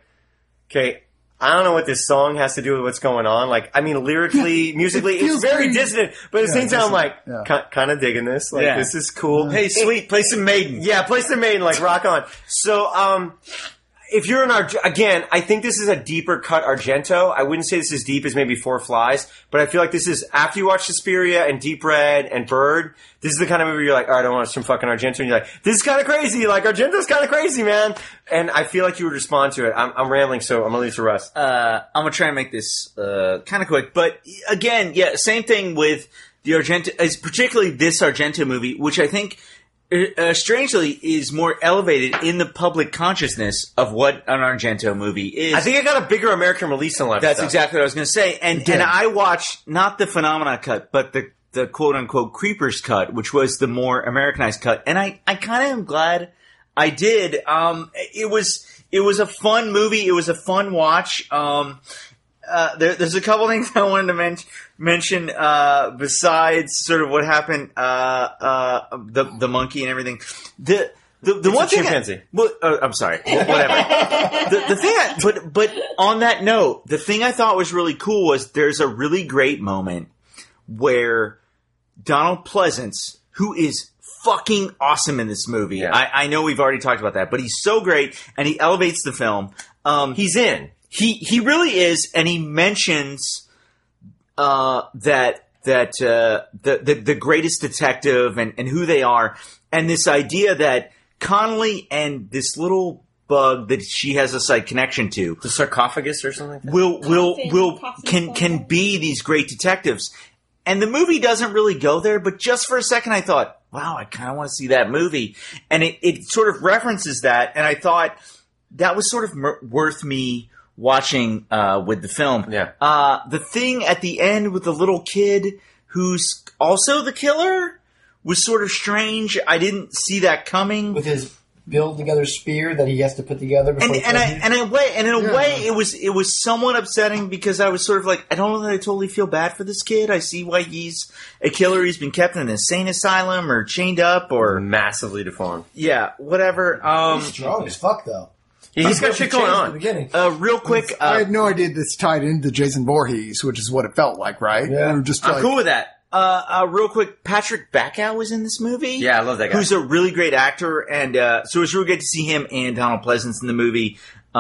D: okay. I don't know what this song has to do with what's going on. Like, I mean, lyrically, musically, it's
A: feels
D: very
A: very-
D: dissonant. But at the
A: Yeah,
D: same time, I'm like,
A: dissonant.
D: kind of digging this. Like,
F: Yeah.
D: this is cool.
F: hey, sweet, play some Maiden.
D: Yeah, place the main, like rock on. So, um, if you're an Arg- again, I think this is a deeper cut Argento. I wouldn't say this is deep as maybe Four Flies, but I feel like this is after you watch Suspiria and Deep Red and Bird. This is the kind of movie you're like, all right, I want some fucking Argento, and you're like, this is kind of crazy. Like Argento's kind of crazy, man. And I feel like you would respond to it. I'm, I'm rambling, so I'm gonna leave it to Russ.
F: uh, I'm gonna try and make this uh, kind of quick, but again, yeah, same thing with the Argento, is particularly this Argento movie, which I think uh, strangely is more elevated in the public consciousness of what an Argento movie is.
D: I think I got a bigger American release than a lot of
F: that's
D: stuff.
F: exactly what I was gonna say, and and I watched not the Phenomena cut, but the the quote unquote Creepers cut, which was the more Americanized cut, and I I kind of am glad I did. Um, it was it was a fun movie. It was a fun watch. Um, uh, there, there's a couple things I wanted to men- mention uh, besides sort of what happened, uh, uh, the the monkey and everything. The The, the
D: It's
F: one
D: a
F: thing I-
D: chimpanzee.
F: well, uh, I'm sorry. Wh- Whatever. the, the thing, I, but but on that note, the thing I thought was really cool was there's a really great moment where Donald Pleasance, who is fucking awesome in this movie,
D: Yeah.
F: I, I know we've already talked about that, but he's so great and he elevates the film. Um,
D: He's in.
F: he he really is, and he mentions uh, that that uh, the, the the greatest detective and and who they are, and this idea that Connolly and this little bug that she has a side connection to
D: The sarcophagus or something. Like that.
F: will will
E: Coffin,
F: will
E: coffin
F: can
E: bug.
F: can be these great detectives. And the movie doesn't really go there, but just for a second I thought, wow, I kind of want to see that movie. And it, it sort of references that, and I thought that was sort of mer- worth me watching uh, with the film.
D: Yeah.
F: Uh, the thing at the end with the little kid who's also the killer was sort of strange. I didn't see that coming
I: with his build together spear that he has to put together. Before
F: and
I: he
F: and I,
I: kills you.
F: and I way and in a
I: Yeah.
F: way it was it was somewhat upsetting because I was sort of like I don't know that I totally feel bad for this kid. I see why he's a killer. He's been kept in an insane asylum or chained up
D: Or
F: or
D: massively deformed.
F: yeah whatever. Um,
I: he's strong as fuck though.
D: Yeah, he's got
I: He
D: shit going
I: changed At the
D: on.
I: beginning.
F: uh, real quick,
A: I
F: uh,
A: had no idea this tied into Jason Voorhees, which is what it felt like, right?
I: Yeah.
A: We were just
F: I'm
A: like-
F: cool with that. Uh, uh, real quick, Patrick Bacow was in this movie.
D: Yeah, I love that guy.
F: who's a really great actor, and uh, so it's really good to see him and Donald Pleasance in the movie. Uh,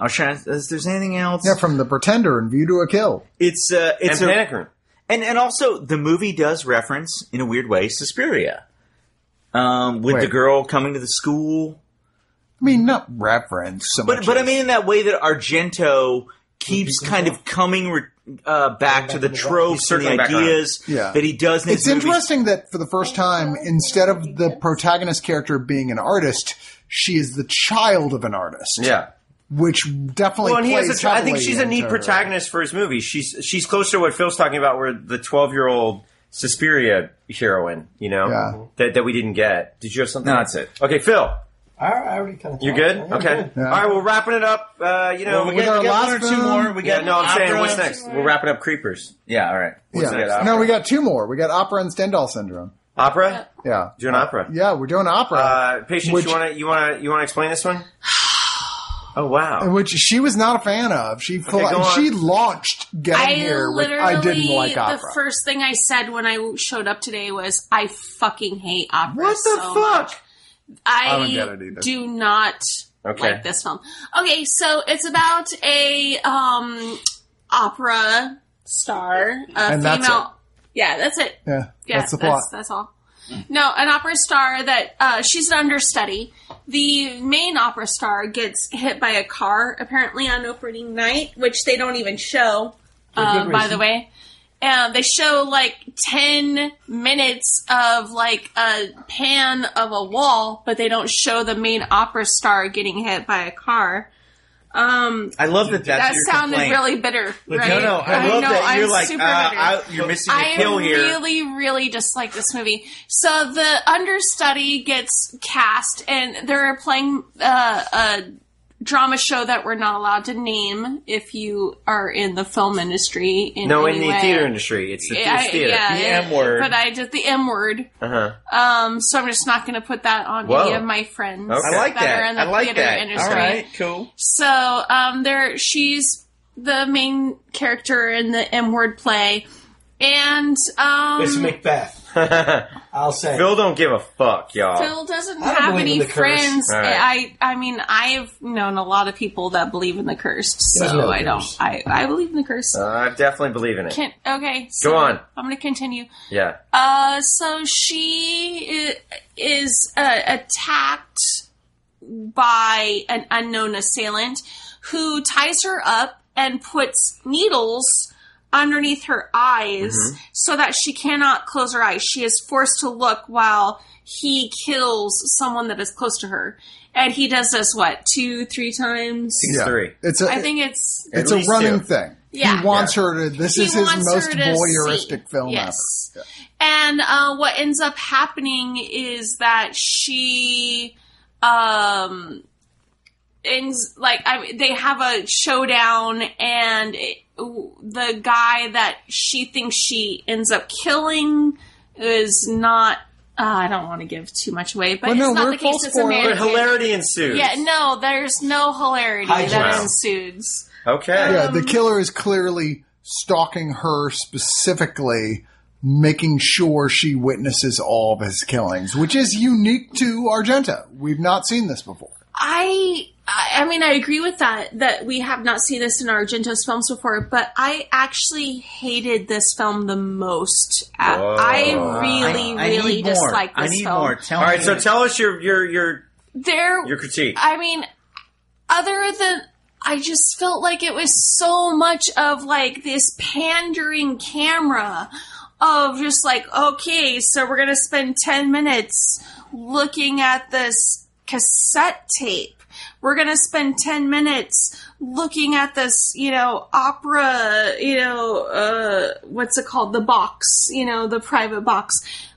F: I'm trying. Is there's anything else?
A: Yeah, from The Pretender and View to a Kill.
F: It's uh,
D: and
F: it's a,
D: Panic Room.
F: And and also the movie does reference in a weird way Suspiria, um, with
A: Wait.
F: the girl coming to the school.
A: I mean, not reference so
F: But
A: much.
F: but I
A: as-
F: mean in that way that Argento keeps kind of coming re- uh, back to the tropes and the
D: circling back around.
F: ideas
A: Yeah.
F: that he does. In his
A: It's
F: movies.
A: interesting that for the first time, instead of the protagonist character being an artist, she is the child of an artist.
D: Yeah.
A: Which definitely
D: Well, and he
A: plays
D: has a tr- I think
A: heavily
D: she's a neat
A: into her.
D: protagonist for his movie. She's she's closer to what Phil's talking about, where the twelve year old Suspiria heroine, you know,
A: Yeah.
D: that that we didn't get. Did you have something?
F: No, that's it.
D: Okay, Phil,
I: I, I already kind of.
A: Oh,
D: you good? Okay, all right, we're wrapping it up. Uh, you know,
F: Well, we
A: With
F: got,
A: our
F: we got one or
A: last
F: two
A: film-
F: more. We
D: yeah,
F: got
D: no, I'm saying
F: opera.
D: what's next? We're wrapping up Creepers,
F: Yeah, all right.
A: Yeah.
D: next?
A: No, we got two more. We got opera and Stendhal syndrome.
D: opera,
A: Yeah.
D: doing opera.
A: Yeah, we're doing opera.
D: Uh, patience,
A: Which-
D: you want to you want to you want to explain this one? Oh wow!
A: which she was not a fan of. She fl-
D: go on.
A: she launched
E: I
A: getting here. With,
E: literally,
A: I didn't like opera.
E: the first thing I said when I showed up today was, I fucking hate opera.
D: What the
E: so
D: fuck?
E: much. I,
A: I don't get it either.
E: do not
D: Okay.
E: like this film. Okay, so it's about a um opera star, a
A: And
E: female.
A: that's
E: Yeah, that's it.
A: yeah,
E: Yeah,
A: that's the plot.
E: That's, all. No, an opera star that uh, she's an understudy. The main opera star gets hit by a car apparently on opening night, which they don't even show. Uh, by the way, um, they show like ten minutes of like a pan of a wall, but they don't show the main opera star getting hit by a car. Um,
F: I love that. That's
E: that
F: your
E: sounded
F: complaint.
E: really bitter. Right?
F: No, no, I, love
E: know,
F: that you're
E: I'm
F: like
E: super
F: uh,
E: bitter.
F: I, you're missing a kill
E: I
F: here.
E: really, really dislike this movie. So the understudy gets cast, and they're playing uh, a drama show that we're not allowed to name if you are in the film industry. In
D: No,
E: any
D: in the
E: way.
D: theater industry, it's the
E: I- I-
D: theater.
E: yeah,
F: The
E: it-
F: M word.
E: But I did the M word.
D: Uh-huh.
E: Um, so I'm just not going to put that on
D: Whoa.
E: any of my friends
D: Okay.
F: I like
E: that are in
F: that.
E: the
F: I like
E: theater
F: that.
E: industry.
F: All right, cool.
E: So um, there, she's the main character in the M word play, and um,
I: It's Macbeth. I'll say.
D: Phil don't give a fuck, y'all.
E: Phil doesn't
I: I don't
E: have
I: believe in
E: any
I: the curse.
E: friends.
D: All right.
E: I, I mean, I've known a lot of people that believe in the cursed, so
I: There's no
E: I don't.
I: curse.
E: I, I believe in the curse.
D: Uh, I definitely believe in it.
E: Can't, okay, so
D: Go on.
E: I'm going to continue.
D: Yeah.
E: Uh, so she i- is uh, attacked by an unknown assailant who ties her up and puts needles underneath her eyes so that she cannot close her eyes. She is forced to look while he kills someone that is close to her. And he does this, what, two, three times?
A: yeah.
D: three.
A: It's a
E: I think it's.
A: it's
D: At
A: a
D: least
A: running
D: two.
A: thing.
E: Yeah.
A: He wants her to. This
E: He
A: is his
E: wants
A: most
E: her to
A: voyeuristic
E: see.
A: film
E: yes. And uh, what ends up happening is that she um ends like I, they have a showdown and it, the guy that she thinks she ends up killing is not Uh, I don't want to give too much away, but
A: Well, no,
E: it's not
A: we're
E: the case.
A: full
E: It's a man.
D: But hilarity ensues.
E: Yeah, no, there's no hilarity
D: Hijinks.
E: that
D: Wow.
E: ensues.
D: Okay.
A: Yeah,
E: Um,
A: the killer is clearly stalking her specifically, making sure she witnesses all of his killings, which is unique to Argento. We've not seen this before.
E: I, I I mean, I agree with that. That we have not seen this in Argento's films before, but I actually hated this film the most. Uh, I really,
F: I
E: really
F: need more.
E: dislike
F: I
E: this
F: need
E: film.
F: more. Tell
D: All right.
F: me.
D: So tell us your your your
E: There,
D: your critique.
E: I mean, other than I just felt like it was so much of like this pandering camera of just like, okay, so we're gonna spend ten minutes looking at this cassette tape. We're gonna spend ten minutes looking at this, you know, opera, you know, uh, what's it called? The box, you know, the private box.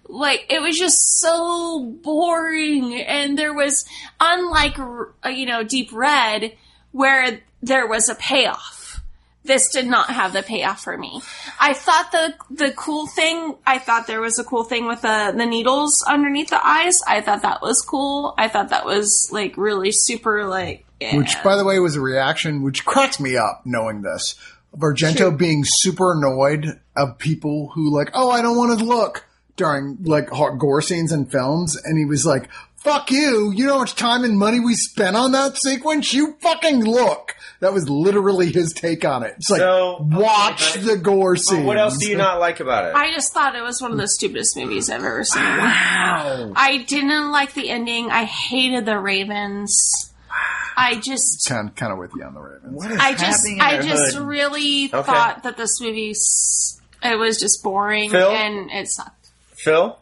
E: Like, it was just so boring. And there was, unlike, uh, you know, Deep Red, where there was a payoff. This did not have the payoff for me. I thought the the cool thing. I thought there was a cool thing with the the needles underneath the eyes. I thought that was cool. I thought that was like really super like. eh.
A: Which, by the way, was a reaction which cracks me up knowing this. Of Argento being super annoyed of people who like, oh, I don't want to look during like hard gore scenes in films, and he was like, "Fuck you! You know how much time and money we spent on that sequence? You fucking look." That was literally his take on it. It's like,
D: So-
A: watch the gore scene.
D: What else do you not like about it?
E: I just thought it was one of the stupidest movies I've ever seen. I didn't like the ending. I hated the Ravens. I just,
A: Kind kind of with you on the Ravens.
E: I just,
F: happening in
E: I
F: our
E: just
F: hood?
E: really
D: Okay.
E: thought that this movie, s- it was just boring
D: Phil?
E: and it sucked.
D: Phil.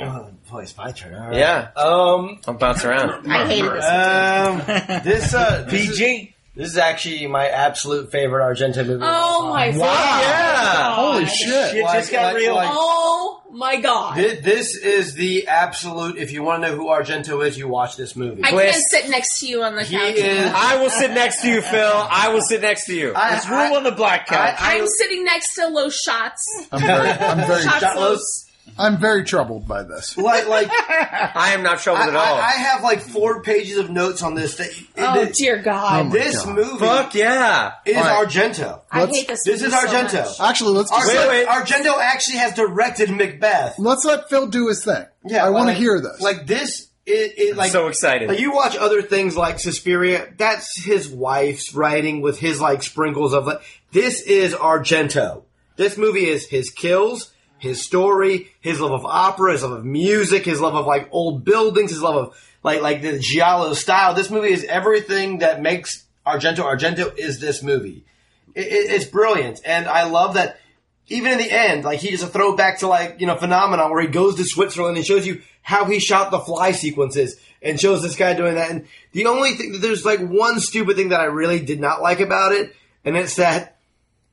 G: Oh, boy, it's my turn. All right.
D: Yeah.
K: Um,
D: I'm bouncing around.
E: I hated this.
G: Um, this uh, this is,
D: PG.
G: this is actually my absolute favorite Argento movie. of all
E: Oh
G: time.
E: my
D: Wow. Yeah.
E: God.
A: Holy shit!
D: It just got real.
E: Oh my god!
G: Thi- This is the absolute. If you want to know who Argento is, you watch this movie.
E: I can't
D: Bliss.
E: sit next to you on the
G: He
E: couch.
G: is-
D: I will sit next to you, Phil. I will sit next to you.
G: I-
D: Let's room on the black couch.
E: I'm sitting next to Los Shots.
A: I'm very, I'm very,
E: Shots
G: Los.
A: I'm very troubled by this.
G: like, like I,
D: I am not troubled
G: I,
D: at all.
G: I have like four pages of notes on this. That,
E: Oh
G: this,
E: dear God!
A: my
G: this
A: God.
G: movie
D: Fuck yeah!
G: is
A: All right.
G: Argento.
E: I
A: Let's-
E: hate this.
G: This is
E: movie so
G: Argento.
E: much.
A: Actually, let's just
G: Argento,
D: Wait, wait.
G: Argento actually has directed Macbeth.
A: let's let Phil do his thing. I want to
G: like-
A: hear this.
G: Like this, it, it like
D: so excited.
G: Like you watch other things like Suspiria, that's his wife's writing with his like sprinkles of like this is Argento. This movie is his kills, his story, his love of opera, his love of music, his love of like old buildings, his love of like like the giallo style. This movie is everything that makes Argento Argento is this movie. It, it, it's brilliant, and I love that even in the end, like he does a throwback to like you know phenomenon where he goes to Switzerland and shows you how he shot the fly sequences and shows this guy doing that. And the only thing there's like one stupid thing that I really did not like about it, and it's that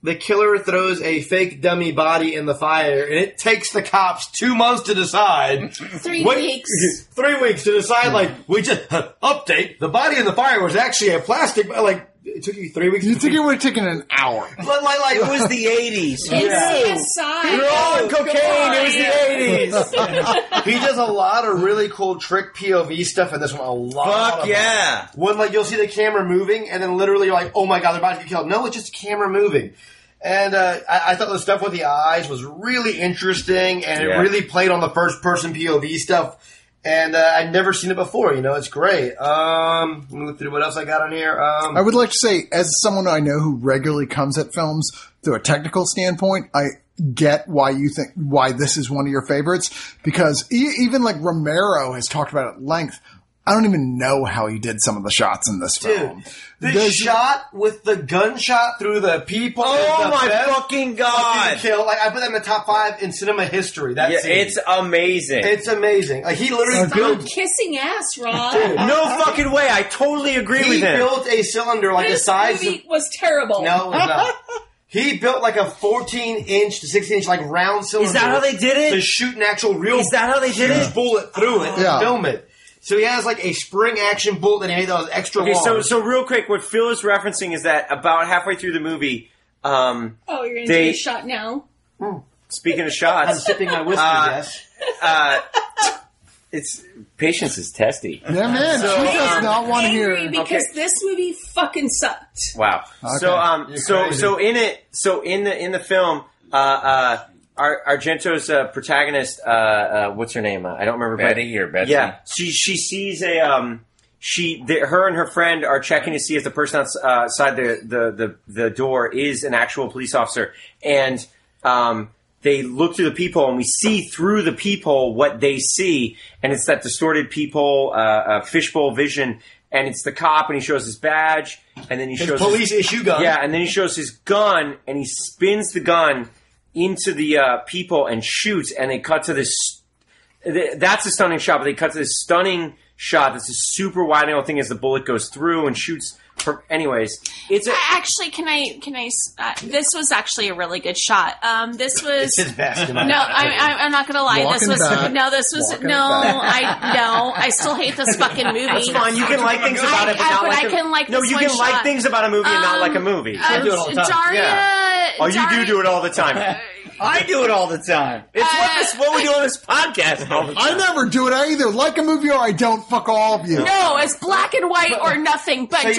G: the killer throws a fake dummy body in the fire, and it takes the cops two months to decide.
E: Three
G: What-
E: weeks.
G: Three weeks to decide. Like we just update the body in the fire was actually a plastic. Like it took you three weeks.
A: you
G: to
A: think it would have taken an hour?
G: But like, like
D: it was the '80s.
E: It's
G: Yeah.
E: CSI.
D: You're all on cocaine. It was the '80s.
G: he does a lot of really cool trick POV stuff in this one. A lot.
D: Fuck
G: of it.
D: yeah!
G: When like you'll see the camera moving, and then literally you're like, "Oh my god, they're about to get killed." No, it's just camera moving. And uh, I, I thought the stuff with the eyes was really interesting, and
D: Yeah.
G: it really played on the first person POV stuff. And uh, I'd never seen it before. You know, it's great. Um, let me look through what else I got on here. Um,
A: I would like to say, as someone I know who regularly comes at films through a technical standpoint, I get why you think why this is one of your favorites because e- even like Romero has talked about at length. I don't even know how he did some of the shots in this film.
G: dude, the
A: There's-
G: shot with the gunshot through the people. is
D: Oh
G: the
D: my
G: best
D: fucking
G: fucking
D: god!
G: kill. Like I put that in the top five in cinema history. That
D: Yeah,
G: scene.
D: it's amazing.
G: It's amazing. Like he
D: Oh,
G: literally
E: I'm
G: built,
E: kissing ass, Rob.
D: no fucking way. I totally agree
G: he
D: with him.
G: built a cylinder like the
E: this
G: size
E: movie was terrible.
G: of no, it was not. he built like a 14 inch to 16 inch like round cylinder.
D: Is that how they did
G: to
D: it?
G: shoot an actual real
D: Is that how they did it?
G: bullet through it
A: Yeah.
G: and film it? So he has like a spring action bullet that he made that was extra
D: Okay,
G: long.
D: so so real quick, what Phil is referencing is that about halfway through the movie, um,
E: Oh, you're gonna
D: They-
E: do a shot now.
D: speaking of
G: I'm
D: shots,
G: sipping my whiskey.
D: Uh,
G: yes,
D: uh, it's patience is testy.
A: Yeah, man,
D: So,
A: she does
D: um,
A: not want to
E: Angry
A: hear.
E: because
D: Okay.
E: this movie fucking sucked.
D: Wow. So um
G: You're
D: so
G: crazy.
D: so in it so in the in the film uh uh Ar- Argento's uh, protagonist uh, uh what's her name? Uh, I don't remember but-
J: Betty or Betsy.
D: Yeah. She she sees a um she the, her and her friend are checking to see if the person outs- uh, outside the, the the the door is an actual police officer and um they look through the peephole and we see through the peephole what they see and it's that distorted peephole uh, uh fishbowl vision and it's the cop and he shows his badge and then he
G: His
D: shows his-
G: police issue gun.
D: yeah, and then he shows his gun and he spins the gun into the uh, people and shoots. And they cut to this. th- That's a stunning shot, but they cut to this stunning shot. That's a super wide angle thing as the bullet goes through and shoots. Per- anyways, it's a.
E: I- Actually, can I? Can I? s- Uh, this was actually a really good shot. Um, this was.
G: It's his best. in my
E: No, I,
G: opinion.
E: I, I'm not gonna lie.
A: Walking
E: this was
A: back.
E: no. This was
A: Walking
E: no.
A: back.
E: I no. I still hate this fucking movie. Uh,
D: It's fun. You can like things about it, but
E: I- I-
D: not
E: but
D: like
E: I
D: a-
E: can like
D: no.
E: this
D: you
E: one
D: can like
E: shot.
D: things about a movie and not
E: Um,
D: like a movie.
E: Uh,
G: do it all the time.
E: Daria,
D: oh, you do
E: Daria-
D: do it all the time.
J: I do it all the time.
D: It's what
E: Uh,
D: this what we do on this podcast. all the time.
A: I never do it. I either like a movie or I don't. Fuck all of you.
E: No, it's black and white or nothing. But Daria,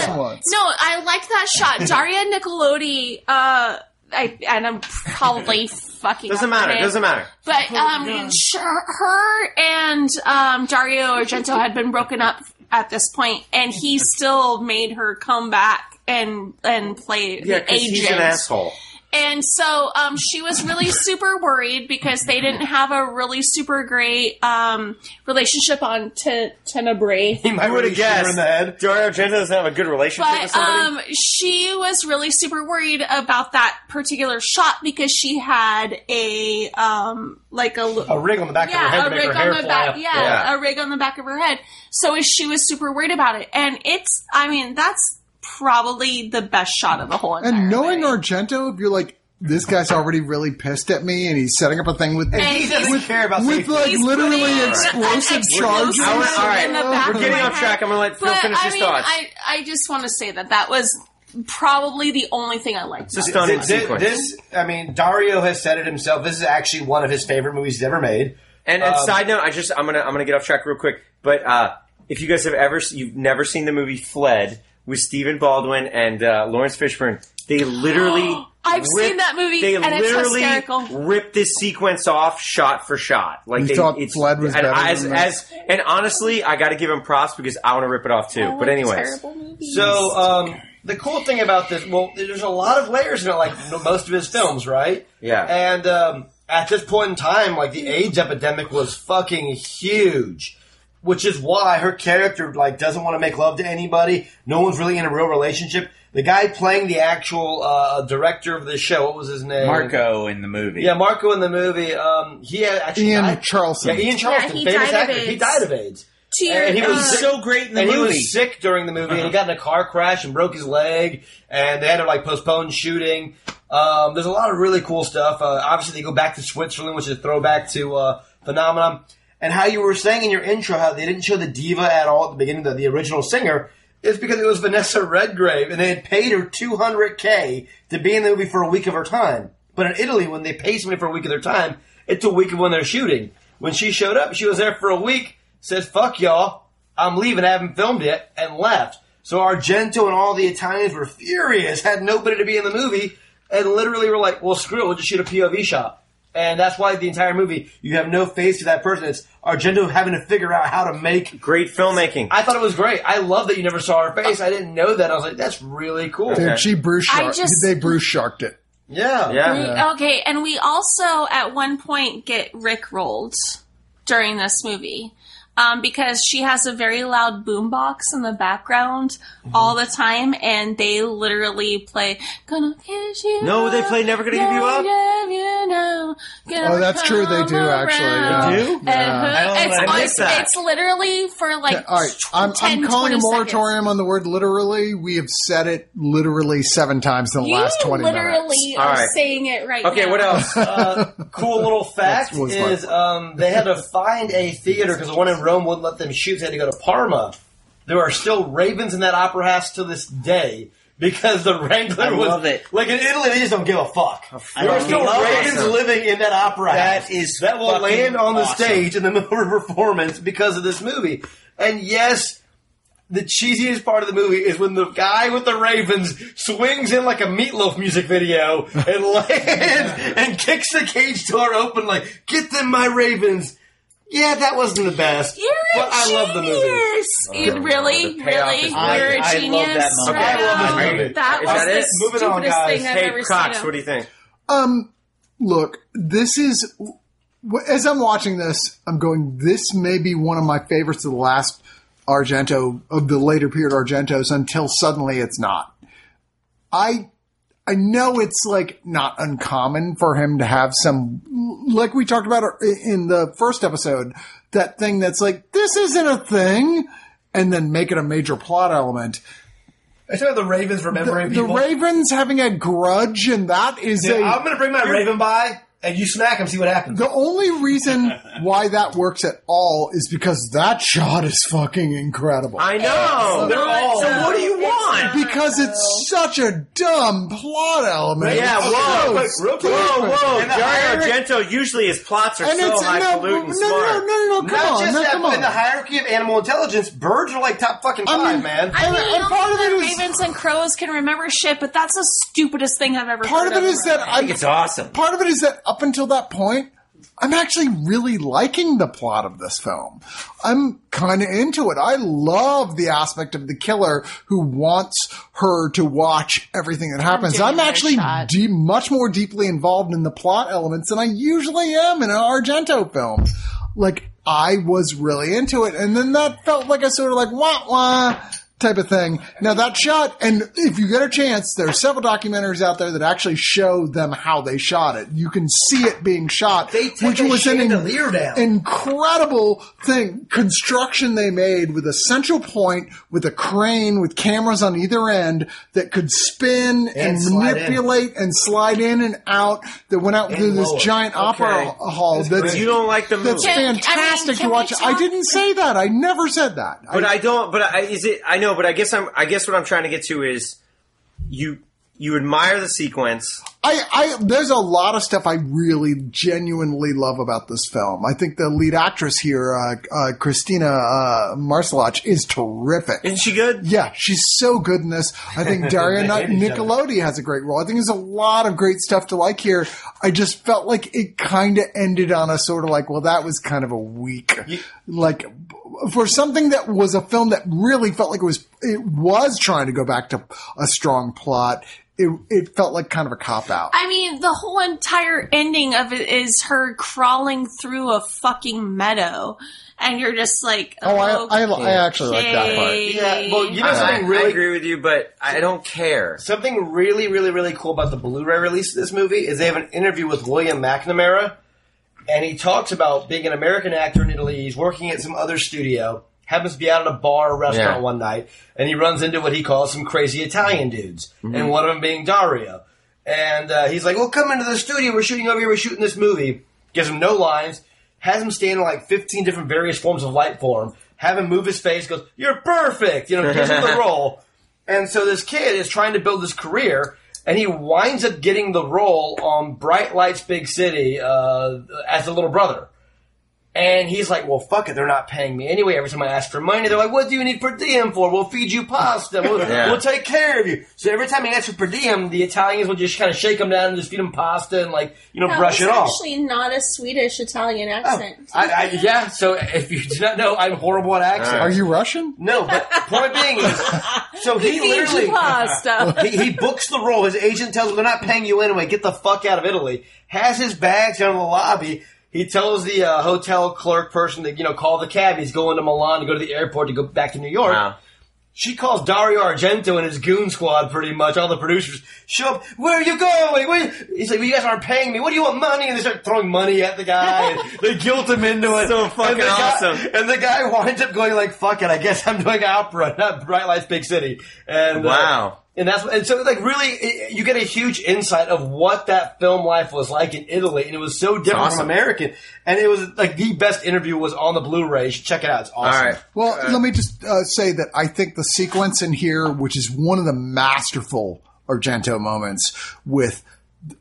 A: zero
E: no,
A: once.
E: I like that shot. Daria Nicolodi, uh, I and I'm probably fucking
D: Doesn't
E: up her
D: matter.
E: name.
D: Doesn't matter.
E: But um, sh- her and um, Dario Argento had been broken up at this point, and he still made her come back and and play
D: Yeah,
E: the
D: because
E: agent.
D: he's an asshole.
E: And so um, she was really super worried because they didn't have a really super great um, relationship on Te- Tenebrae.
G: He might
D: I would have
G: really shoot her
D: guessed.
G: in the head.
D: Dario Argento doesn't have a good relationship with
E: But
D: somebody.
E: um, she was really super worried about that particular shot because she had a um, like a, l-
G: A rig on the back of her head
E: yeah,
G: to
E: a
G: make
E: rig
G: her hair
E: on the
G: fly
E: back,
G: up.
E: yeah, a rig on the back of her head. So she was super worried about it, and it's, I mean, that's probably the best shot of the whole. Entire
A: And knowing
E: movie.
A: Argento, if you're like, this guy's already really pissed at me, and he's setting up a thing with
E: And
G: He doesn't care about
A: with
G: safety.
A: like
E: He's
A: literally
E: putting an
A: explosive
E: explosive
A: charges.
E: in
D: I
E: the
D: all right.
E: back
D: We're
E: of
D: getting
E: my
D: off track.
E: head.
D: I'm gonna let Phil
E: But
D: finish
E: I
D: his
E: mean,
D: thoughts.
E: I I just want to say that that was probably the only thing I
D: It's
E: liked.
D: a
E: about
D: stunning
E: it.
G: Thi- thi-
D: sequence.
G: This, I mean, Dario has said it himself. This is actually one of his favorite movies he's ever made.
D: and and
G: um,
D: side note, I just I'm gonna I'm gonna get off track real quick. But uh, if you guys have ever se- you've never seen the movie Fled with Stephen Baldwin and uh, Lawrence Fishburne, they literally
E: I've seen that movie,
D: They
E: and it's
D: literally
E: hysterical.
D: ripped this sequence off shot for shot. Like
A: You
D: they
A: thought
D: it's,
A: Fled was
D: and
A: better
D: as,
A: than that?
D: as and honestly, I got to give him props because I want to rip it off too. but anyways,
E: terrible movies.
G: So um, the cool thing about this, well, there's a lot of layers in it, like m- most of his films, right?
D: Yeah.
G: And um, at this point in time, like the AIDS epidemic was fucking huge, which is why her character like doesn't want to make love to anybody. No one's really in a real relationship. The guy playing the actual uh, director of the show, what was his name?
J: Marco in the movie.
G: Yeah, Marco in the movie. Um, he had actually
A: Ian
G: died-
A: Charlson.
G: Yeah, Ian Charlson,
E: he
G: famous
E: died of
G: actor. He
E: AIDS.
G: died of AIDS.
E: to your,
G: and he was
E: uh,
G: so
J: great in
G: and he was sick during the movie, and he got in a car crash and broke his leg, and they had to like postpone shooting. Um, there's a lot of really cool stuff. Uh, obviously, they go back to Switzerland, which is a throwback to uh, Phenomenon. And how you were saying in your intro, how they didn't show the diva at all at the beginning, the, the original singer, is because it was Vanessa Redgrave, and they had paid her 200k to be in the movie for a week of her time. But in Italy, when they pay somebody for a week of their time, it's a week of when they're shooting. When she showed up, she was there for a week. Said, "Fuck y'all, I'm leaving. I haven't filmed yet, and left. So Argento and all the Italians were furious, had nobody to be in the movie, and literally were like, "Well, screw it, we'll just shoot a POV shot." And that's why the entire movie you have no face to that person. It's Argento having to figure out how to make.
D: great filmmaking.
G: I thought it was great. I love that you never saw her face. I didn't know that. I was like, "That's really cool."
A: Dude, she Bruce
E: I
A: shark.
E: just-
A: they Bruce sharked it.
G: Yeah,
D: yeah.
E: Okay, and we also at one point get Rick rolled during this movie. Um, because she has a very loud boombox in the background
D: Mm-hmm.
E: all the time, and they literally play "Gonna Kiss You."
D: No, they play Never Gonna Give You Up?
E: Give You Now, Gonna
A: Oh, that's true, they do,
E: Come
A: actually,
E: Around."
A: yeah. They do?
E: And
A: Yeah.
E: who-
J: I don't-
E: it's,
D: I
E: on-
D: missed that.
E: it's literally for like
A: Okay, all right,
E: tw-
A: I'm,
E: 10,
A: I'm calling a
E: 20 seconds.
A: moratorium on the word literally. We have said it literally seven times in the
E: You
A: last 20
E: literally
A: minutes.
E: are
D: All right.
E: saying it right now.
D: Okay, what else?
G: uh, cool little fact
A: That's what it's like.
G: is um, they had to find a theater because the one in Rome wouldn't let them shoot. They had to go to Parma. There are still ravens in that opera house to this day. because the Wrangler
J: I
G: was
J: love it.
G: like in Italy they just don't give a fuck.
J: I
G: There are
J: love
G: still
J: it.
G: Reagan's
J: Awesome.
G: living in that opera
J: That
G: house
J: is
G: that will
J: fucking
G: land on the
J: awesome.
G: stage in the middle of a performance because of this movie. And yes, the cheesiest part of the movie is when the guy with the Ravens swings in like a meatloaf music video and lands and kicks the cage door open like, get them my Ravens. Yeah, that wasn't the best.
E: You're a
G: but I
E: genius.
G: love the movie.
E: It really, really, you're a
J: I love
E: genius.
J: that moment.
E: Wow.
G: Okay, I love this movie.
E: That
D: Is
E: was
D: that
E: the
D: it?
E: stupidest
G: Moving on, guys.
E: thing I've
D: Hey,
E: ever
D: Crocs,
E: seen.
D: what do you think?
A: Um, look, this is w- as I'm watching this, I'm going. This may be one of my favorites of the last Argento of the later period Argentos until suddenly it's not. I I know it's like not uncommon for him to have some like we talked about er, in the first episode that thing that's like this isn't a thing and then make it a major plot element.
G: I said the Ravens remembering
A: The Ravens having a grudge and that is a
G: I'm going to bring my Raven by, and you smack him, see what happens.
A: The only reason why that works at all is because that shot is fucking incredible.
D: I know.
E: They're all-
D: So what do you want?
A: because it's such a dumb plot element.
D: Yeah,
A: It's
D: whoa,
A: so
D: whoa, whoa,
A: stupid.
D: whoa.
G: And the
D: Dario
G: irony-
D: Argento usually his plots are
A: And
D: so
A: it's no, no,
D: highfalutin
A: no,
D: and
A: no,
D: smart.
A: no, no, come
G: Not
A: on,
G: just
A: no,
G: that,
A: come
G: but
A: on.
G: in the hierarchy of animal intelligence, birds are like top fucking five,
A: I mean,
G: man.
E: I
A: And-
E: mean,
A: and part of
E: that
A: it is-
E: ravens and crows can remember shit, but that's the stupidest thing I've ever.
A: Part
E: heard
A: of it is that
J: I
A: I'm,
J: think it's awesome.
A: part of it is that up until that point, I'm actually really liking the plot of this film. I'm kind of into it. I love the aspect of the killer who wants her to watch everything that happens.
E: giving
A: I'm
E: her a
A: actually
E: shot.
A: de- much more deeply involved in the plot elements than I usually am in an Argento film. Like, I was really into it. And then that felt like a sort of like wah wah type of thing. Now that shot, and if you get a chance, there are several documentaries out there that actually show them how they shot it. You can see it being shot,
G: They took a chandelier down.
A: incredible thing construction they made with a central point, with a crane, with cameras on either end that could spin and,
G: slide in.
A: manipulate and slide in and out. That went out through this
G: lower.
A: giant opera
D: Okay.
A: hall. That's
D: You don't like the movie.
A: that's
E: Can- I mean,
A: fantastic
E: can
A: to
E: we
A: watch. I
E: talk-
A: didn't say that. I never said that.
D: But I don't. But I, is it? I know. But I guess I'm. I guess what I'm trying to get to is you. You admire the sequence.
A: I, I there's a lot of stuff I really genuinely love about this film. I think the lead actress here, uh, uh, Christina uh, Marsalach, is terrific.
D: Isn't she good?
A: yeah, she's so good in this. I think Daria
G: They
A: Ni-
G: hate each other.
A: Nicolodi has a great role. I think there's a lot of great stuff to like here. I just felt like it kind of ended on a sort of like, well, that was kind of a weak, like for something that was a film that really felt like it was it was trying to go back to a strong plot. It it felt like kind of a cop out.
E: I mean, the whole entire ending of it is her crawling through a fucking meadow, and you're just like,
A: Oh, I- I- I actually like that part.
E: okay.
G: Yeah, well, you know
D: I,
G: something really
D: I agree with you, but I don't care.
G: Something really, really, really cool about the Blu-ray release of this movie is they have an interview with William McNamara, and he talks about being an American actor in Italy. He's working at some other studio, happens to be out at a bar or restaurant
D: Yeah.
G: one night, and he runs into what he calls some crazy Italian dudes,
D: Mm-hmm.
G: and one of them being Dario. And uh, he's like, "Well, come into the studio. We're shooting over here. We're shooting this movie." Gives him no lines. Has him stand in like fifteen different various forms of light form. Have him move his face. Goes, "You're perfect." You know, gives him the role. And so this kid is trying to build his career, and he winds up getting the role on Bright Lights Big City uh, as the little brother. And he's like, well, fuck it, they're not paying me anyway. Every time I ask for money, they're like, what do you need per diem for? We'll feed you pasta. We'll,
D: Yeah.
G: we'll take care of you. So every time he asks for per diem, the Italians will just kind of shake him down and just feed him pasta and, like, you know, brush it off.
E: Actually, not a Swedish Italian accent.
G: I, I, yeah, so if you do not know, I'm horrible at accents.
A: Are you Russian?
G: No, but point being is, so he literally, he, he books the role. His agent tells him they're not paying you anyway. Get the fuck out of Italy. Has his bags down in the lobby. He tells the uh, hotel clerk person to you know call the cab. He's going to Milan to go to the airport to go back to New York.
D: Wow.
G: She calls Dario Argento and his goon squad, pretty much all the producers. Show up. Where are you going? Where He's like, well, you guys aren't paying me. What do you want money? And they start throwing money at the guy. And they guilt him into it.
D: So fucking
G: And the guy-
D: awesome.
G: and the guy winds up going like, "Fuck it, I guess I'm doing opera, not Bright Lights Big City." And uh,
D: Wow.
G: And that's and so like really it- you get a huge insight of what that film life was like in Italy, and it was so different
A: awesome.
G: from American. And it was like the best interview was on the Blu-ray. You should check it out. It's awesome.
D: right.
A: Well, let me just uh, say that I think the sequence in here, which is one of the masterful Argento moments, with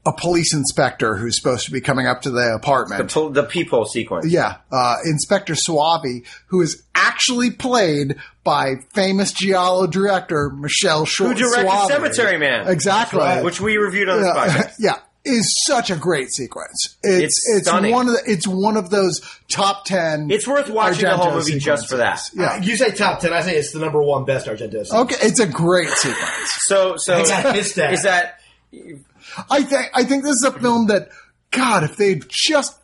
A: a police inspector who's supposed to be coming up to the apartment.
D: The, the peephole sequence.
A: yeah, uh, Inspector Suave, who is actually played by famous Giallo director Michelle
D: Who
A: Short.
D: directed
A: Suave.
D: Cemetery Man?
A: Exactly.
D: Which we reviewed on this
A: Yeah,
D: podcast.
A: yeah, is such a great sequence. It's
D: It's
A: it's,
D: stunning.
A: one of the, it's one of those top ten.
D: It's worth watching the whole
A: Argento
D: movie just for that.
A: sequences. Yeah.
G: You say top ten, I say it's the number one best Argento. scene.
A: Okay, it's a great sequence.
D: So, so
G: I gotta miss that.
D: is that
A: I think I think this is a film that, God, if they just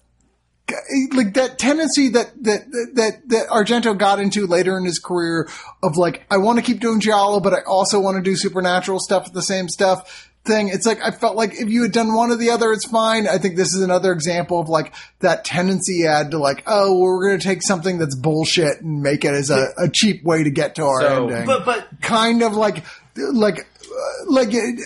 A: like that tendency that that that that Argento got into later in his career of like, I want to keep doing giallo, but I also want to do supernatural stuff, the same stuff thing. It's like I felt like if you had done one or the other, it's fine. I think this is another example of like that tendency you had to like, oh, we're going to take something that's bullshit and make it as a, a cheap way to get to our
D: So-
A: ending
G: but but
A: kind of like like uh, like it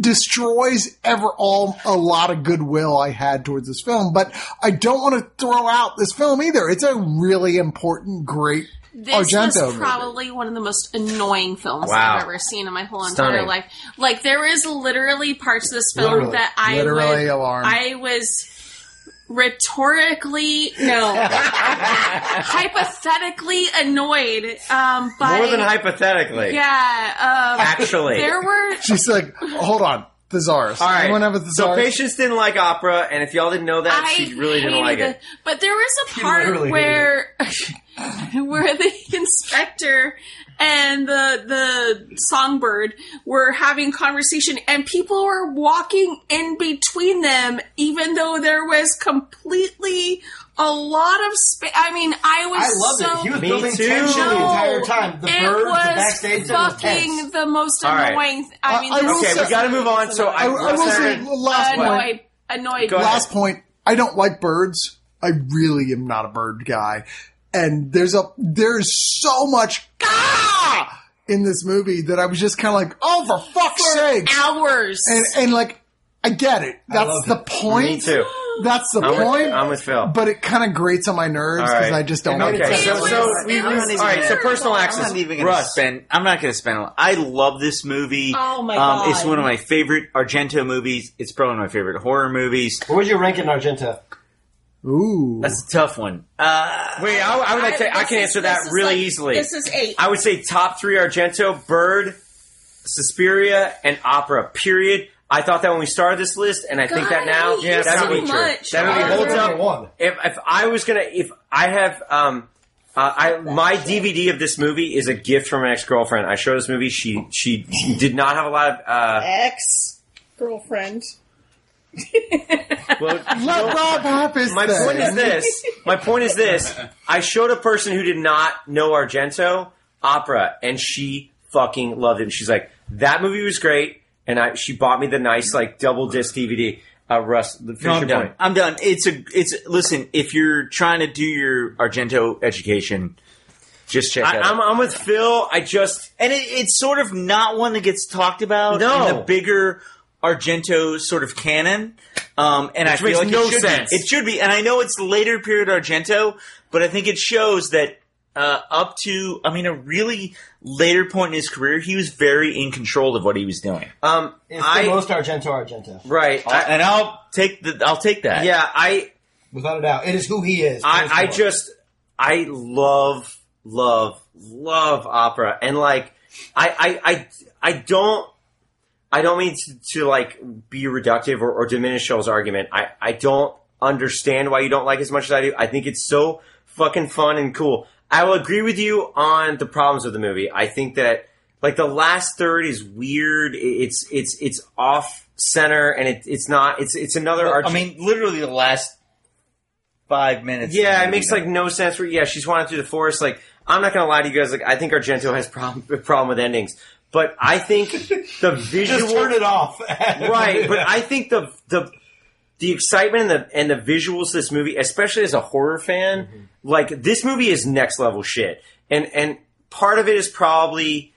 A: destroys ever all a lot of goodwill I had towards this film. But I don't want to throw out this film either. It's a really important, great
E: This
A: Argento
E: was
A: movie.
E: probably one of the most annoying films
D: Wow.
E: I've ever seen in my whole entire
D: Stunning.
E: life. Like there is literally parts of this film
G: Literally.
E: that I
A: Literally
E: would,
A: alarmed.
E: I was rhetorically no hypothetically annoyed um by
D: more than hypothetically?
E: yeah um
D: Actually.
E: there were
A: She's like, hold on, thesaurus.
D: All right.
A: Anyone have a
D: so
A: thesaurus?
D: Patience didn't like opera, and if y'all didn't know that,
E: I
D: she really didn't
E: hated
D: like
E: the-
D: it.
E: But there was a part
G: literally
E: where where the inspector and the the songbird were having conversation and people were walking in between them even though there was completely a lot of space. I mean, I was
G: I loved
E: so
G: it. He was
D: Me
G: building
D: too.
G: tension the entire
E: No,
G: time. The
E: it
G: birds, the
E: was
G: backstage, it was tense.
E: fucking the most
D: All right.
E: annoying. Th- I
A: Uh,
E: mean,
A: I
E: this
A: will
E: is
D: Okay, we
A: say-
E: just
D: got to move on. So I,
A: I, I will say last point.
E: annoyed. Annoyed.
D: Go ahead.
A: Last point. I don't like birds. I really am not a bird guy. And there's a there's so much "Gah!" in this movie that I was just kind of like, oh, for fuck's sake!
E: hours.
A: And and like, I get it. That's
G: love
A: the
G: it.
A: point.
D: Me too.
A: That's the
D: I'm with-
A: point.
D: I'm with Phil.
A: But it kind of grates on my nerves
D: All right.
A: because I just don't like
D: Okay,
A: birds.
D: so,
E: was-
D: so
E: it
D: we
E: was
D: all right. So personal
E: terrible.
D: access.
F: I'm not even going to
D: Russ,
F: spend. I'm not going to spend. a lot. I love this movie.
E: Oh my
F: Um,
E: God.
F: it's one of my favorite Argento movies. It's probably one of my favorite horror movies.
G: Where would you rank it in Argento?
A: Ooh,
F: That's a tough one. Uh,
D: wait, I, I would like to. I
E: this
D: can
E: is-
D: answer
E: this
D: that
E: is
D: really
E: like-
D: easily.
E: This is eight.
D: I would say top three Argento, Bird, Suspiria, and Opera. Period. I thought that when we started this list, and I think that
E: God,
D: now
E: I hate you
D: that
E: so
D: would be
E: much.
D: That would be
E: Argento.
D: holds up.
G: Number one.
D: If if I was gonna, if I have, um, uh, I my DVD of this movie is a gift from an ex girlfriend. I showed this movie. She she did not have a lot of. Uh,
G: Eh?
H: Ex girlfriend.
D: well,
A: let Rob have his
D: my
A: thing.
D: point is this. My point is this. I showed a person who did not know Argento opera, and she fucking loved it. And she's like, "That movie was great," and I she bought me the nice like double disc DVD. Uh, Russ, the
F: no,
D: Fisher
F: I'm done.
D: Point.
F: I'm done. It's a. It's listen. If you're trying to do your Argento education, just check
D: I,
F: that. out.
D: I'm, I'm with Phil. I just
F: and it, it's sort of not one that gets talked about
D: No.
F: in the bigger Argento sort of canon. Um, and I feel
D: makes
F: like
D: no
F: it should
D: sense.
F: be. It should be, and I know it's later period Argento, but I think it shows that uh, up to, I mean, a really later point in his career, he was very in control of what he was doing.
D: um
G: It's
D: I
G: the most Argento Argento,
D: right. I,
F: and I'll take the, I'll take that.
D: yeah, I
G: without a doubt. It is who he is. First
D: I, I
G: of all.
D: just I love love love opera and like I I I, I don't I don't mean to, to like be reductive or, or diminish Shell's argument. I I don't understand why you don't like it as much as I do. I think it's so fucking fun and cool. I will agree with you on the problems of the movie. I think that like the last third is weird. It- It's it's it's off center and it, it's not it's it's another Arch-
F: I mean, literally the last five minutes.
D: yeah, it makes like no sense. Where yeah, she's wandering through the forest. Like I'm not gonna lie to you guys. Like I think Argento has problem problem with endings, but I think the visual
G: just turn it off.
D: right. But I think the the the excitement and the and the visuals of this movie, especially as a horror fan,
G: Mm-hmm.
D: like this movie is next level shit. And and part of it is probably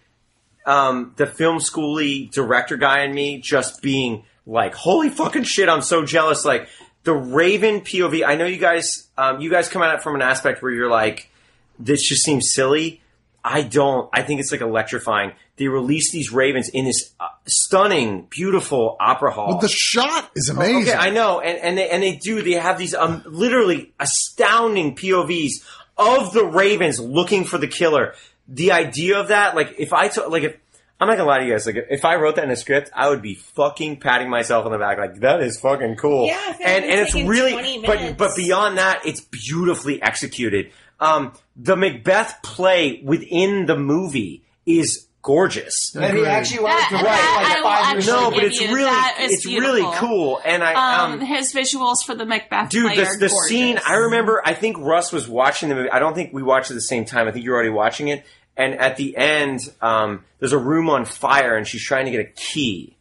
D: um, the film schooly director guy in me just being like, "Holy fucking shit! I'm so jealous!" Like the Raven POV. I know you guys, um, you guys come at it from an aspect where you're like, "This just seems silly." I don't. I think it's like electrifying. They release these ravens in this uh, stunning, beautiful opera hall.
A: But the shot is amazing.
D: Oh, Okay, I know, and, and they and they do. They have these um, literally astounding POVs of the Ravens looking for the killer. The idea of that, like if I took, like if I'm not gonna lie to you guys, like if I wrote that in a script, I would be fucking patting myself on the back, like that is fucking cool.
E: Yeah, if it
D: and
E: only
D: and it's
E: taken
D: really,
E: 20
D: but
E: minutes.
D: but beyond that, it's beautifully executed. Um, the Macbeth play within the movie is gorgeous.
I: And he actually wanted to
E: That-
I: write
E: that Uh,
I: like
E: I will
I: five years
E: actually
D: No,
I: later.
D: but
E: give
D: it's
E: you.
D: really
E: That is
D: it's really
E: beautiful.
D: cool, and I
E: Um, his visuals for the Macbeth
D: Dude,
E: play
D: the,
E: are
D: the
E: gorgeous.
D: scene, I remember, I think Russ was watching the movie. I don't think we watched it at the same time. I think you were already watching it. And at the end, um, there's a room on fire and she's trying to get a key.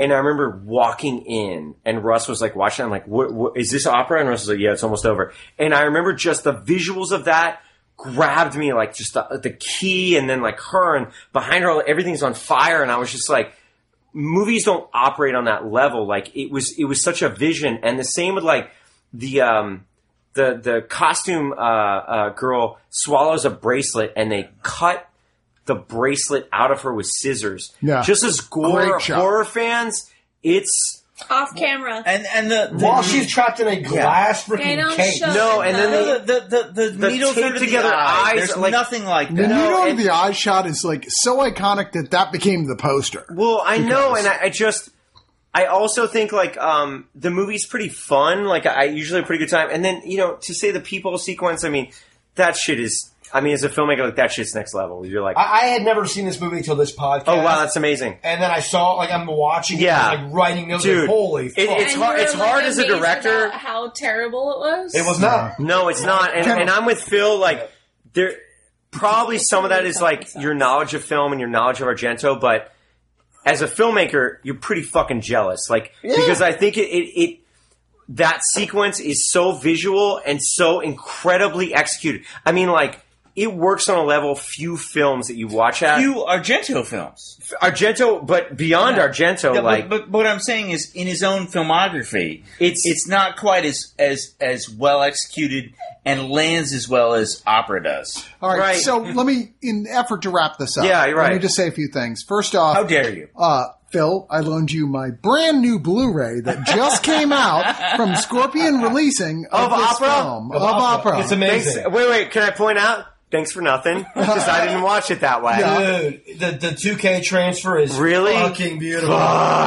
D: And I remember walking in and Russ was like watching. it. I'm like, what, what, is this opera? And Russ was like, yeah, it's almost over. And I remember just the visuals of that grabbed me, like just the, the key and then like her and behind her, everything's on fire. And I was just like, movies don't operate on that level. Like it was, it was such a vision, and the same with like the um, the the costume uh, uh, girl swallows a bracelet, and they cut the bracelet out of her with scissors.
A: Yeah.
D: just as gore
A: Great shot.
D: horror fans, it's
E: off camera.
J: And and the, the
I: While she's trapped in a glass
E: They
I: freaking
E: don't
I: cage.
E: show
D: No,
E: it,
D: and then
E: though.
D: they-
J: the the the, the,
D: The
J: needles
D: taped
J: under the
D: together
J: eye,
D: eyes,
J: There's
D: like-
J: nothing like
A: The
J: that.
A: needle in
D: and-
A: the eye shot is like so iconic that that became the poster.
D: Well, I know, and I, I just, I also think like um, the movie's pretty fun. Like I I usually have a pretty good time, and then you know to say the people sequence. I mean, that shit is. I mean, as a filmmaker, like that shit's next level. You're like,
I: I, I had never seen this movie until this podcast.
D: oh wow, that's amazing.
I: and then I saw it, like I'm watching
D: Yeah.
I: it, and, like writing notes.
D: Dude,
I: like, holy
D: it-
I: fuck!
D: it's
E: And
D: hard-
E: you were,
D: it's hard as a
E: amazed
D: director.
E: about How terrible it was.
I: it was not.
D: No, it's not, and, and I'm with Phil. Like there, probably some of that is like your knowledge of film and your knowledge of Argento, but as a filmmaker, you're pretty fucking jealous. Like because I think it, it it that sequence is so visual and so incredibly executed. I mean, like. It works on a level few films that you watch at
J: few Argento films.
D: Argento, but beyond Argento,
J: Yeah,
D: like
J: but, but what I'm saying is, in his own filmography,
D: It's-
J: it's not quite as as as well executed and lands as well as opera does.
A: All right,
D: Right.
A: so let me, in effort to wrap this up,
D: Yeah, you're
A: Let me
D: right.
A: just say a few things. First off,
J: How dare you?
A: Uh, Phil, I loaned you my brand new Blu-ray that just came out from Scorpion Releasing of,
D: Of
A: this
D: opera?
A: film, of, opera.
I: It's
D: thanks,
I: amazing.
D: wait, wait, can I point out? Thanks for nothing because I didn't watch it that way.
A: Yeah.
I: Dude, the the 2K transfer is
D: Really?
I: fucking beautiful.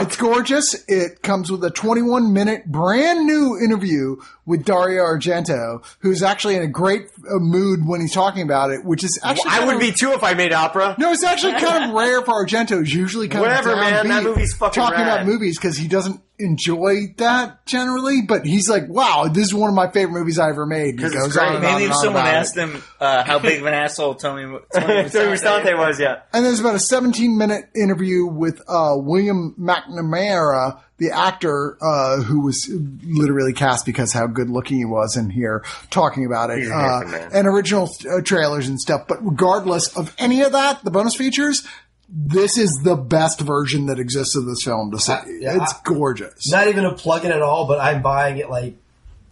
A: It's gorgeous. It comes with a 21 minute brand new interview with Dario Argento, who's actually in a great uh, mood when he's talking about it, which is actually
D: I
A: kind
D: would
A: of-
D: be too if I made opera.
A: No, it's actually kind of rare for Argento. He's usually kind
D: Whatever,
A: of
D: man.
A: downbeat
D: That movie's fucking
A: talking
D: rad.
A: about movies because he doesn't enjoy that generally. But he's like, "Wow, this is one of my favorite movies I ever made." Because
D: it's great.
J: Maybe if someone asked him uh, how big of an asshole Tony, Tony
D: Tony Restante
J: Visconti
D: was, yeah.
A: And there's about a 17 minute interview with uh, William McNamara, the actor uh, who was literally cast because how good looking he was in here, talking about it, uh, and original uh, trailers and stuff. But regardless of any of that, the bonus features, this is the best version that exists of this film to see.
I: yeah,
A: it's
I: I-
A: gorgeous.
I: Not even a plug-in at all, but I'm buying it like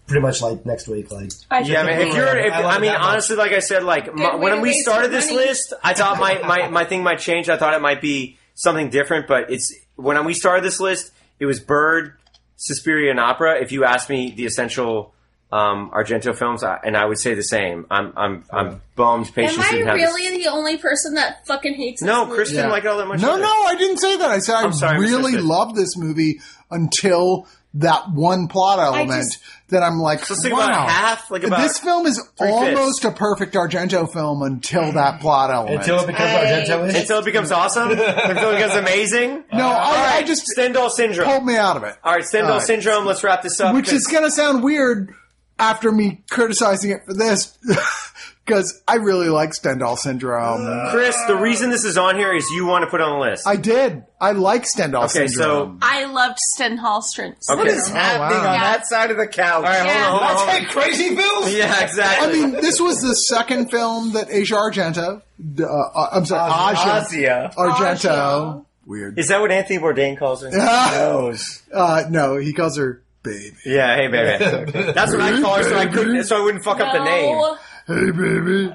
I: pretty much like next week. Like
E: I
D: Yeah, man. If you're, if,
I: I love
D: I
I: it
D: mean,
I: that much.
D: honestly, like I said, like my,
E: way
D: when
E: to
D: we
E: waste
D: started
E: your
D: this
E: money.
D: list, I thought my, my, my thing might change. I thought it might be something different, but it's when we started this list, it was Bird, Suspiria, and Opera. If you asked me the essential um, Argento films, I, and I would say the same. I'm I'm I'm bummed.
E: Am
D: Patience
E: I
D: didn't have this.
E: really the only person that fucking hates?
D: No,
E: this
D: Chris
E: movie?
D: didn't like it all that much.
A: No,
D: either.
A: no, I didn't say that. I said I
D: I'm sorry, I
A: really
D: misunderstood.
A: love this movie until that one plot element
E: just-
A: that I'm like,
D: So let's think
A: wow.
D: about half, like about
A: this film is
D: three-fifths.
A: almost a perfect Argento film
D: Mm.
A: until that plot element.
I: until it becomes Argento is.
D: until it becomes awesome, until it becomes amazing.
A: no, I, I just
D: Stendhal syndrome.
A: pulled me out of it.
D: All right, Stendhal
A: All right.
D: syndrome. Let's wrap this up.
A: Which is going to sound weird after me criticizing it for this because I really like Stendhal syndrome.
D: Chris, the reason this is on here is you want to put it on the list.
A: I did. I like Stendhal
D: Okay, so-
A: syndrome.
E: I loved Stenhall Strin-
D: Okay.
E: syndrome.
D: What
J: It's happening
A: wow.
J: on that side of the couch.
D: All right, hold on, hold on, hold on.
G: crazy bills.
D: Yeah, exactly.
A: I mean, this was the second film that Asia Argento. Uh, uh, I'm sorry, Aja
J: Ozia.
A: Argento. Weird.
D: is that what Anthony Bourdain calls her?
A: Uh, no, he calls her baby.
D: yeah, hey baby. That's what I call her, so I couldn't, so I wouldn't fuck up the name.
E: No.
A: Hey, baby.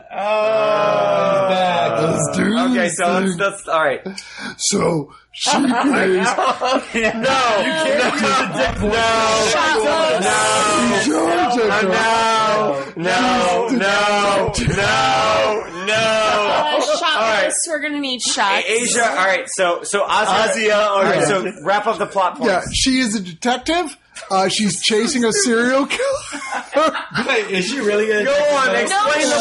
A: Let's do
D: Okay,
A: this
D: so let's,
A: thing.
D: let's all right.
A: So she plays Georgia.
D: No, no, no, no, no.
E: Uh, shot
D: right.
E: lists, We're gonna need shots.
D: Asia, all right. So, so Ozia. All right. So wrap up the plot
A: Yeah,
D: points.
A: she is a detective. Uh, she's chasing a serial killer.
G: Wait, is she really gonna?
D: Go on, explain
E: No,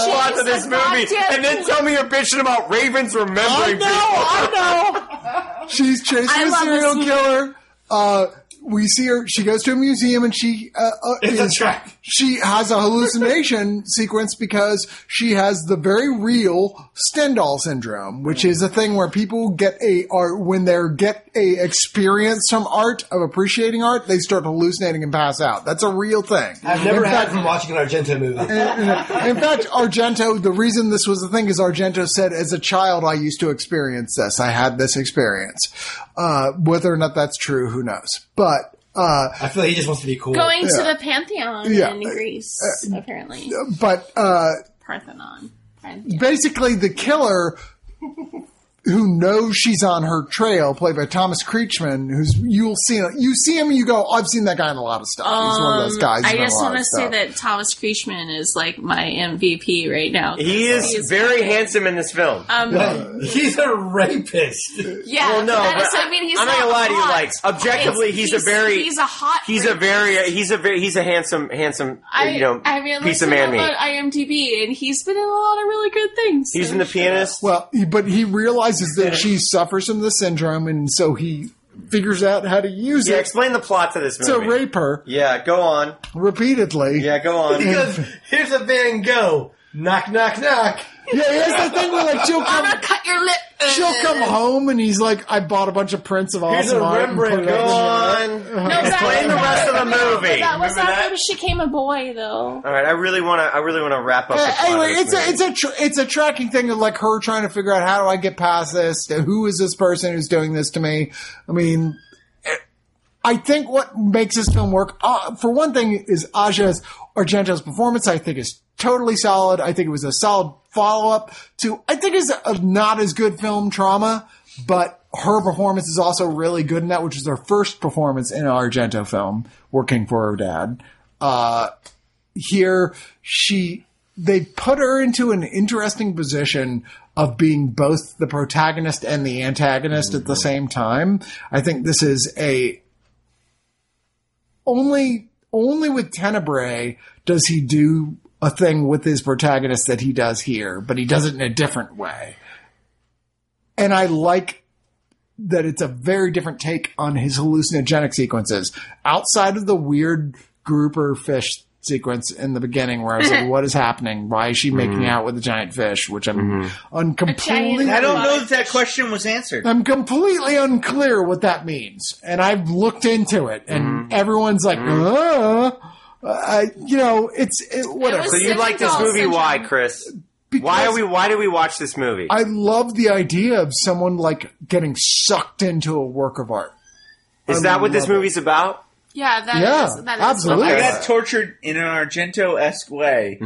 D: the plot
E: she's
D: of this
E: a
D: movie,
E: goddamn-
D: and then tell me you're bitching about ravens remembering. I know,
A: she's chasing
E: I
A: a
E: love
A: serial
E: this
A: killer. Uh, we see her. She goes to a museum and she uh, uh,
G: It's a
A: is-
G: trap.
A: She has a hallucination sequence because she has the very real Stendhal syndrome, which is a thing where people get a or when they get a experience from art of appreciating art, they start hallucinating and pass out. That's a real thing.
G: I've never
A: In
G: had
A: fact-
G: from watching an Argento movie.
A: in fact, Argento, the reason this was the thing is Argento said, as a child, I used to experience this. I had this experience. Uh, whether or not that's true, who knows? But, uh,
G: I feel like he just wants to be cool.
E: Going to the Pantheon
A: Yeah.
E: in Greece, apparently.
A: but, uh,
E: Parthenon.
A: basically the killer who knows she's on her trail, played by Thomas Creechman, who's, you'll see, you see him and you go, "Oh, I've seen that guy in a lot of stuff. He's one of those guys.
E: Um, I
A: who's in a
E: just
A: lot
E: want to
A: of
E: say
A: stuff.
E: that Thomas Creeshman is like my MVP right now.
D: he is very handsome in this film.
E: Um,
G: He's a rapist.
E: yeah,
D: well, no,
E: that
D: but
E: is- I mean, he's
D: I'm not gonna lie to you.
E: hot.
D: Like objectively,
E: It's-
D: he's, a very
E: he's a hot
D: he's a
E: freak.
D: very he's a very he's a handsome handsome
E: I,
D: you know
E: I mean,
D: piece of
E: listen
D: man
E: up
D: meat.
E: on IMDb, and he's been in a lot of really good things.
D: He's
E: so
D: in the
E: sure.
D: pianist.
A: Well, he- but he realizes that she suffers from the syndrome, and so he figures out how to use
D: yeah,
A: it
D: explain the plot to this
A: to
D: movie.
A: rape her
D: yeah, go on.
A: repeatedly.
D: Yeah, go on.
G: Because here's a Van Gogh. Knock, knock, knock.
A: Yeah, here's the thing where like she'll
E: I'm
A: come,
E: gonna cut your lip.
A: she'll come home, and he's like, "I bought a bunch of prints of
G: Here's
A: awesome
G: a
A: art." and put it
G: Rembrandt.
A: up
D: go
A: in there."
D: on.
E: No, that-
D: Explain the rest of the movie.
E: That was
D: Remember
E: after
D: that?
E: she came a boy, though.
D: All right, I really want to. I really want to wrap up. the
A: Uh,
D: plot
A: anyway,
D: of this
A: it's a
D: movie.
A: it's a tr- it's a tracking thing of like her trying to figure out how do I get past this? Who is this person who's doing this to me? I mean, eh, I think what makes this film work, uh, for one thing, is Aja's Argento's performance. I think is totally solid. I think it was a solid follow up to. I think is a not as good film Trauma, but her performance is also really good in that, which is her first performance in an Argento film, working for her dad. Uh, here she they put her into an interesting position of being both the protagonist and the antagonist at the same time. I think this is a only only with Tenebrae does he do a thing with his protagonist that he does here, but he does it in a different way. And I like that it's a very different take on his hallucinogenic sequences outside of the weird grouper fish sequence in the beginning where I was like, what is happening? Why is she making out with a giant fish? Which I'm un- completely,
J: I don't know that that question was answered.
A: I'm completely unclear what that means. And I've looked into it and
D: Mm-hmm.
A: everyone's like, uh, I, you know, it's it, whatever.
E: was
D: So you like this
E: Syndrome.
D: movie? Why, Chris? Why are we? Why do we watch this movie?
A: I love the idea of someone like getting sucked into a work of art.
D: Is that what this movie's about?
E: Yeah, that is
A: Yeah,
E: that is
A: absolutely.
J: I
A: Yes.
J: got tortured in an Argento esque way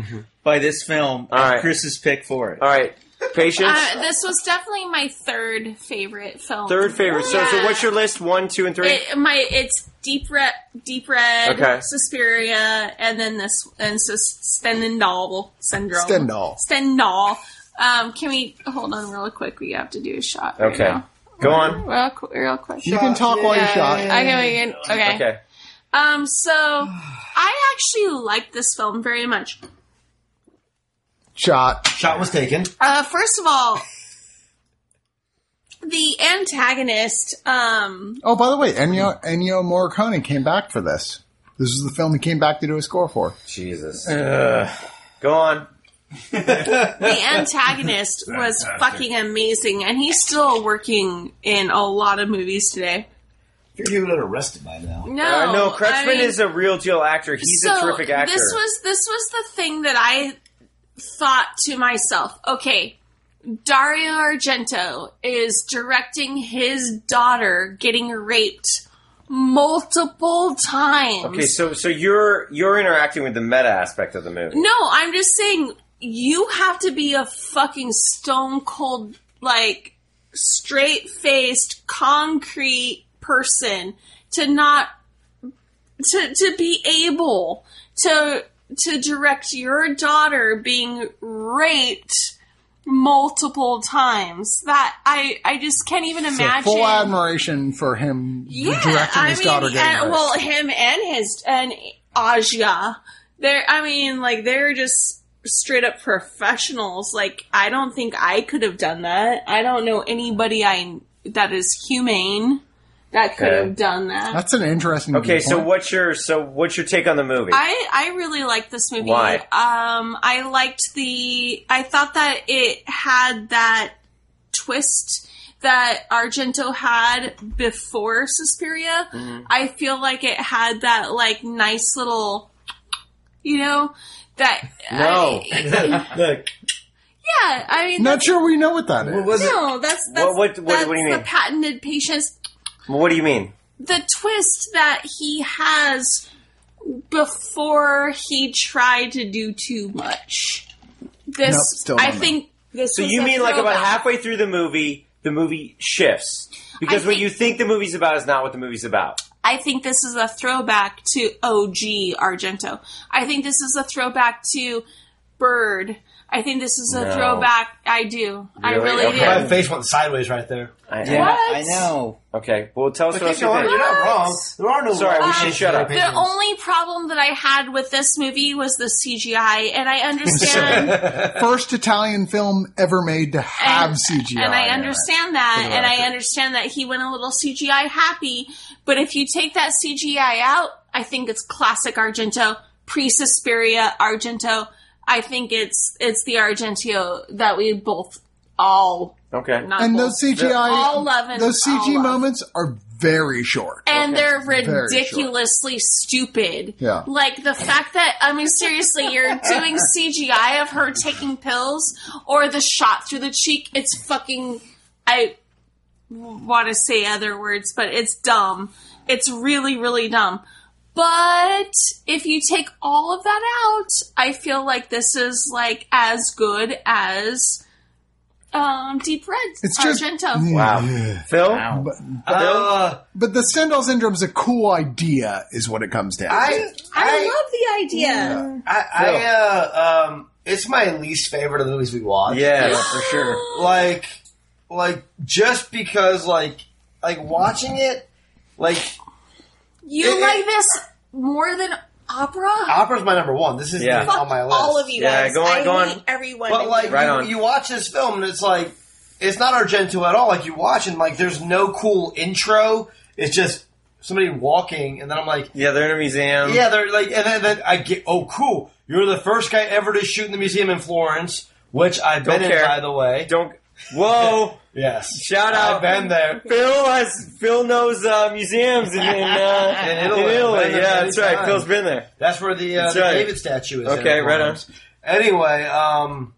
J: by this film.
D: Mm-hmm. All
J: and
D: right.
J: Chris's pick for it.
D: All right, patience.
E: Uh, this was definitely my third favorite film.
D: Third favorite. So, so
E: Yeah.
D: what's your list? One, two, and three.
E: It, my it's deep red, deep red,
D: Okay.
E: Suspiria, and then this and so Stendhal syndrome.
A: Stendhal.
E: Stendhal. Um, can we hold on real quick? We have to do a shot. right
D: okay,
E: now.
D: go on.
E: Real, qu- real quick.
A: You can talk while you're shot.
E: Okay, we can- okay.
D: Okay.
E: Um, so I actually like this film very much.
A: Shot.
G: Shot was taken.
E: Uh, first of all, the antagonist, um,
A: Oh, by the way, Ennio, Ennio Morricone came back for this. This is the film he came back to do a score for.
D: Jesus. Go on.
E: the antagonist was fucking amazing, and he's still working in a lot of movies today.
G: You're people that are arrested by now.
E: No,
D: Uh, no, Kretschmann
E: I mean-
D: is a real deal actor. He's a terrific actor.
E: This was this was the thing that I thought to myself. Okay, Dario Argento is directing his daughter getting raped multiple times.
D: okay, so so you're you're interacting with the meta aspect of the movie.
E: no, I'm just saying you have to be a fucking stone cold like straight faced concrete person to not to to be able to to direct your daughter being raped multiple times that i i just can't even imagine
A: Full admiration for him
E: yeah,
A: directing
E: I
A: his
E: mean,
A: daughter getting
E: and-
A: raped.
E: well him and his and ajia they're i mean like they're just straight up professionals like i don't think i could have done that i don't know anybody i that is humane that could
D: Okay.
E: have done that
A: That's an interesting.
D: Okay, so
A: viewpoint.
D: what's your so what's your take on the movie?
E: I, I really liked this movie.
D: Why?
E: Um, I liked the. I thought that it had that twist that Argento had before Suspiria.
D: Mm-hmm.
E: I feel like it had that like nice little, you know, that.
D: No.
E: I-
G: Look,
E: yeah, I mean,
A: Not
E: that's,
A: sure we know what that is.
E: no, that's that's
D: What- what- what-
E: that's
D: what do you
E: the
D: mean?
E: patented patience
D: what do you mean?
E: the twist that he has before he tried to do too much. This,
A: Nope, still
E: I
A: don't know.
E: think, this.
D: So
E: was
D: you
E: a
D: mean like about
E: throwback.
D: halfway through the movie, the movie shifts because
E: I
D: what
E: think-
D: you think the movie's about is not what the movie's about.
E: I think this is a throwback to OG Argento. I think this is a throwback to Bird. I think this is a
D: No.
E: throwback. I do. I
D: Really?
E: really
D: Okay.
E: do.
L: My face went sideways right there.
D: I,
F: Yeah,
E: What?
F: I know.
D: Okay. Well, tell us what else
G: Keep going,
D: you
G: You're
D: think.
G: not wrong. There are no.
D: Sorry, we
G: wrong
D: should shut up.
E: The only problem that I had with this movie was the CGI, and I understand
A: First Italian film ever made to have CGI.
E: And I
A: in it.
E: understand that, and I understand that he went a little CGI happy. But if you take that CGI out, I think it's classic Argento, pre Suspiria Argento. I think it's it's the Argento that we both all
D: Okay.
E: not
A: And those
E: both,
A: CGI,
E: all love and
A: those
E: all
A: CG
E: love.
A: moments are very short.
E: and they're
A: short.
E: ridiculously stupid.
A: Yeah.
E: Like the fact that I mean seriously, you're doing CGI of her taking pills or the shot through the cheek. It's fucking I want to say other words, but it's dumb. It's really really dumb. But if you take all of that out, I feel like this is like as good as um, Deep Red.
A: It's just Mm.
E: Argento.
D: Wow.
A: Yeah.
D: Phil.
F: Wow.
L: Uh,
A: But the Stendhal syndrome's a cool idea, is what it comes down. to.
G: I,
E: I
G: I,
E: love the idea.
G: I, I uh, um, it's my least favorite of the movies we watched.
D: Yeah, for sure.
G: Like, like just because, like, like watching it, like
E: You
G: It-
E: like
G: it-
E: this more than opera?
G: opera's my number one. This is
D: Yeah.
G: even on my list.
E: All of you
D: Yeah,
E: guys.
D: go on,
E: I
D: go on.
E: hate everyone.
G: But like,
D: Right
G: you,
D: on.
G: you watch this film and it's like, it's not Argento at all. Like you watch and like, there's no cool intro. It's just somebody walking, and then I'm like,
D: Yeah, they're in a museum.
G: Yeah, they're like, and then, then I get, oh, cool. You're the first guy ever to shoot in the museum in Florence, which I've
D: Don't
G: been
D: care.
G: in, by the way.
D: Don't. Whoa.
G: yes.
D: Shout out.
G: I've been there.
D: Phil has Phil knows uh, museums in, in, uh,
G: In Italy. Been there
D: Yeah,
G: many
D: that's right.
G: times.
D: Phil's been there.
G: That's where the, uh,
D: That's
G: the
D: right.
G: David statue is.
D: Okay,
G: in
D: right on.
G: Florence. Anyway, um,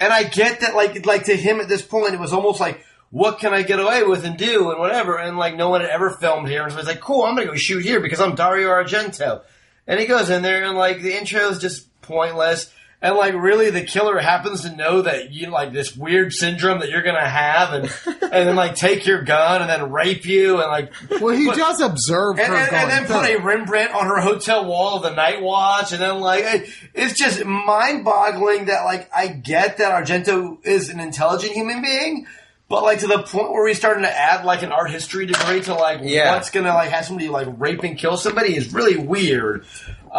G: and I get that, like, like to him at this point, it was almost like, what can I get away with and do and whatever? And like, no one had ever filmed here, and so it's like, cool, I'm gonna go shoot here because I'm Dario Argento. And he goes in there, and like, the intro is just pointless. And like, really, the killer happens to know that you like this weird syndrome that you're gonna have, and and then like take your gun and then rape you, and like
A: well, he does observe
G: and,
A: her
G: and,
A: going
G: and then put
A: through.
G: a Rembrandt on her hotel wall of the night watch, and then like it- it's just mind boggling that like I get that Argento is an intelligent human being, but like to the point where he's starting to add like an art history degree to like
D: Yeah.
G: what's gonna like have somebody like rape and kill somebody is really weird.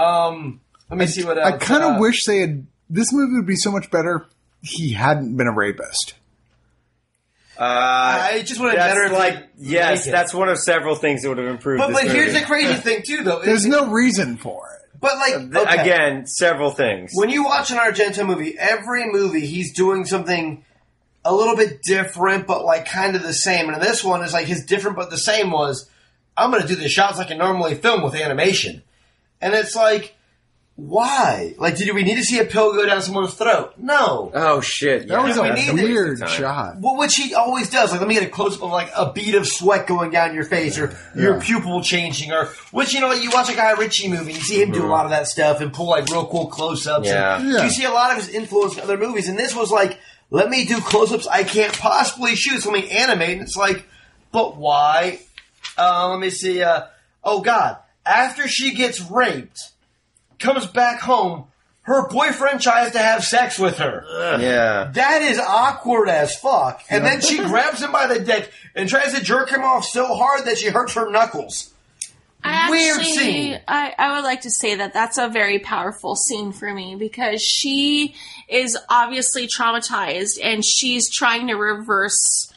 G: Um, let me see what
A: I
G: else.
A: kind of
G: uh,
A: wish they had. This movie would be so much better. if He hadn't been a rapist.
D: Uh,
G: I just would have
D: that's
G: better. if
D: like
G: they
D: yes,
G: make it.
D: that's one of several things that would have improved.
G: But
D: this
G: but here's
D: movie.
G: the crazy thing too, though.
A: There's
G: is-
A: no reason for it.
G: But like
D: Th-
G: okay.
D: again, several things.
G: when you watch an Argento movie, every movie he's doing something a little bit different, but like kind of the same. And in this one, it's like his different but the same was I'm going to do the shots like I normally film with animation, and it's like. Why? Like, did we need to see a pill go down someone's throat? No.
D: oh shit,
A: That
D: yeah,
A: was
G: we
A: a
G: need it.
A: weird
D: Time.
A: shot.
G: Well, which he always does. Like, let me get a close up of like a bead of sweat going down your face, or your pupil changing, or which you know, you watch a Guy Ritchie movie, you see him do a lot of that stuff and pull like real cool close ups.
D: Yeah.
A: Yeah.
G: you see a lot of his influence in other movies, and this was like, let me do close ups I can't possibly shoot, so let me animate. And it's like, but why? Uh, let me see. Uh, oh God! After she gets raped, comes back home, her boyfriend tries to have sex with her.
D: yeah.
G: That is awkward as fuck. And then she grabs him by the dick and tries to jerk him off so hard that she hurts her knuckles.
E: I
G: Weird
E: actually,
G: scene.
E: I, I would like to say that that's a very powerful scene for me because she is obviously traumatized and she's trying to reverse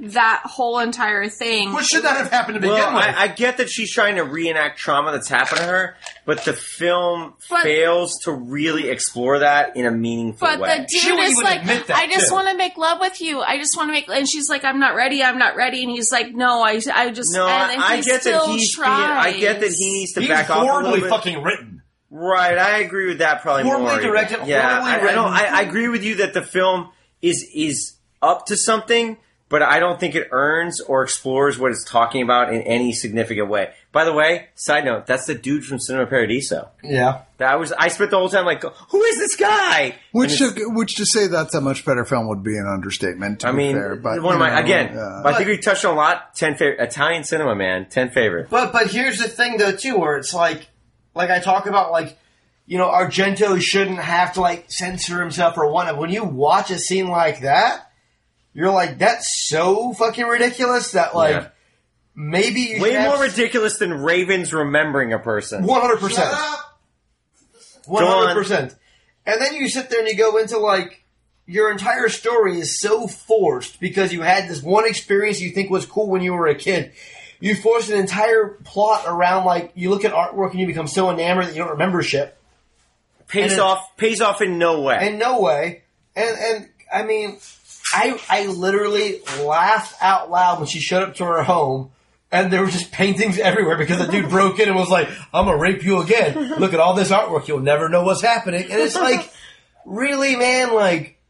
E: that whole entire thing.
G: What should that have happened to begin
D: Well,
G: with?
D: I, I get that she's trying to reenact trauma that's happened to her, but the film
E: But-
D: fails to really explore that in a meaningful
E: but
D: way.
E: the
G: She
E: dude
G: wouldn't
E: is
G: even
E: like,
G: admit that,
E: I just
G: too.
E: want to make love with you. I just want to make, and she's like, I'm not ready. I'm not ready. And he's like, No, I, I just,
D: no,
E: and
D: I,
E: then
D: I
E: he
D: get that
E: still
D: he's. Being,
E: tries.
D: I get that he uh, needs to
G: He's
D: back off a little
G: horribly
D: bit.
G: fucking written.
D: Right, I agree with that. Probably
G: Horribly
D: more. even.
G: directed,
D: Yeah,
G: horribly
D: I, I don't. I,
G: written.
D: I agree with you that the film is is up to something, but I don't think it earns or explores what it's talking about in any significant way. By the way, side note: that's the dude from Cinema Paradiso.
G: Yeah.
D: That was. I spent the whole time like, who is this guy?
A: Which
D: And it's-
A: to, which to say that's a much better film would be an understatement. To
D: I
A: be
D: mean,
A: fair, but
D: one of
A: you
D: my
A: know,
D: again.
A: yeah.
D: but I think we touched on a lot. Ten favorite Italian cinema, man. Ten favorite.
G: But but here's the thing though too, where it's like like I talk about like you know, Argento shouldn't have to like censor himself or one of when you watch a scene like that, you're like, that's so fucking ridiculous that like
D: Yeah.
G: maybe you
D: Way
G: should have
D: more ridiculous than Ravens remembering a person.
G: One hundred percent. One
D: on.
G: hundred percent. And then you sit there and you go into like your entire story is so forced because you had this one experience you think was cool when you were a kid. You force an entire plot around like you look at artwork and you become so enamored that you don't remember shit.
D: Pays
G: and-
D: off. Pays off in no way.
G: In no way. And and I mean, I I literally laughed out loud when she showed up to her home. And there were just paintings everywhere because the dude broke in and was like, "I'm gonna rape you again. Look at all this artwork. You'll never know what's happening." And it's like, really, man, like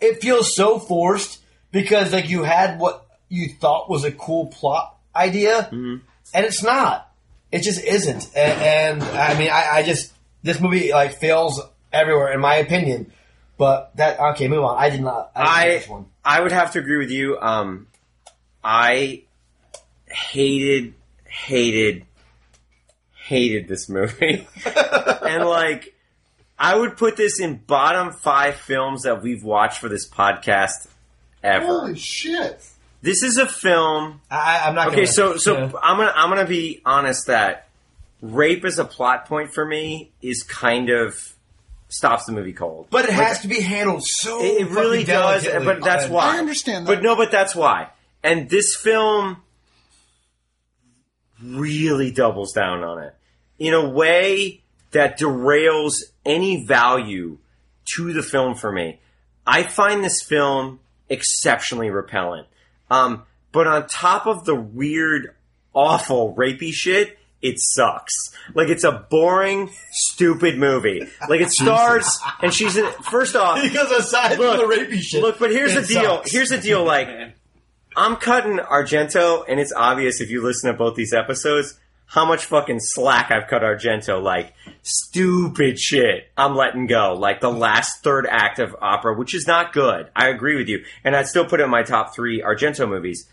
G: it feels so forced because like you had what you thought was a cool plot idea,
D: Mm-hmm.
G: and it's not. It just isn't. And, and I mean, I, I just this movie like fails everywhere in my opinion. But that okay, move on. I did not. I, didn't like
D: I
G: this one.
D: I would have to agree with you. Um, I hated, hated, hated this movie, and like I would put this in bottom five films that we've watched for this podcast ever.
A: holy shit!
D: This is a film.
G: I, I'm not
D: Okay,
G: Gonna,
D: so so
G: Yeah.
D: I'm gonna I'm gonna be honest that rape as a plot point for me is kind of stops the movie cold.
G: but it has to be handled so.
D: It- it really
G: fucking
D: does,
G: delicately.
D: but that's why.
A: I understand that.
D: But no, but that's why. And this film really doubles down on it in a way that derails any value to the film for me. I find this film exceptionally repellent. Um, but on top of the weird, awful, rapey shit, it sucks. Like it's a boring, stupid movie. Like it starts, and she's in. First off,
G: Because aside
D: Look,
G: from the rapey shit,
D: Look, but here's
G: it
D: the deal.
G: sucks.
D: Here's the deal. Like, I'm cutting Argento, and it's obvious if you listen to both these episodes how much fucking slack I've cut Argento. Like, stupid shit I'm letting go. Like, the last third act of opera, which is not good. I agree with you. And I'd still put it in my top three Argento movies.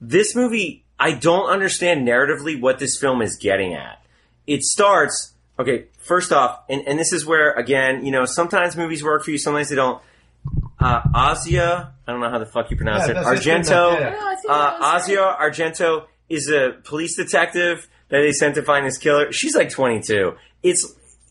D: This movie, I don't understand narratively what this film is getting at it starts okay first off and, and this is where again you know sometimes movies work for you sometimes they don't uh Asia, I don't know how the fuck you pronounce
G: Yeah,
D: it.
G: that's- that's
D: Argento.
G: good, yeah.
E: No, I think that
D: uh,
E: was
D: Asia Argento is a police detective that they sent to find this killer. She's like 22. It's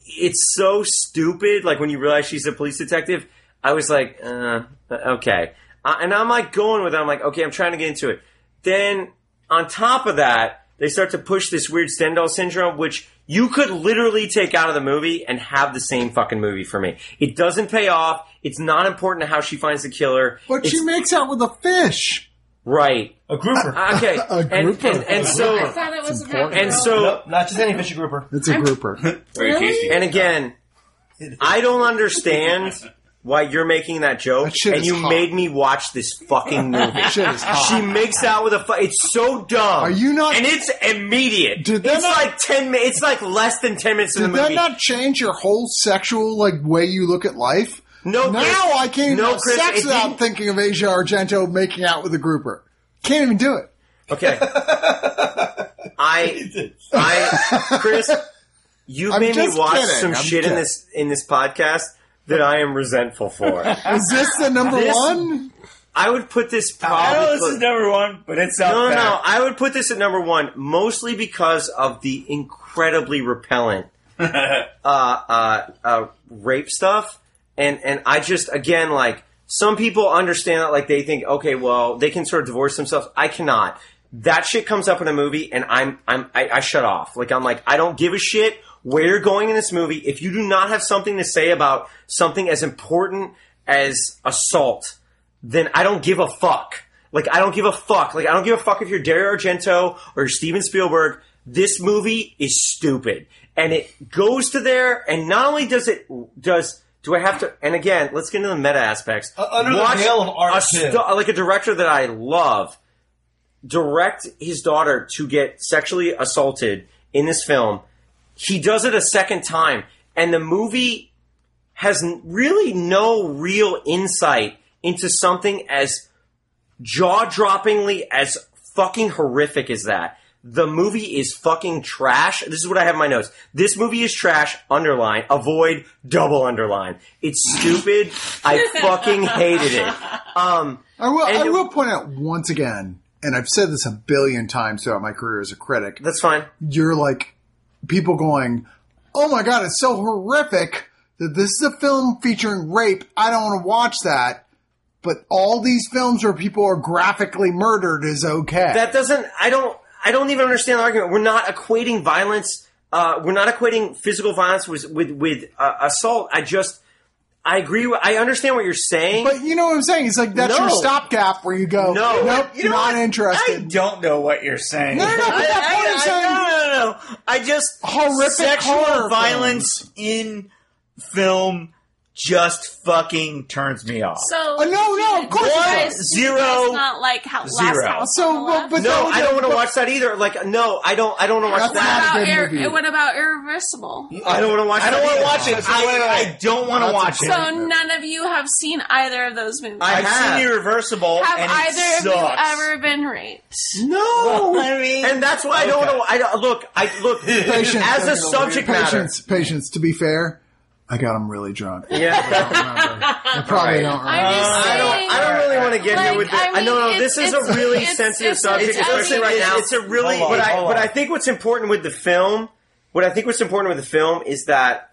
D: it's so stupid. Like when you realize she's a police detective, I was like, uh, okay. Uh, and I'm like going with it. I'm like, okay, I'm trying to get into it. Then on top of that, they start to push this weird Stendhal syndrome, which you could literally take out of the movie and have the same fucking movie for me. It doesn't pay off. It's not important to how she finds the killer.
A: But
D: It's-
A: she makes out with a fish.
D: right.
G: A grouper.
D: Okay.
A: A
D: and, and,
A: grouper.
D: and
H: I
D: so
H: thought it was about.
D: and so
G: Nope, not just any fishy grouper.
A: It's a grouper.
C: Very
E: Really?
C: tasty.
D: And again, I don't understand why you're making that joke,
A: That shit
D: and
A: is
D: you
A: hot.
D: made me watch this fucking movie.
A: Shit is hot.
D: She makes out with a. Fu- it's so dumb.
A: Are you not-
D: And it's immediate.
A: Did that
D: it's
A: not-
D: like ten. mi- It's like less than ten minutes in the
A: Did that
D: movie.
A: not change your whole sexual like way you look at life?
D: No,
A: now
D: Chris.
A: I can't even
D: No,
A: have
D: Chris,
A: sex
D: it
A: without
D: didn't-
A: thinking of Asia Argento making out with a grouper. Can't even do it.
D: okay. I, I, Chris, you
A: I'm
D: made me
A: just
D: watch
A: kidding.
D: some
A: I'm
D: shit in
A: kidding.
D: this in this podcast that I am resentful for.
A: Is this the number
D: This-
A: one?
D: I would put this
J: I
D: probably.
J: know this is number one, but it's up
D: No, no,
J: there.
D: no. I would put this at number one, mostly because of the incredibly repellent uh, uh, uh, rape stuff, and and I just again like some people understand that like they think okay, well they can sort of divorce themselves. I cannot. That shit comes up in a movie, and I'm I'm I, I shut off. Like I'm like I don't give a shit where you're going in this movie. If you do not have something to say about something as important as assault then I don't give a fuck. Like I don't give a fuck. Like I don't give a fuck if you're Dario Argento or Steven Spielberg. This movie is stupid, and it goes to there. And not only does it does do I have to? And again, let's get into the meta aspects.
G: Uh, under the veil of art,
D: a
G: too.
D: like a director that I love direct his daughter to get sexually assaulted in this film. He does it a second time, and the movie has n- really no real insight into something as jaw droppingly as fucking horrific as that. The movie is fucking trash. This is what I have in my notes. This movie is trash, underline, avoid, double underline. It's stupid. I fucking hated it. Um,
A: I will. I
D: and-
A: will point out once again, and I've said this a billion times throughout my career as a critic.
D: that's fine.
A: You're like people going, "Oh my god, it's so horrific that this is a film featuring rape. I don't want to watch that." But all these films where people are graphically murdered is okay.
D: That doesn't. I don't. I don't even understand the argument. We're not equating violence. Uh, we're not equating physical violence with with, with uh, assault. I just. I agree. With, I understand what you're saying.
A: But you know what I'm saying? It's like that's
D: No.
A: your stopgap where you go,
D: No.
A: nope,
J: You know
A: not
J: what? I
A: interested.
J: don't know what you're saying.
A: no, no, no, but that point is saying-
J: I, I, no, no, no, no. I just
A: Horrific horror
J: sexual violence in film just fucking turns me off.
E: So
A: Oh, no, no, of course
E: you
A: it
E: guys,
J: does.
E: you guys
J: Zero,
E: not like how last
J: zero.
E: house.
A: So,
E: on the
A: well,
E: left?
A: but-
D: no,
A: No,
D: I
A: no,
D: don't want to
A: but-
D: watch that either. Like, no, I don't. I don't want to watch
A: That's
E: what
A: not
D: that.
A: a
E: about,
A: good
E: ir-
A: movie.
E: what about irreversible?
D: I don't want to watch.
J: I don't
D: that
J: want to
D: either.
J: watch it.
D: I,
J: I, I don't want to watch it.
E: So none of you have seen either of those movies.
D: I
J: I've
D: have.
J: seen Irreversible,
E: have
J: and it
E: either of you
J: sucks.
E: ever been raped?
D: no.
J: Well, I mean-
D: and that's why I don't want to. I don't- look. I look
A: Patience.
D: as a subject matter.
A: Patience, patience. To be fair, I got him really drunk.
D: Yeah.
A: I probably don't remember.
E: I'm just
D: Uh, I
E: saying.
D: don't. I don't really want to get
E: Like,
D: here with this.
E: I mean,
D: no, no.
E: it's-
D: This is
E: it's-
D: a really
E: it's-
D: sensitive
E: it's-
D: subject,
E: it's-
D: especially
E: I mean,
D: right now. It's
E: it's-
D: a really.
J: Hold on,
D: but I.
J: hold
D: But
J: on.
D: I think what's important with the film. What I think what's important with the film is that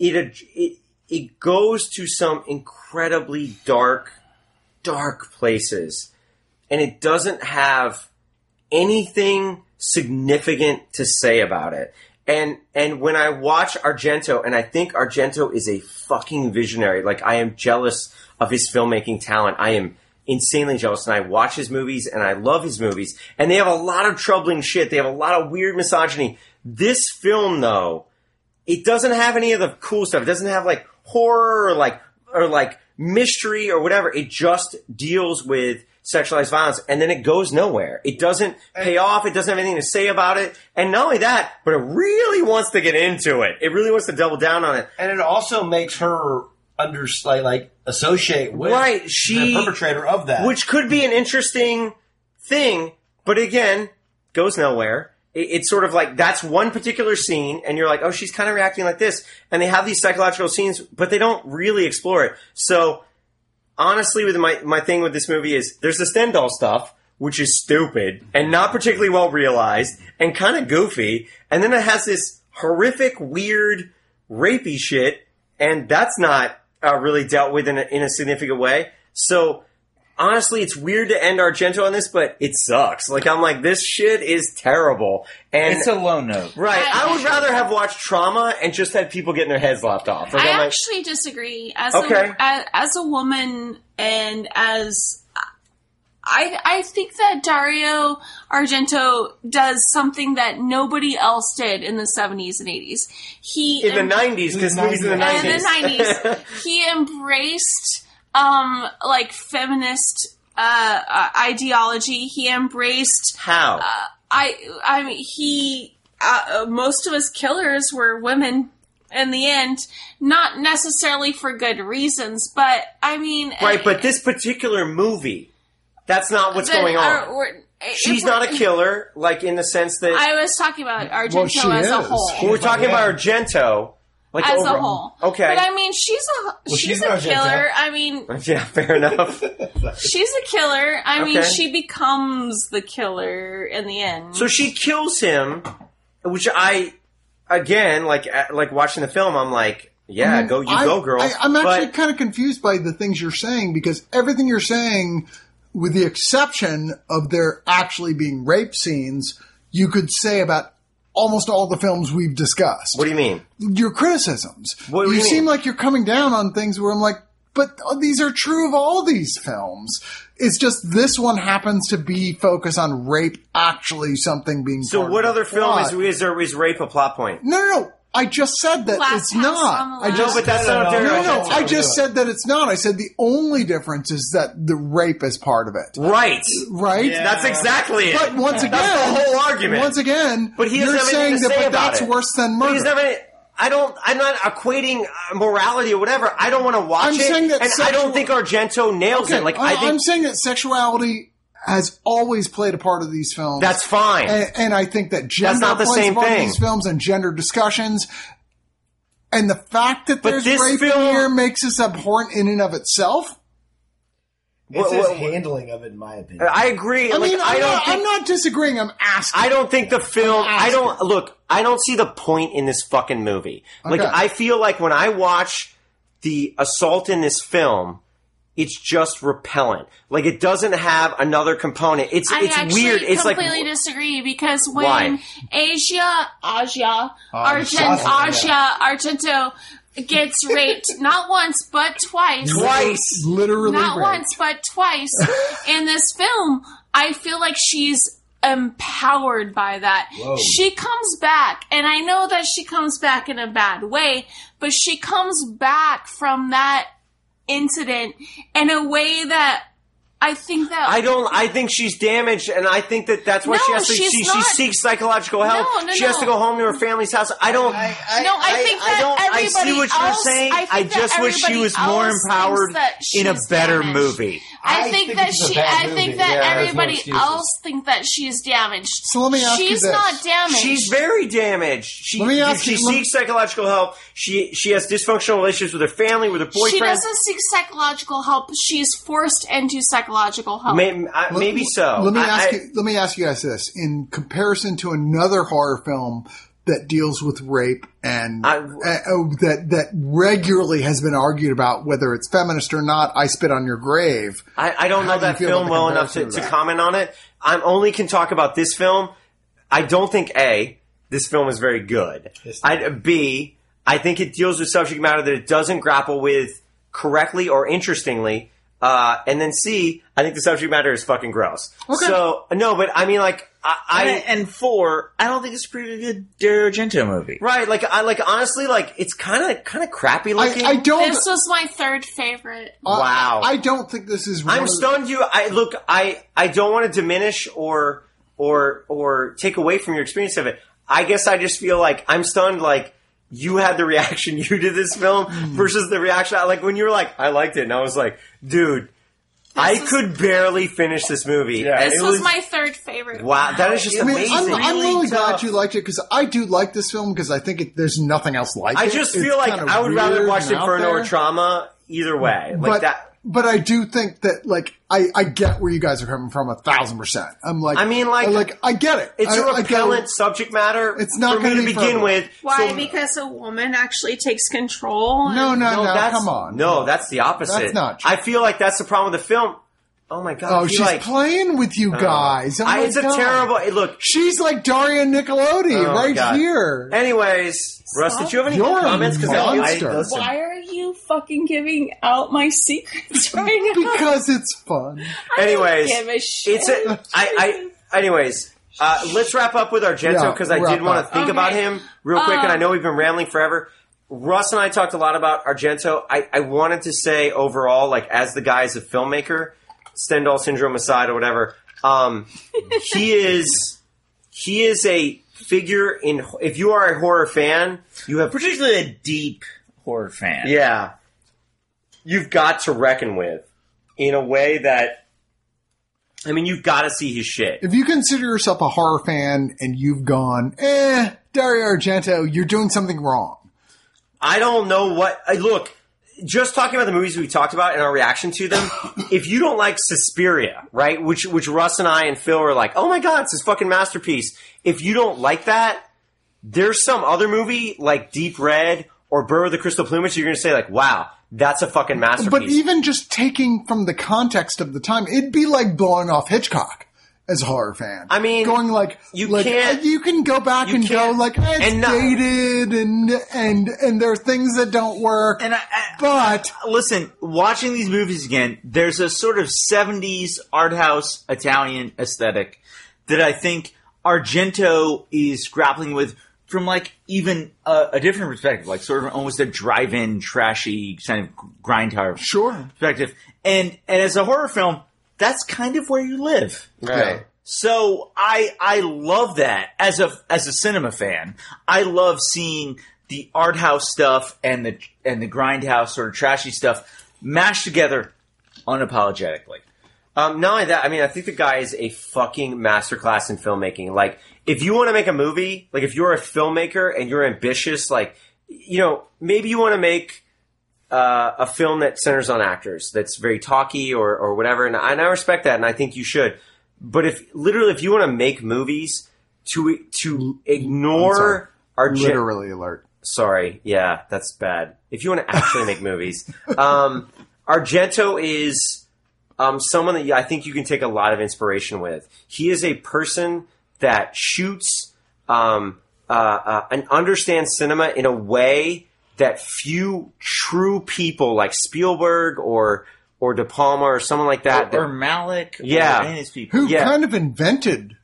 D: it ad- it it goes to some incredibly dark, dark places, and it doesn't have anything significant to say about it. And and when I watch Argento, and I think Argento is a fucking visionary. Like I am jealous of his filmmaking talent. I am insanely jealous, and I watch his movies, and I love his movies. And they have a lot of troubling shit. They have a lot of weird misogyny. This film, though, it doesn't have any of the cool stuff. It doesn't have like horror or like or like mystery or whatever. It just deals with sexualized violence and then it goes nowhere. It doesn't pay off. It doesn't have anything to say about it. And not only that, but it really wants to get into it. It really wants to double down on it.
G: And it also makes her under like, like associate with
D: Right,
G: the
D: she-
G: perpetrator of that.
D: which could be an interesting thing, but again, goes nowhere. It, it's sort of like that's one particular scene, and you're like, oh, she's kind of reacting like this, and they have these psychological scenes, but they don't really explore it. So, honestly, with my my thing with this movie is there's the Stendhal stuff. Which is stupid and not particularly well realized and kind of goofy. And then it has this horrific, weird, rapey shit. And that's not uh, really dealt with in a, in a significant way. So honestly, it's weird to end Argento on this, but it sucks. Like I'm like, this shit is terrible. And
J: It's a low note.
D: right,
E: I-
D: I would rather have watched Trauma and just had people getting their heads lopped off. Like, I'm
E: I
D: like,
E: actually disagree. As
D: Okay.
E: a, as, as a woman and as I I think that Dario Argento does something that nobody else did in the 70s and 80s. He
D: in the '90s because movies in the
E: and
D: '90s.
E: the 90s he embraced um like feminist uh, uh ideology. He embraced
D: How?
E: Uh, I I mean he uh, uh, most of his killers were women in the end, not necessarily for good reasons, but I mean
D: right, but this particular movie, that's not what's going on. She's not a killer, like in the sense that
E: I was talking about Argento
A: Well, she
E: as a
A: is.
E: whole.
D: Well, we're talking about Argento, like
E: As
D: over-
E: a whole,
D: Okay,
E: But I mean, she's a she's,
G: she's
E: a
G: not Argento.
E: killer. I mean,
D: yeah, fair enough.
E: she's a killer. I mean,
D: Okay.
E: she becomes the killer in the end.
D: So she kills him, which I, again, like uh, like watching the film, I'm like, yeah, go you
A: Mm-hmm. I-
D: go, girl.
A: I, am actually
D: But-
A: kind of confused by the things you're saying because everything you're saying, with the exception of there actually being rape scenes, you could say about almost all the films we've discussed.
D: what do you mean?
A: your criticisms.
D: What do
A: you
D: you mean?
A: seem like you're coming down on things where I'm like, but uh, these are true of all these films. It's just this one happens to be focused on rape, actually something being.
D: So
A: part of
D: what
A: the
D: other film is
A: plot.
D: is there is rape a plot point?
A: No, no, no. I just said that
E: Last
A: it's
E: House
A: not.
E: on the
A: I
E: Left.
A: just
D: No, but that's not up there.
A: no, no.
D: Argento.
A: I just said that it's not. I said the only difference is that the rape is part of it,
D: right.
A: right?
D: That's exactly it.
A: But once again,
D: the whole argument.
A: Once again,
D: But he doesn't
A: you're
D: have anything
A: saying
D: to
A: that,
D: say
A: but
D: about
A: that's
D: it.
A: worse than
D: But
A: murder.
D: he's never. I don't. I'm not equating uh, morality or whatever. I don't want to watch
A: I'm
D: it,
A: saying that
D: and I
A: sexual-
D: don't think Argento nails
A: Okay,
D: it. Like
A: I,
D: I, think
A: am saying that sexuality has always played a part of these films.
D: that's fine.
A: and, and I think that gender
D: not the
A: plays
D: same
A: a part
D: thing.
A: of these films and gender discussions. And the fact that
D: But
A: there's
D: this
A: rape
D: film-
A: in here makes this abhorrent in and of itself.
D: What-
I: It's his
D: what-
I: handling of it, in my opinion.
D: I agree.
A: I
D: like,
A: mean, I'm,
D: I don't
A: not,
D: think
A: I'm not disagreeing. I'm asking.
D: I don't think the film.
A: Ask
D: I don't look. I don't see the point in this fucking movie. Like
A: Okay.
D: I feel like when I watch the assault in this film, it's just repellent. Like it doesn't have another component. It's
E: I
D: it's
E: actually
D: weird. It's like
E: completely disagree because when
D: Why?
E: Asia, Asia, Argent,
I: Zaza,
E: Asia, Argento gets raped not once but twice,
D: twice.
A: literally
E: not
A: rape.
E: once but twice in this film, I feel like she's empowered by that. She comes back, and I know that she comes back in a bad way, but she comes back from that incident in a way that I think that
D: I don't. I think she's damaged, and I think that that's why she
E: No,
D: has to.
E: she's
D: She, she
E: not-
D: seeks psychological help.
E: No, no,
D: she has to
E: no.
D: go home to her family's house. I don't.
E: No, I, think that
D: don't- I
E: everybody
D: see what you're
E: else-
D: saying.
E: I, think
F: I just
E: that
F: wish she
E: everybody
F: was more
E: else
F: empowered
E: thinks that
F: in a
E: she's
F: better
E: damaged.
F: movie.
E: I,
I: I
E: think,
I: think
E: that
I: it's a
E: she.
I: bad
E: I think
I: movie.
E: that
I: Yeah, there's no
E: everybody
I: excuses.
E: else think that she's damaged.
A: So let me ask you
E: she's
A: this.
E: not damaged.
D: She's very damaged. She,
A: Let me ask
D: she
A: you- let-
D: seeks psychological help. She she has dysfunctional relationships with her family, with her boyfriend.
E: She doesn't seek psychological help. She's forced into psychological help.
D: May, I,
A: Let-
D: maybe so.
A: Let me
D: I-
A: ask
D: I-
A: you. Let me ask you guys this: in comparison to another horror film that deals with rape and
D: I-
A: uh, oh, that that regularly has been argued about whether it's feminist or not, I spit on your grave.
D: I, I don't
A: How
D: know
A: do you
D: that
A: feel
D: film
A: about
D: well enough to,
A: comparison
D: to
A: to that?
D: comment on it. I only can talk about this film. I don't think a this film is very good. I, B I think it deals with subject matter that it doesn't grapple with correctly or interestingly. Uh, and then C I think the subject matter is fucking gross. So no, but I mean like I, I
J: and, and four, I don't think it's a pretty good Dario Argento movie.
D: right like I like honestly like it's kind of kind of crappy
A: I,
D: looking.
A: I don't.
E: this was my third favorite.
A: I-
D: wow.
A: I, don't think this is. one
D: I'm
A: of the-
D: stunned. You, I look. I I don't want to diminish or or or take away from your experience of it. I guess I just feel like I'm stunned. Like you had the reaction you did this film
A: Hmm.
D: versus the reaction I like when you were like I liked it and I was like, dude, I
E: was-
D: could barely finish this movie.
J: Yeah.
D: And
E: This
D: it
E: was, my third favorite.
D: wow. That is just
A: I mean,
D: amazing.
A: I'm, I'm
J: Really
A: really
J: tough.
A: glad you liked it because I do like this film because I think it, there's nothing else like
D: I
A: it.
D: just
A: It's
D: feel like
A: kinda
D: I would rather
A: weird
D: watch
A: and out
D: Inferno or
A: there.
D: Trauma either way. Like
A: but,
D: that.
A: But I do think that, like, I, I get where you guys are coming from a thousand percent. I'm like,
D: I mean, like-
A: I, like I get it.
D: It's
A: I-
D: a
A: I get
D: repellent
A: it.
D: subject matter.
A: It's not
D: for me
A: gonna
D: to
A: be
D: begin
A: perfect.
D: with.
E: Why?
D: so-
E: because a woman actually takes control.
A: No,
E: and-
A: no, no.
D: that's,
A: come on.
D: No, that's the opposite.
A: That's not true.
D: I feel like that's the problem with the film. Oh my god!
A: Oh,
D: he,
A: she's
D: like,
A: playing with you guys. Oh,
D: I,
A: my
D: it's a
A: God.
D: terrible. eh, Look.
A: She's like Daria Nicolodi
D: Oh,
A: right
D: God.
A: here.
D: Anyways, Russ, did you have any
A: You're a
D: comments? I-
A: monster.
D: I, listen,
H: Why are you fucking giving out my secrets right now?
A: because it's fun.
D: anyways,
H: Give a shit.
D: it's a. I. I. Anyways. Uh, let's wrap up with Argento
A: Yeah,
D: because I
A: wrap
D: did want
A: up.
D: to think about
E: Okay.
D: him real quick, and I
E: Um,
D: know we've been rambling forever. Russ and I talked a lot about Argento. I, I wanted to say overall, like as the guy is a filmmaker, Stendhal syndrome aside or whatever, um, he is he is a figure in. If you are a horror fan, you have
J: particularly a deep horror fan.
D: yeah, you've got to reckon with in a way that. I mean, you've got to see his shit.
A: If you consider yourself a horror fan and you've gone, eh, Dario Argento, you're doing something wrong.
D: I don't know what. I, look, just talking about the movies we talked about and our reaction to them. if you don't like Suspiria, right, which which Russ and I and Phil are like, oh my god, it's his fucking masterpiece. If you don't like that, there's some other movie like Deep Red or Burrow the Crystal Plumage. You're gonna say like, wow, that's a fucking masterpiece.
A: But even just taking from the context of the time, it'd be like blowing off Hitchcock as a horror fan.
D: I mean,
A: going like
D: you
A: like,
D: can't-
A: uh, You can go back
D: you
A: and go
D: can't-
A: like eh, it's
D: and not-
A: dated and and and there are things that don't work.
F: And I, I,
A: but
F: listen, watching these movies again, there's a sort of 70s art house Italian aesthetic that I think Argento is grappling with from like even a, a different perspective, like sort of almost a drive-in, trashy kind of grindhouse
A: sure,
F: perspective. And and as a horror film, that's kind of where you live.
A: yeah.
F: So I I love that as a as a cinema fan. I love seeing the art house stuff and the and the grindhouse sort of trashy stuff mashed together unapologetically.
D: Um, not only that, I mean, I think the guy is a fucking masterclass in filmmaking. Like, if you want to make a movie, like if you're a filmmaker and you're ambitious, like, you know, maybe you want to make uh, a film that centers on actors, that's very talky or or whatever, and, and I respect that, and I think you should. But if literally, if you want to make movies to to ignore our gen-
A: literally alert.
D: Sorry, yeah, that's bad. If you want to actually make movies, um, Argento is um, someone that I think you can take a lot of inspiration with. He is a person that shoots um, uh, uh, and understands cinema in a way that few true people like Spielberg or or De Palma or someone like that.
F: Or
D: that-
F: Malik,
D: Yeah.
F: or any of these people.
A: Who
D: Yeah.
A: kind of invented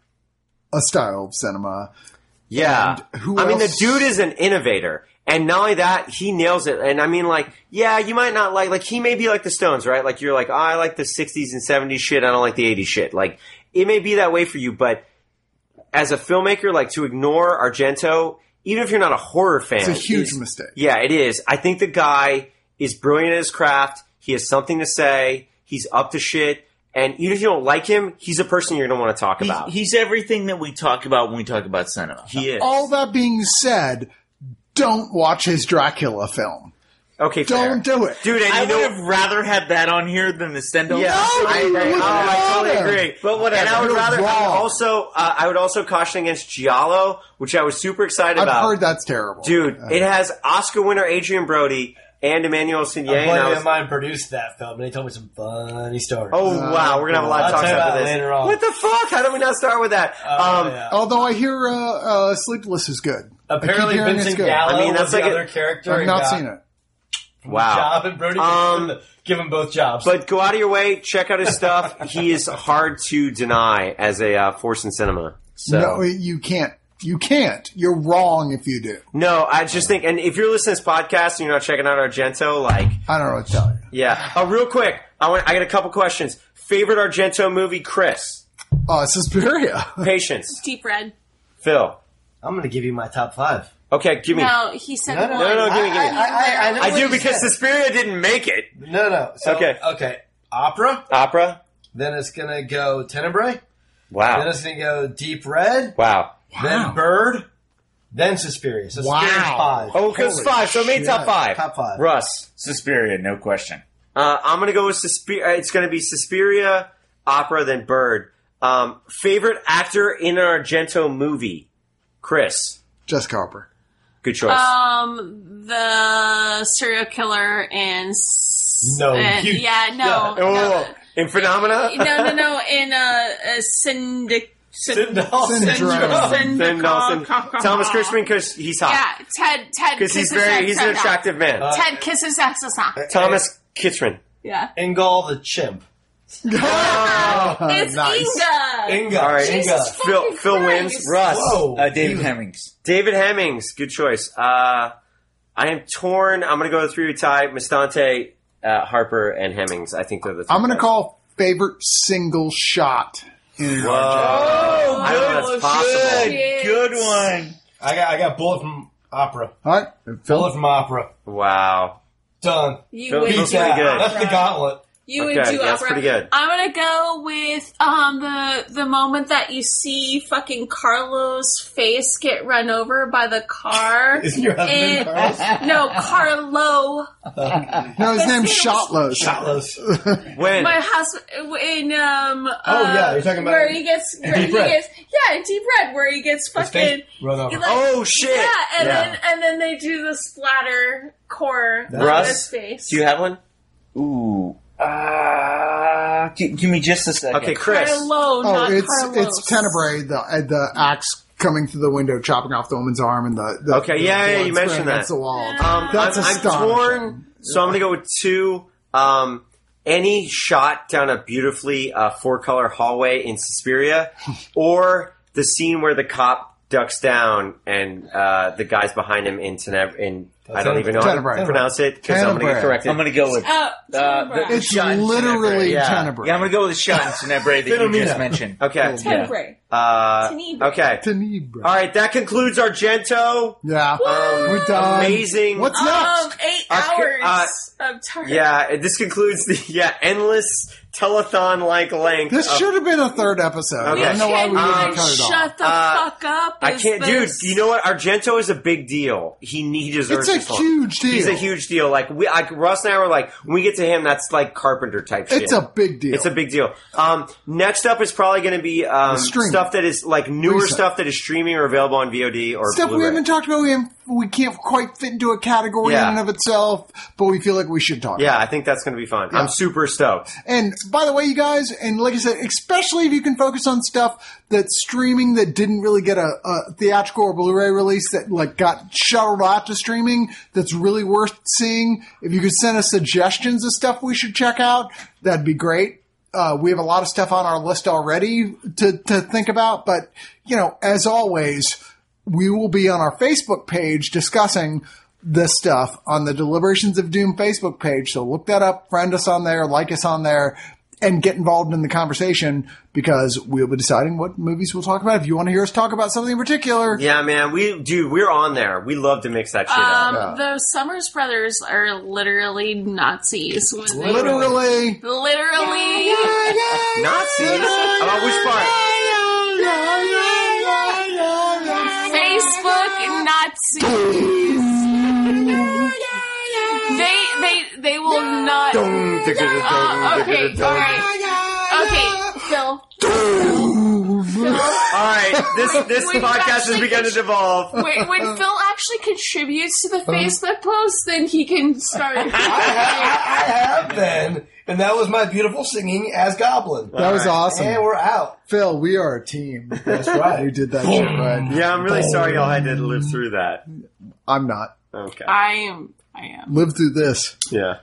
A: a style of cinema?
D: yeah,
A: and who
D: I mean, the
A: else-
D: dude is an innovator. And not only that, he nails it. And I mean, like, yeah, you might not like, like, he may be like the Stones, right? Like, you're like, oh, I like the 60s and 70s shit. I don't like the 80s shit. Like, it may be that way for you, but as a filmmaker, like, to ignore Argento, even if you're not a horror fan,
A: It's a huge
D: is-
A: mistake.
D: Yeah, it is. I think the guy is brilliant at his craft. He has something to say. He's up to shit. And even if you don't like him, he's a person you're going to want to talk
F: He-
D: about.
F: he's everything that we talk about when we talk about cinema.
D: He is.
A: All that being said, don't watch his Dracula film.
D: okay, fair.
A: Don't do it.
D: Dude, and
F: I
D: you know,
F: would have rather had that on here than the Stendhal.
D: Yeah, I agree.
A: you
D: Oh, I totally
A: wouldn't.
D: agree. But whatever. And I would
A: You're
D: rather. I would
A: wrong.
D: also, uh, I would also caution against Giallo, which I was super excited
A: I've
D: about.
A: heard that's terrible.
D: Dude,
A: Uh,
D: it has Oscar winner Adrian Brody and Emmanuel Signé.
G: A
D: and I
G: buddy
D: was-
G: of mine produced that film, and he told me some funny stories.
D: Oh wow, we're gonna have a lot of
G: I'll
D: talks
G: tell you
D: after
G: about it
D: this.
G: later on.
D: What the fuck? How did we not start with that?
G: Oh,
D: um,
G: yeah.
A: although I hear uh, uh, Sleepless is good. I keep
G: apparently
A: hearing it's
G: Vincent
A: good.
G: Gallo
D: I mean, that's
G: was the
D: like a-
G: other character.
A: I've
G: and
A: not
G: got
A: seen it.
D: wow.
G: Job and Brody
D: Um,
G: give him both jobs.
D: But go out of your way, check out his stuff. he is hard to deny as a uh, force in cinema. So.
A: No, you can't. You can't. You're wrong if you do.
D: No, I just think, and if you're listening to this podcast and you're not checking out Argento, like,
A: I don't know what to tell you.
D: yeah. Oh, real quick, I want, I got a couple questions. Favorite Argento movie, Chris?
A: Oh, it's Suspiria.
D: Patience,
E: Deep red.
D: Phil.
G: I'm going to give you my top five.
D: Okay, give me.
E: No, he said
G: No, no,
E: one.
D: no, no, give me, give me. I,
G: I, know what
D: do
G: you
D: because
G: said.
D: Suspiria didn't make it.
G: No, no. So,
D: Okay.
G: Okay. Opera.
D: Opera.
G: Then it's going to go Tenebrae. Then
D: Wow.
G: it's going to go Deep Red.
D: Wow.
G: Then Bird. Then Suspiria. So
A: Wow.
G: Suspiria's five.
D: Oh, because
A: Holy
D: five. So it made
A: shit.
D: top five.
G: Top five.
D: Russ.
J: Suspiria, no question.
D: Uh, I'm gonna go with Suspiria. It's gonna be Suspiria, Opera, then Bird. Um, favorite actor in an Argento movie, Chris.
A: Jessica Harper.
D: Good choice.
E: Um, the serial killer and s-
G: No,
E: and-
G: you-
E: yeah, no,
D: Oh,
E: no.
D: in Phenomena.
E: No, no, no. In uh, a syndic. Syn-
D: oh,
A: Syndrome.
E: Syndicom-
D: Then Dawson,
E: ca- ca-
D: Thomas
E: ca-
D: Christman because he's hot.
E: Yeah, Ted. Ted
D: Because he's
E: kisses
D: very,
E: Ted
D: he's an
E: Sassana.
D: attractive Uh, man.
E: Ted kisses Sassana.
D: Thomas Kitrin.
E: Uh, Yeah,
G: Engall the chimp.
E: it's Inga.
G: Inga.
D: All right.
G: Oh, Inga.
E: Jesus
D: Phil,
E: fucking
D: Phil
E: Christ.
D: wins. Russ.
G: Whoa.
J: Uh, David Hemmings.
D: David Hemmings. Good choice. Uh, I am torn. I'm going to go with three tie. Mistante, uh, Harper, and Hemmings. I think they're the three
A: I'm going to
D: guys.
A: call favorite single shot. in-
D: Oh, I don't know if that's possible.
E: Shit.
J: Good one.
G: I got I got bullet from opera.
A: All right.
G: Bullet from opera.
D: Wow.
G: Done.
E: You
D: Phil-
E: would
D: Phil's
E: do
D: pretty
E: opera.
D: good.
G: That's the gauntlet.
E: You
D: Okay,
E: would do
D: yeah, that's
E: opera.
D: pretty good.
E: I'm gonna go with um the the moment that you see fucking Carlos' face get run over by the car.
G: Isn't your husband
E: It-
G: Carlos?
E: no, Carlo.
A: No, his name's
E: it
A: Shotlos.
G: Atlas.
D: When?
E: My husband in um. Oh
G: yeah, you're talking about
E: where he gets where
G: Deep
E: he
G: Red.
E: gets yeah in deep red where he gets
G: His face
E: fucking.
G: run over.
E: he like-
D: Oh, shit.
E: Yeah, and
D: Yeah.
E: then and then they do the splatter core on
D: Russ,
E: his face.
D: Do you have one?
J: Ooh. Uh, gi- give me just a second.
D: Okay, Chris.
E: Carlo,
A: Oh,
E: not
A: it's
E: Carlos.
A: it's Tenebrae, the uh, the axe coming through the window, chopping off the woman's arm, and the, the
D: Okay, yeah,
A: the
D: yeah,
A: blood
D: you mentioned
A: spraying
D: that.
A: against the wall.
D: Um,
A: That's
D: I'm, I'm
A: astonishing.
D: torn, so I'm gonna go with two. Um, any shot down a beautifully uh, four color hallway in Suspiria, or the scene where the cop ducks down and uh, the guys behind him in Teneb- in I don't even know how
A: Tenebrae.
D: to pronounce it because I'm gonna get
A: Tenebrae.
D: corrected.
J: I'm going to go with.
E: Oh,
J: Uh, the-
E: Tenebrae.
A: It's
J: Shot in
A: literally
J: Tenebrae,
D: yeah.
A: Tenebrae.
J: Yeah, I'm going to go with a shot in Tenebrae that you just mentioned.
D: okay.
E: Tenebrae.
D: Uh,
E: Tenebrae.
D: okay.
A: Tenebrae.
D: All right. That concludes Argento. Um,
A: Yeah,
E: Woo!
A: we're done.
D: Amazing.
A: What's
E: Um,
A: next?
E: eight
D: Okay,
E: hours
D: uh,
E: of target.
D: Yeah. This concludes the yeah endless telethon like length.
A: This
D: of-
A: should have been a third episode. I
D: Uh, Okay.
A: don't know why we
D: Can
A: didn't
D: you
A: cut it off.
E: shut the
D: Uh,
E: fuck up.
D: I
E: is
D: can't,
E: this-
D: dude. You know what? Argento is a big deal. He he deserves.
A: It's a
D: this one.
A: huge deal.
D: He's a huge deal. Like we, like Russ and I were like, when we get to him, that's like Carpenter type.
A: It's
D: shit.
A: a big deal.
D: It's a big deal. Um, next up is probably going to be um,
A: Streaming.
D: stuff that is like newer
A: Recent.
D: stuff that is streaming or available on VOD or
A: stuff we
D: Blu-ray.
A: haven't talked about. We, haven't, we can't quite fit into a category
D: Yeah.
A: in and of itself, but we feel like we should talk.
D: Yeah, I think that's going to be fun. I'm super stoked.
A: And by the way, you guys, and like I said, especially if you can focus on stuff that's streaming that didn't really get a, a theatrical or Blu-ray release that like got shuttled out to streaming that's really worth seeing. If you could send us suggestions of stuff we should check out, that'd be great. Uh, we have a lot of stuff on our list already to, to think about, but you know, as always, we will be on our Facebook page discussing this stuff on the Deliberations of Doom Facebook page. So look that up, friend us on there, like us on there, and get involved in the conversation because we'll be deciding what movies we'll talk about. If you want to hear us talk about something in particular,
D: Yeah, man. We dude, we're on there. We love to mix that shit
E: Um,
D: up.
E: the Summers brothers are literally Nazis. When they-
A: literally.
E: literally.
D: Nazis. About which part?
E: Facebook Nazis. they they they will not. Uh, okay, all right. Okay, Phil.
D: All right, this this
E: We've
D: podcast has
E: actually
D: begun to
E: reached-
D: devolve.
E: When, when Phil actually contributes
A: Um.
E: to the Facebook post, then he can start.
G: I, have, I have been, and that was my beautiful singing as Goblin.
A: That was awesome.
G: And we're out.
A: Phil, we are a team.
G: That's right.
A: We did that shit right.
D: Yeah, I'm really sorry y'all had to live through that.
A: I'm not.
D: Okay.
E: I am. I am.
A: Live through this.
D: Yeah.